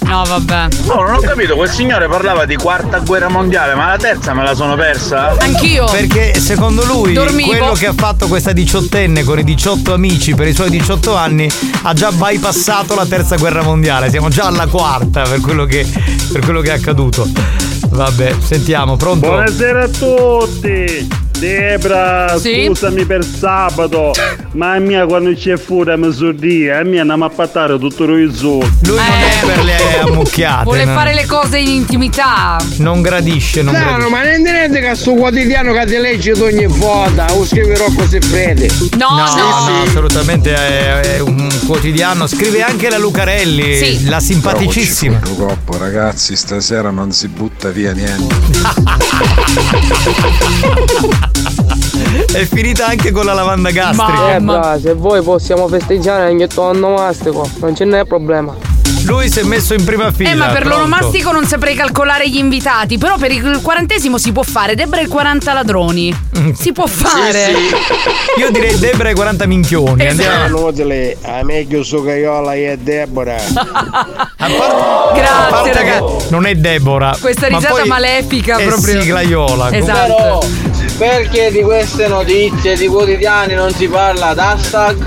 [SPEAKER 10] No, vabbè.
[SPEAKER 50] No, non ho capito, quel signore parlava di quarta guerra mondiale, ma la terza me la sono persa.
[SPEAKER 10] Anch'io.
[SPEAKER 2] Perché secondo lui
[SPEAKER 50] Dormivo.
[SPEAKER 2] quello che ha fatto questa diciottenne con i 18 amici per i suoi 18 anni ha già bypassato la terza guerra mondiale. Siamo già alla quarta per quello che, per quello che è accaduto. Vabbè, sentiamo, pronto?
[SPEAKER 7] Buonasera a tutti! Debra,
[SPEAKER 50] Sì?
[SPEAKER 7] scusami per sabato, ma a mia quando c'è furia mi sordia, a mia andiamo a pattare tutto lo zoo.
[SPEAKER 2] Lui non è Eh, per le ammucchiate.
[SPEAKER 10] Vuole
[SPEAKER 2] no?
[SPEAKER 10] fare le cose in intimità.
[SPEAKER 2] Non gradisce, non
[SPEAKER 51] No,
[SPEAKER 2] gradisce.
[SPEAKER 51] no, ma non direte che sul quotidiano che ti leggi ogni volta, o scriverò così fredde.
[SPEAKER 2] No, no, assolutamente è, è un quotidiano. Scrive anche la Lucarelli,
[SPEAKER 51] Sì.
[SPEAKER 2] la simpaticissima.
[SPEAKER 28] Però ci fu il coppo, ragazzi, stasera non si butta via niente.
[SPEAKER 2] È finita anche con la lavanda gastrica.
[SPEAKER 28] Eh, bra, se voi possiamo festeggiare anche il tuo onomastico, non ce n'è problema.
[SPEAKER 2] Lui si è messo in prima fila.
[SPEAKER 10] Eh, ma per
[SPEAKER 2] pronto.
[SPEAKER 10] l'onomastico non saprei calcolare gli invitati. Però per il quarantesimo si può fare. Debra e il 40 ladroni.
[SPEAKER 2] Mm.
[SPEAKER 10] Si può fare.
[SPEAKER 2] Io direi Debra e 40 minchioni.
[SPEAKER 10] Esatto.
[SPEAKER 2] Andiamo.
[SPEAKER 4] Inutile, a meglio su Caiola e Debora.
[SPEAKER 2] A parte che non è Debora.
[SPEAKER 10] Ah, Questa
[SPEAKER 2] ma
[SPEAKER 10] risata
[SPEAKER 2] poi
[SPEAKER 10] malefica
[SPEAKER 2] è
[SPEAKER 10] proprio.
[SPEAKER 2] siglaiola.
[SPEAKER 10] Esatto.
[SPEAKER 18] Però, perché di queste notizie di quotidiani non si parla d'hashtag?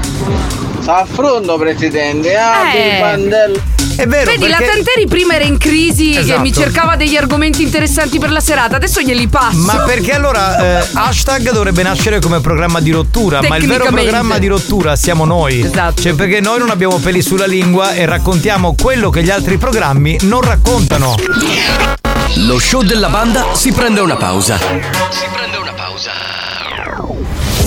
[SPEAKER 18] S'affronto presidente, ah,
[SPEAKER 10] Eh.
[SPEAKER 18] di bandello.
[SPEAKER 2] È vero,
[SPEAKER 10] Vedi, la Tanteri prima era in crisi
[SPEAKER 2] Esatto.
[SPEAKER 10] e mi cercava degli argomenti interessanti per la serata, adesso glieli passo.
[SPEAKER 2] Ma perché allora eh, hashtag dovrebbe nascere come programma di rottura? Ma il vero
[SPEAKER 10] Tecnicamente.
[SPEAKER 2] programma di rottura siamo noi.
[SPEAKER 10] Esatto.
[SPEAKER 2] Cioè, perché noi non abbiamo peli sulla lingua e raccontiamo quello che gli altri programmi non raccontano.
[SPEAKER 1] Lo show della banda si prende una pausa.
[SPEAKER 31] Si prende una pausa.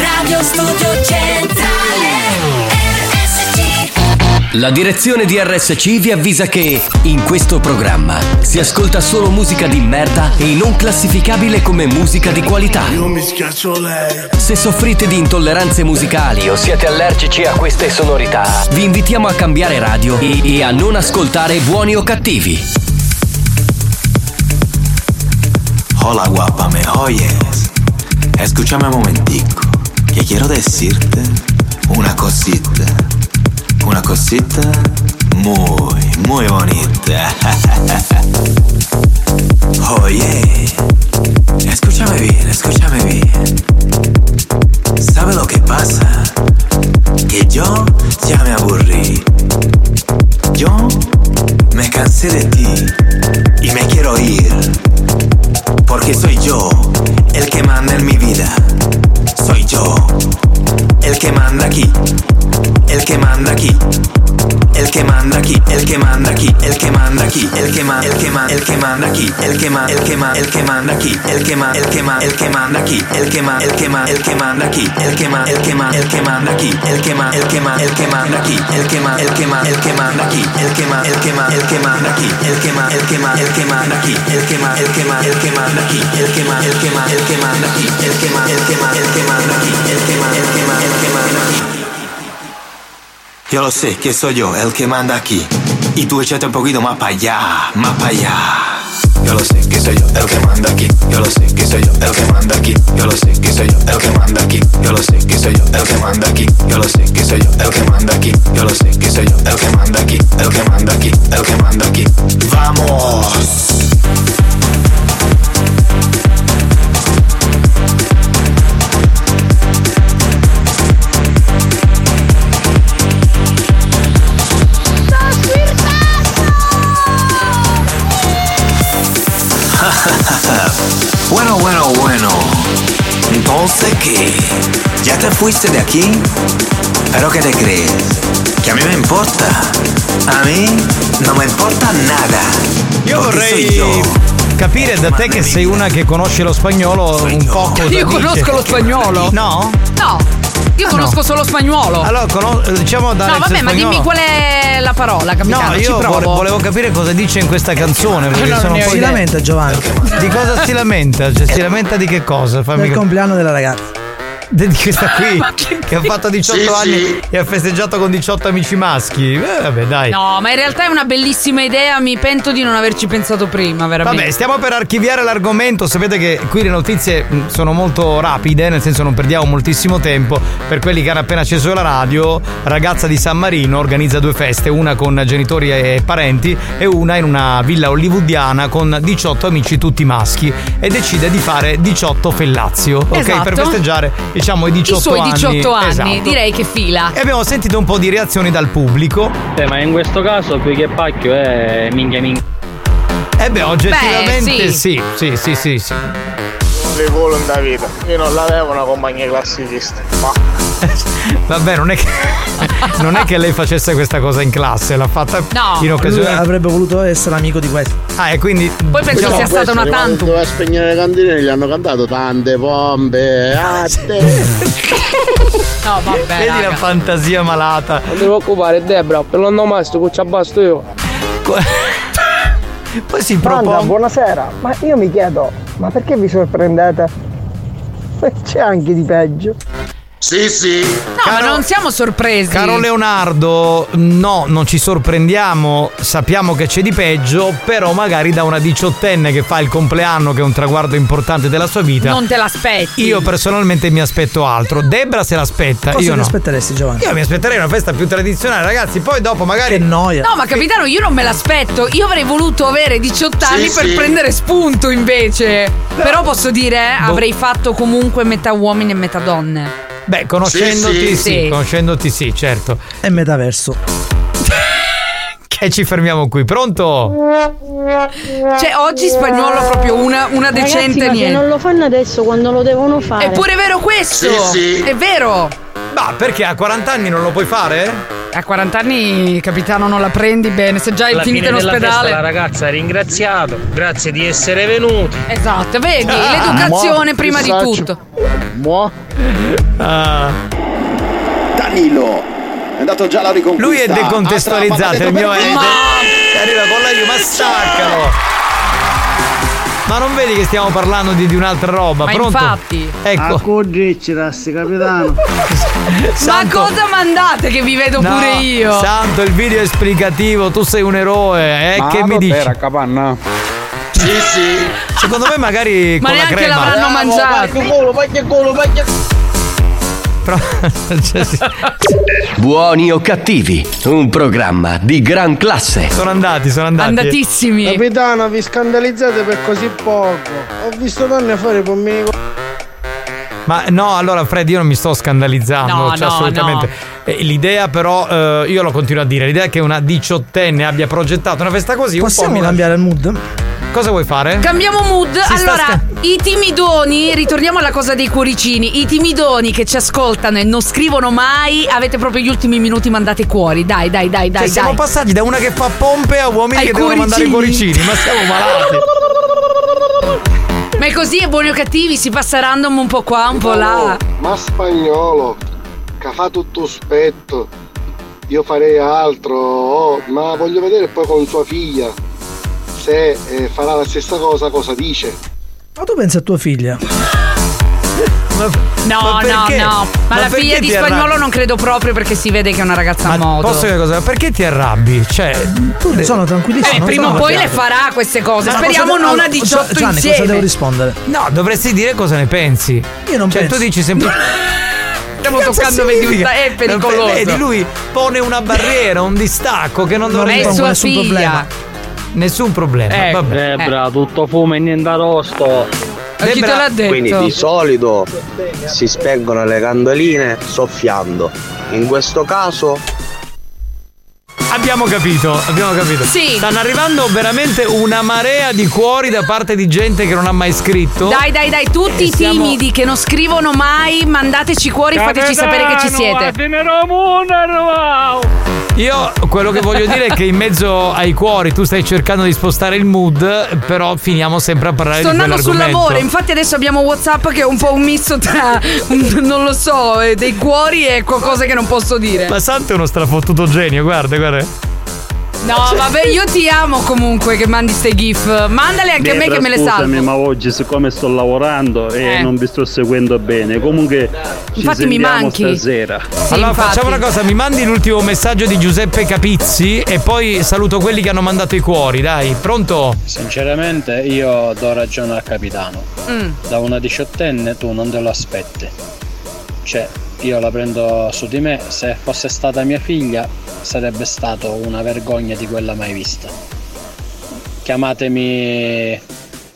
[SPEAKER 31] Radio Studio Centrale.
[SPEAKER 1] La direzione di RSC vi avvisa che in questo programma si ascolta solo musica di merda e non classificabile come musica di qualità. Se soffrite di intolleranze musicali o siete allergici a queste sonorità, vi invitiamo a cambiare radio e, e a non ascoltare buoni o cattivi.
[SPEAKER 25] Hola guapa, me oyes. Escúchame un momentico, que quiero decirte una cosita. Una cosita muy, muy bonita.
[SPEAKER 2] Oh,
[SPEAKER 25] Oye, escúchame bien, escúchame bien. ¿Sabe lo que pasa? Que yo ya me aburrí. Yo me cansé de ti y me quiero ir. Porque soy yo el que manda en mi vida. Soy yo el que manda aquí. El que manda aquí. El que manda aquí, el que manda aquí, el que manda aquí, el que manda, el que manda, el que manda aquí, el que manda, el que manda, el que manda aquí, el que manda, el que manda, el que manda aquí, el que manda, el que manda, el que manda aquí, el que manda, el que manda, el que manda aquí, el que manda, el que manda, el que manda aquí, el que manda, el que manda, el que manda aquí, el que manda, el que manda, el que manda aquí, el que manda, el que manda, el que manda aquí, el que manda, el que manda, el que manda aquí, el que manda, el que manda, el que manda aquí, el que manda, el que manda, el que manda aquí, el que manda, el que manda, el que manda aquí. Yo lo sé, que soy yo el que manda aquí. Y tú échate un poquito más para allá, más para allá. Yo lo sé, que soy yo el que manda aquí. Yo lo sé, que soy yo el que manda aquí. Yo lo sé, que soy yo el que manda aquí. Yo lo sé, que soy yo el que manda aquí. Yo lo sé, que soy yo el que manda aquí. Yo lo sé, que soy yo el que manda aquí. El que manda aquí, el que manda aquí. ¡Vamos! bueno, bueno, bueno. Entonces, ¿qué? ¿Ya te fuiste de aquí? ¿Pero qué te crees? ¿Que a mí me importa? A mí no me importa nada.
[SPEAKER 2] Io
[SPEAKER 25] Porque
[SPEAKER 2] vorrei
[SPEAKER 25] soy yo.
[SPEAKER 2] capire da te che sei una che conosce lo spagnolo un po' cosa
[SPEAKER 10] Io
[SPEAKER 2] dice.
[SPEAKER 10] conosco lo spagnolo.
[SPEAKER 2] No?
[SPEAKER 10] No. Io
[SPEAKER 2] Ah,
[SPEAKER 10] conosco
[SPEAKER 2] no.
[SPEAKER 10] solo spagnolo.
[SPEAKER 2] Allora, cono- diciamo da
[SPEAKER 10] no,
[SPEAKER 2] Alex
[SPEAKER 10] vabbè, ma
[SPEAKER 2] Spagnolo.
[SPEAKER 10] dimmi qual è la parola, capitano.
[SPEAKER 2] No,
[SPEAKER 10] ci
[SPEAKER 2] io
[SPEAKER 10] provo.
[SPEAKER 2] vole- volevo capire cosa dice in questa canzone. Perché
[SPEAKER 24] No,
[SPEAKER 2] sono
[SPEAKER 24] non
[SPEAKER 2] un
[SPEAKER 24] ne ho
[SPEAKER 2] po'
[SPEAKER 24] idea. Si lamenta, Giovanni.
[SPEAKER 2] Di cosa si lamenta? Cioè, si lamenta di che cosa? Fammi
[SPEAKER 24] Del
[SPEAKER 2] capire.
[SPEAKER 24] compleanno della ragazza.
[SPEAKER 2] Di questa qui che ha fatto 18
[SPEAKER 24] Sì,
[SPEAKER 2] anni
[SPEAKER 24] sì.
[SPEAKER 2] e ha festeggiato con 18 amici maschi. Eh, vabbè, dai.
[SPEAKER 10] No, ma in realtà è una bellissima idea, mi pento di non averci pensato prima, veramente.
[SPEAKER 2] Vabbè, stiamo per archiviare l'argomento. Sapete che qui le notizie mh, sono molto rapide, nel senso non perdiamo moltissimo tempo. Per quelli che hanno appena acceso la radio, ragazza di San Marino organizza due feste, una con genitori e parenti e una in una villa hollywoodiana con 18 amici tutti maschi e decide di fare 18 fellazio, ok?
[SPEAKER 10] Esatto.
[SPEAKER 2] Per festeggiare, diciamo, i 18
[SPEAKER 10] I suoi
[SPEAKER 2] anni.
[SPEAKER 10] 18 anni,
[SPEAKER 2] Esatto.
[SPEAKER 10] direi che fila.
[SPEAKER 2] E abbiamo sentito un po' di reazioni dal pubblico.
[SPEAKER 9] Eh, ma in questo caso più che pacchio è minchia minchia.
[SPEAKER 2] E beh, Eh oggettivamente
[SPEAKER 10] Beh,
[SPEAKER 2] sì, sì, sì, sì. sì.
[SPEAKER 13] di culo in da vita. Io non l'avevo una compagnia classicista. Ma
[SPEAKER 2] Vabbè, non è che, non è che lei facesse questa cosa in classe, l'ha fatta in
[SPEAKER 24] Lui
[SPEAKER 2] occasione.
[SPEAKER 24] avrebbe voluto essere amico di questo.
[SPEAKER 2] Ah, e quindi.
[SPEAKER 10] Poi penso sia stata una tantum.
[SPEAKER 29] Doveva spegnere le candele, gli hanno cantato tante bombe. Ah,
[SPEAKER 10] No, vabbè.
[SPEAKER 2] Vedi la fantasia malata.
[SPEAKER 28] Non ti preoccupare, Debra, per l'anno mastico ci abbasto io.
[SPEAKER 2] Poi si
[SPEAKER 15] Banda, buonasera. Ma io mi chiedo, ma perché vi sorprendete? C'è anche di peggio.
[SPEAKER 30] Sì, sì.
[SPEAKER 10] No, ma non siamo sorpresi.
[SPEAKER 2] Caro Leonardo, no, non ci sorprendiamo, sappiamo che c'è di peggio, però magari da una diciottenne che fa il compleanno, che è un traguardo importante della sua vita.
[SPEAKER 10] Non te l'aspetti.
[SPEAKER 2] Io personalmente mi aspetto altro. Debra se l'aspetta,
[SPEAKER 24] Cosa
[SPEAKER 2] Eh, io
[SPEAKER 24] ti
[SPEAKER 2] no.
[SPEAKER 24] aspetteresti, Giovanni?
[SPEAKER 2] Io mi aspetterei una festa più tradizionale, ragazzi. Poi dopo magari. Che
[SPEAKER 24] noia.
[SPEAKER 10] No, ma capitano, io non me l'aspetto. Io avrei voluto avere 18 anni per
[SPEAKER 2] sì.
[SPEAKER 10] prendere spunto invece. Però posso dire, eh,
[SPEAKER 2] Boh.
[SPEAKER 10] avrei fatto comunque metà uomini e metà donne.
[SPEAKER 2] Beh, conoscendoti, sì, conoscendoti, sì, certo.
[SPEAKER 24] È metaverso.
[SPEAKER 2] Che ci fermiamo qui, pronto?
[SPEAKER 10] Cioè, oggi spagnolo proprio una, una decente
[SPEAKER 11] Ragazzi, ma se
[SPEAKER 10] niente.
[SPEAKER 11] non lo fanno adesso quando lo devono fare.
[SPEAKER 10] È pure vero questo?
[SPEAKER 2] Sì, sì.
[SPEAKER 10] È vero.
[SPEAKER 2] Ma perché a 40 anni non lo puoi fare?
[SPEAKER 10] A 40 anni, capitano, non la prendi bene. Se già è
[SPEAKER 27] Alla fine
[SPEAKER 10] finita in
[SPEAKER 27] della
[SPEAKER 10] ospedale.
[SPEAKER 27] festa la ragazza ha ringraziato, grazie di essere venuto.
[SPEAKER 10] Esatto, vedi, l'educazione
[SPEAKER 27] Mo-
[SPEAKER 10] prima di
[SPEAKER 27] messaggio.
[SPEAKER 10] tutto.
[SPEAKER 29] Mo? Ah. Danilo è andato già alla riconquista.
[SPEAKER 2] Lui è decontestualizzato, il mio è. Arriva con l'aiuto, ma staccalo! Ma non vedi che stiamo parlando di, di un'altra roba, pronto?
[SPEAKER 4] Ah,
[SPEAKER 2] Ecco.
[SPEAKER 7] Accorgerci, capitano.
[SPEAKER 10] Ma cosa mandate che vi vedo
[SPEAKER 2] No,
[SPEAKER 10] pure io?
[SPEAKER 2] Santo, il video è esplicativo, tu sei un eroe, eh?
[SPEAKER 14] Ma
[SPEAKER 2] che mi
[SPEAKER 14] vabbè,
[SPEAKER 2] dici?
[SPEAKER 14] capanna.
[SPEAKER 2] Sì, sì. Secondo me magari
[SPEAKER 10] Ma
[SPEAKER 2] con la
[SPEAKER 10] neanche
[SPEAKER 2] crema.
[SPEAKER 18] Eh,
[SPEAKER 10] l'avranno mangiato.
[SPEAKER 13] culo, vacchi a culo, vacchi a culo.
[SPEAKER 2] Cioè,
[SPEAKER 1] Buoni o cattivi, un programma di gran classe.
[SPEAKER 2] Sono andati, sono andati.
[SPEAKER 14] Capitano, vi scandalizzate per così poco. Ho visto donne fare pommico.
[SPEAKER 2] Ma no, allora Fred, io non mi sto scandalizzando,
[SPEAKER 14] No,
[SPEAKER 2] cioè,
[SPEAKER 14] no,
[SPEAKER 2] assolutamente. Eh, L'idea però, eh, io lo continuo a dire, l'idea che una diciottenne abbia progettato una festa così,
[SPEAKER 24] Possiamo
[SPEAKER 2] un po' mi
[SPEAKER 24] cambiare il mood?
[SPEAKER 2] lascia- Cosa vuoi fare?
[SPEAKER 10] Cambiamo mood.
[SPEAKER 2] Si sta
[SPEAKER 10] allora, i timidoni, ritorniamo alla cosa dei cuoricini. I timidoni che ci ascoltano e non scrivono mai, avete proprio gli ultimi minuti mandate cuori. Dai, dai, dai, dai.
[SPEAKER 2] Cioè, siamo
[SPEAKER 10] dai.
[SPEAKER 2] passati da una che fa pompe a uomini
[SPEAKER 10] Ai
[SPEAKER 2] che devono mandare i
[SPEAKER 10] cuoricini.
[SPEAKER 2] cuoricini, ma siamo malati.
[SPEAKER 10] Ma è così, è buoni o cattivi, si passa random un po' qua, un po'
[SPEAKER 2] Oh.
[SPEAKER 10] là.
[SPEAKER 14] Ma spagnolo, che fa tutto spetto. Io farei altro, oh, ma voglio vedere poi con sua figlia se eh, farà la stessa cosa, cosa dice.
[SPEAKER 24] Ma tu pensi a tua figlia?
[SPEAKER 2] Eh,
[SPEAKER 10] No,
[SPEAKER 24] Ma
[SPEAKER 10] no,
[SPEAKER 24] perché?
[SPEAKER 10] no. Ma,
[SPEAKER 24] Ma
[SPEAKER 10] la figlia
[SPEAKER 24] perché
[SPEAKER 10] di
[SPEAKER 2] ti
[SPEAKER 10] spagnolo
[SPEAKER 2] arrabbi?
[SPEAKER 10] non credo proprio perché si vede che è una ragazza a modo.
[SPEAKER 2] Posso dire una cosa? Ma Perché ti arrabbi? Cioè, tu
[SPEAKER 24] sono
[SPEAKER 10] Eh,
[SPEAKER 24] tranquillissimo.
[SPEAKER 10] prima o poi le farà queste cose.
[SPEAKER 24] Ma
[SPEAKER 10] Speriamo
[SPEAKER 24] cosa de-
[SPEAKER 10] non a
[SPEAKER 24] allora,
[SPEAKER 10] 18
[SPEAKER 24] Gianni, cosa
[SPEAKER 10] insieme.
[SPEAKER 24] devo rispondere?
[SPEAKER 2] No, dovresti dire cosa ne pensi.
[SPEAKER 24] Io non
[SPEAKER 2] cioè,
[SPEAKER 24] penso.
[SPEAKER 2] tu dici sempre.
[SPEAKER 10] Stiamo toccando
[SPEAKER 2] significa?
[SPEAKER 10] 21, è pericoloso.
[SPEAKER 2] Vedi, lui pone una barriera, un distacco che non
[SPEAKER 9] Non
[SPEAKER 2] dovrebbe
[SPEAKER 9] è
[SPEAKER 2] Non
[SPEAKER 9] sua
[SPEAKER 2] nessun
[SPEAKER 9] figlia.
[SPEAKER 2] problema. Nessun problema.
[SPEAKER 9] Ecco.
[SPEAKER 2] vabbè.
[SPEAKER 9] Eh, bravo, tutto fumo e niente arrosto.
[SPEAKER 2] Ma chi te l'ha detto?
[SPEAKER 12] Quindi di solito si spengono le candeline soffiando. In questo caso
[SPEAKER 2] Abbiamo capito, abbiamo capito.
[SPEAKER 12] Sì.
[SPEAKER 2] Stanno arrivando veramente una marea di cuori da parte di gente che non ha mai scritto.
[SPEAKER 10] Dai, dai, dai, tutti i timidi che non scrivono mai, mandateci cuori, fateci sapere che ci siete.
[SPEAKER 2] Io quello che voglio dire è che in mezzo ai cuori tu stai cercando di spostare il mood, però finiamo sempre a parlare
[SPEAKER 10] Sto
[SPEAKER 2] di
[SPEAKER 10] andando
[SPEAKER 2] quell'argomento.
[SPEAKER 10] sull'amore, infatti adesso abbiamo Whatsapp che è un po' un misto tra, un- non lo so, eh, dei cuori e qualcosa che non posso dire.
[SPEAKER 2] Ma Santo è uno strafottuto genio, guarda, guarda.
[SPEAKER 10] No, vabbè, io ti amo comunque che mandi ste gif. Mandale anche a me
[SPEAKER 7] Debra,
[SPEAKER 10] che me le
[SPEAKER 7] Scusami,
[SPEAKER 10] salvo.
[SPEAKER 7] ma oggi siccome sto lavorando e
[SPEAKER 10] Eh.
[SPEAKER 7] non vi sto seguendo bene, comunque ci
[SPEAKER 10] Infatti mi
[SPEAKER 7] sentiamo
[SPEAKER 10] manchi.
[SPEAKER 7] stasera.
[SPEAKER 2] allora facciamo una cosa, mi mandi l'ultimo messaggio di Giuseppe Capizzi e poi saluto quelli che hanno mandato i cuori, dai, pronto?
[SPEAKER 27] Sinceramente io do ragione al capitano.
[SPEAKER 10] Mm.
[SPEAKER 27] Da una diciottenne tu non te lo aspetti. Cioè, io la prendo su di me, se fosse stata mia figlia sarebbe stato una vergogna di quella mai vista. Chiamatemi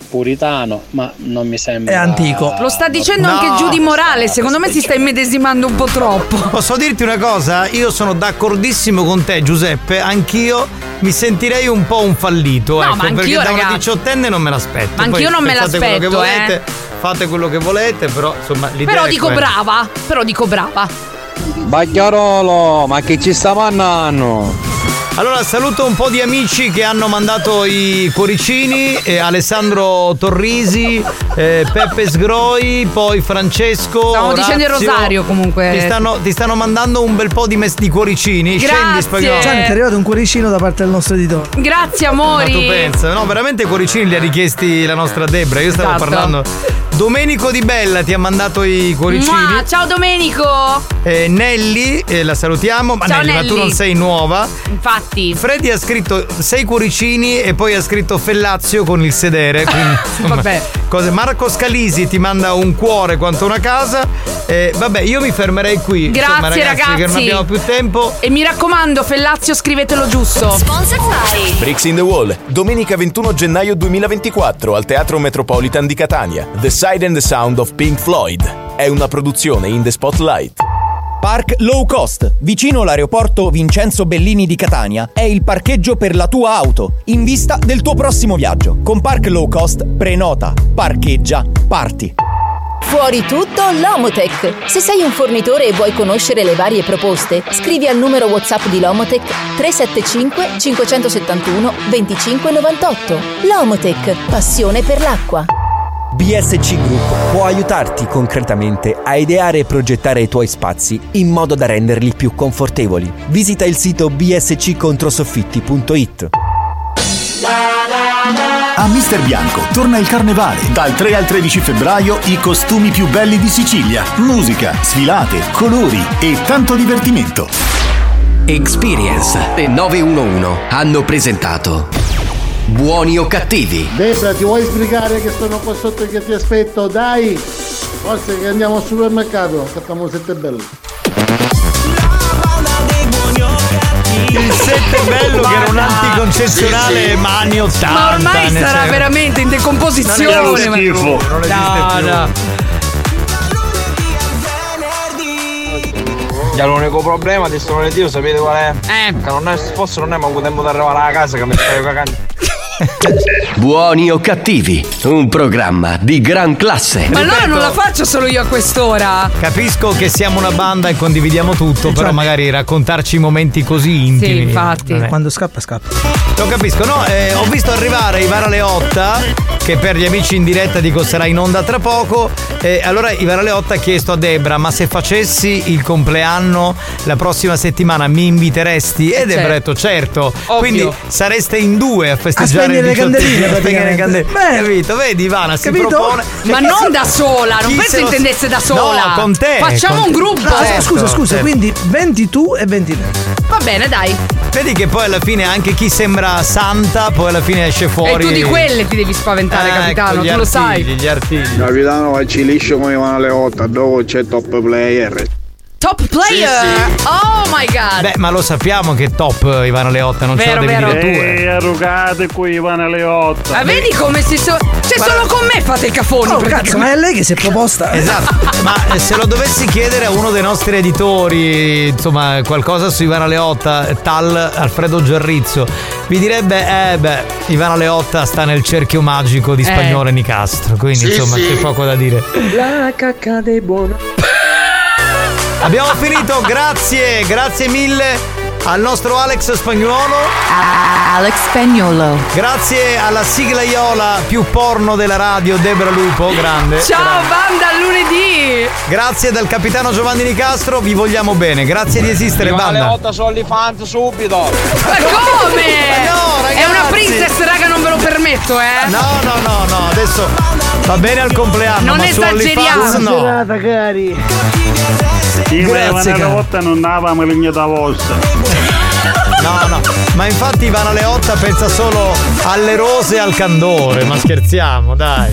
[SPEAKER 27] puritano, ma non mi sembra...
[SPEAKER 24] È antico.
[SPEAKER 10] Lo sta dicendo
[SPEAKER 27] No.
[SPEAKER 10] anche Giudy Morale, secondo me si sta immedesimando un po' troppo.
[SPEAKER 2] Posso dirti una cosa? Io sono d'accordissimo con te Giuseppe, anch'io mi sentirei un po' un fallito,
[SPEAKER 10] No,
[SPEAKER 2] ecco,
[SPEAKER 10] ma
[SPEAKER 2] perché
[SPEAKER 10] anch'io,
[SPEAKER 2] da una
[SPEAKER 10] ragazzi.
[SPEAKER 2] diciottenne non me l'aspetto.
[SPEAKER 10] Ma
[SPEAKER 2] Poi
[SPEAKER 10] anch'io non me
[SPEAKER 2] pensate quello che
[SPEAKER 10] l'aspetto, eh.
[SPEAKER 2] volete. fate quello che volete, però insomma l'idea
[SPEAKER 10] Però
[SPEAKER 2] è
[SPEAKER 10] dico
[SPEAKER 2] quella.
[SPEAKER 10] brava, però dico brava.
[SPEAKER 52] Bagliarolo, ma che ci sta mannando?
[SPEAKER 2] Allora saluto un po' di amici che hanno mandato i cuoricini, eh, Alessandro Torrisi, eh, Peppe Sgroi, poi Francesco.
[SPEAKER 10] Stavamo
[SPEAKER 2] Orazio.
[SPEAKER 10] dicendo il rosario, comunque.
[SPEAKER 2] Ti stanno, ti stanno mandando un bel po' di, mes- di cuoricini. Scendi spagnolo.
[SPEAKER 24] Gianni, ti è arrivato un cuoricino da parte del nostro editore.
[SPEAKER 10] Grazie
[SPEAKER 2] Ma tu
[SPEAKER 10] Cioè, amori.
[SPEAKER 2] pensa, no, veramente i cuoricini li ha richiesti la nostra Debra. Io stavo
[SPEAKER 10] Esatto.
[SPEAKER 2] parlando. Domenico Di Bella ti ha mandato i cuoricini.
[SPEAKER 10] Mua, ciao Domenico.
[SPEAKER 2] Eh, Nelly, eh, la salutiamo. Ma
[SPEAKER 10] Ciao,
[SPEAKER 2] Nelly, ma tu
[SPEAKER 10] Nelly.
[SPEAKER 2] non sei nuova.
[SPEAKER 10] Infatti.
[SPEAKER 2] Freddy ha scritto sei cuoricini e poi ha scritto Fellazio con il sedere. Quindi, insomma,
[SPEAKER 10] Vabbè.
[SPEAKER 2] cose. Marco Scalisi ti manda un cuore quanto una casa. Eh, vabbè, io mi fermerei qui.
[SPEAKER 10] Grazie
[SPEAKER 2] insomma,
[SPEAKER 10] ragazzi,
[SPEAKER 2] Che non abbiamo più tempo.
[SPEAKER 10] E mi raccomando, Fellazio, scrivetelo giusto. Sponsor
[SPEAKER 53] Bricks in the Wall, domenica 21 gennaio 2024 al Teatro Metropolitan di Catania. The Side and the Sound of Pink Floyd. È una produzione in the spotlight.
[SPEAKER 1] Park Low Cost, vicino all'aeroporto Vincenzo Bellini di Catania, è il parcheggio per la tua auto, in vista del tuo prossimo viaggio. Con Park Low Cost prenota, parcheggia, parti.
[SPEAKER 23] Fuori tutto Lomotec. Se sei un fornitore e vuoi conoscere le varie proposte, scrivi al numero WhatsApp di Lomotec 375 571 2598. Lomotec, passione per l'acqua.
[SPEAKER 1] BSC Group può aiutarti concretamente a ideare e progettare i tuoi spazi in modo da renderli più confortevoli. Visita il sito bsccontrosoffitti.it.
[SPEAKER 4] A Mister Bianco torna il carnevale. Dal 3 al 13 febbraio i costumi più belli di Sicilia. Musica, sfilate, colori e tanto divertimento.
[SPEAKER 11] Experience e 911 hanno presentato Buoni o cattivi?
[SPEAKER 8] Debra, ti vuoi spiegare che sono qua sotto e che ti aspetto? Dai! Forse che andiamo al supermercato, facciamo sette belle.
[SPEAKER 2] Il 7 bello che era un anticoncessionale
[SPEAKER 54] Sì, sì.
[SPEAKER 2] ma anni 80.
[SPEAKER 10] Ma ormai
[SPEAKER 2] nel
[SPEAKER 10] sarà
[SPEAKER 2] senso-
[SPEAKER 10] veramente in
[SPEAKER 2] Non è
[SPEAKER 10] decomposizione.
[SPEAKER 2] uno schifo.
[SPEAKER 10] ma-
[SPEAKER 2] Non esiste
[SPEAKER 10] No,
[SPEAKER 2] più.
[SPEAKER 10] no.
[SPEAKER 13] Già l'unico problema di sto lunedì, lo sapete qual è?
[SPEAKER 10] Eh.
[SPEAKER 13] Che non è, forse non è manco tempo di arrivare a casa che mi stai cagando.
[SPEAKER 11] Buoni o cattivi? Un programma di gran classe.
[SPEAKER 10] Ma allora non la faccio solo io a quest'ora.
[SPEAKER 2] Capisco che siamo una banda e condividiamo
[SPEAKER 1] Eh,
[SPEAKER 2] tutto,
[SPEAKER 24] Cioè,
[SPEAKER 2] però magari raccontarci momenti così intimi.
[SPEAKER 11] infatti.
[SPEAKER 2] Non è-
[SPEAKER 24] Quando scappa, scappa.
[SPEAKER 2] Lo capisco, no? eh, ho visto arrivare Ivara Leotta, che per gli amici in diretta dico sarà in onda tra poco. E allora Ivara Leotta ha chiesto a Debra: Ma se facessi il compleanno la prossima settimana mi inviteresti? E Debra ha detto: Certo.
[SPEAKER 11] Eh, Ovvio.
[SPEAKER 2] Quindi sareste in due a festeggiare
[SPEAKER 11] A spegnere
[SPEAKER 2] il
[SPEAKER 11] le candeline,
[SPEAKER 2] 18.
[SPEAKER 11] praticamente.
[SPEAKER 2] A spegnere le candeline. Capito? Vedi, Ivana, si
[SPEAKER 11] Capito?
[SPEAKER 2] propone.
[SPEAKER 11] Ma
[SPEAKER 2] Cioè, Chi
[SPEAKER 11] non
[SPEAKER 2] se-
[SPEAKER 11] da sola, non
[SPEAKER 2] chi
[SPEAKER 11] penso
[SPEAKER 2] se lo-
[SPEAKER 11] intendesse da sola.
[SPEAKER 2] No, con te.
[SPEAKER 11] Facciamo
[SPEAKER 2] con-
[SPEAKER 11] un gruppo.
[SPEAKER 2] Certo,
[SPEAKER 11] Ah,
[SPEAKER 24] scusa, scusa,
[SPEAKER 2] certo.
[SPEAKER 24] quindi 20 tu e 20 te.
[SPEAKER 11] Va bene, dai.
[SPEAKER 2] Vedi che poi alla fine anche chi sembra santa, poi alla fine esce fuori.
[SPEAKER 11] E tu di
[SPEAKER 10] Quelle ti devi spaventare,
[SPEAKER 2] Eh,
[SPEAKER 10] capitano,
[SPEAKER 2] ecco, gli
[SPEAKER 10] tu lo sai.
[SPEAKER 2] artigli, Gli artigli.
[SPEAKER 55] Capitano facci liscio come Ivana Leotta, dopo c'è top player.
[SPEAKER 10] Top player! Oh my god!
[SPEAKER 2] Beh, ma lo sappiamo che è top Ivana Leotta, non ce la devi dire tu. eh.
[SPEAKER 7] E arrogate qui Ivana Leotta.
[SPEAKER 10] Ma vedi come si sono. Cioè, solo con me fate i cafoni.
[SPEAKER 24] Oh,
[SPEAKER 10] praticamente.
[SPEAKER 24] cazzo, ma è lei che si è proposta.
[SPEAKER 2] Esatto, ma eh, se lo dovessi chiedere a uno dei nostri editori, insomma, qualcosa su Ivana Leotta, tal Alfredo Giarrizzo, vi direbbe, eh beh, Ivana Leotta sta nel cerchio magico di
[SPEAKER 56] Eh.
[SPEAKER 2] Spagnolo e Nicastro, quindi
[SPEAKER 56] Sì,
[SPEAKER 2] insomma
[SPEAKER 56] sì.
[SPEAKER 2] c'è poco da dire.
[SPEAKER 56] La cacca dei buono.
[SPEAKER 2] Abbiamo finito, grazie, grazie mille al nostro Alex Spagnuolo.
[SPEAKER 57] Alex Spagnolo.
[SPEAKER 2] Grazie alla sigla Iola più porno della radio, Debra Lupo, grande.
[SPEAKER 10] Ciao,
[SPEAKER 2] Grande.
[SPEAKER 10] banda, a lunedì!
[SPEAKER 2] Grazie dal capitano Giovanni Nicastro, vi vogliamo bene, grazie di esistere,
[SPEAKER 13] Ivana
[SPEAKER 2] banda.
[SPEAKER 13] Leotta sono fans subito.
[SPEAKER 10] Ma come?
[SPEAKER 2] Eh
[SPEAKER 13] Ma no,
[SPEAKER 10] è una
[SPEAKER 13] ragazzi.
[SPEAKER 10] princess, raga, non ve lo permetto, eh!
[SPEAKER 2] No, no, no, no, adesso va bene al compleanno,
[SPEAKER 10] Non
[SPEAKER 2] ma su
[SPEAKER 10] esageriamo.
[SPEAKER 2] OnlyFans no.
[SPEAKER 10] Buona
[SPEAKER 8] cari.
[SPEAKER 7] Io
[SPEAKER 2] Grazie,
[SPEAKER 7] Ivana
[SPEAKER 2] cara.
[SPEAKER 7] Leotta non avevamo legnata vostra.
[SPEAKER 2] No, no, ma infatti Ivana Leotta pensa solo alle rose e al candore, ma scherziamo, dai.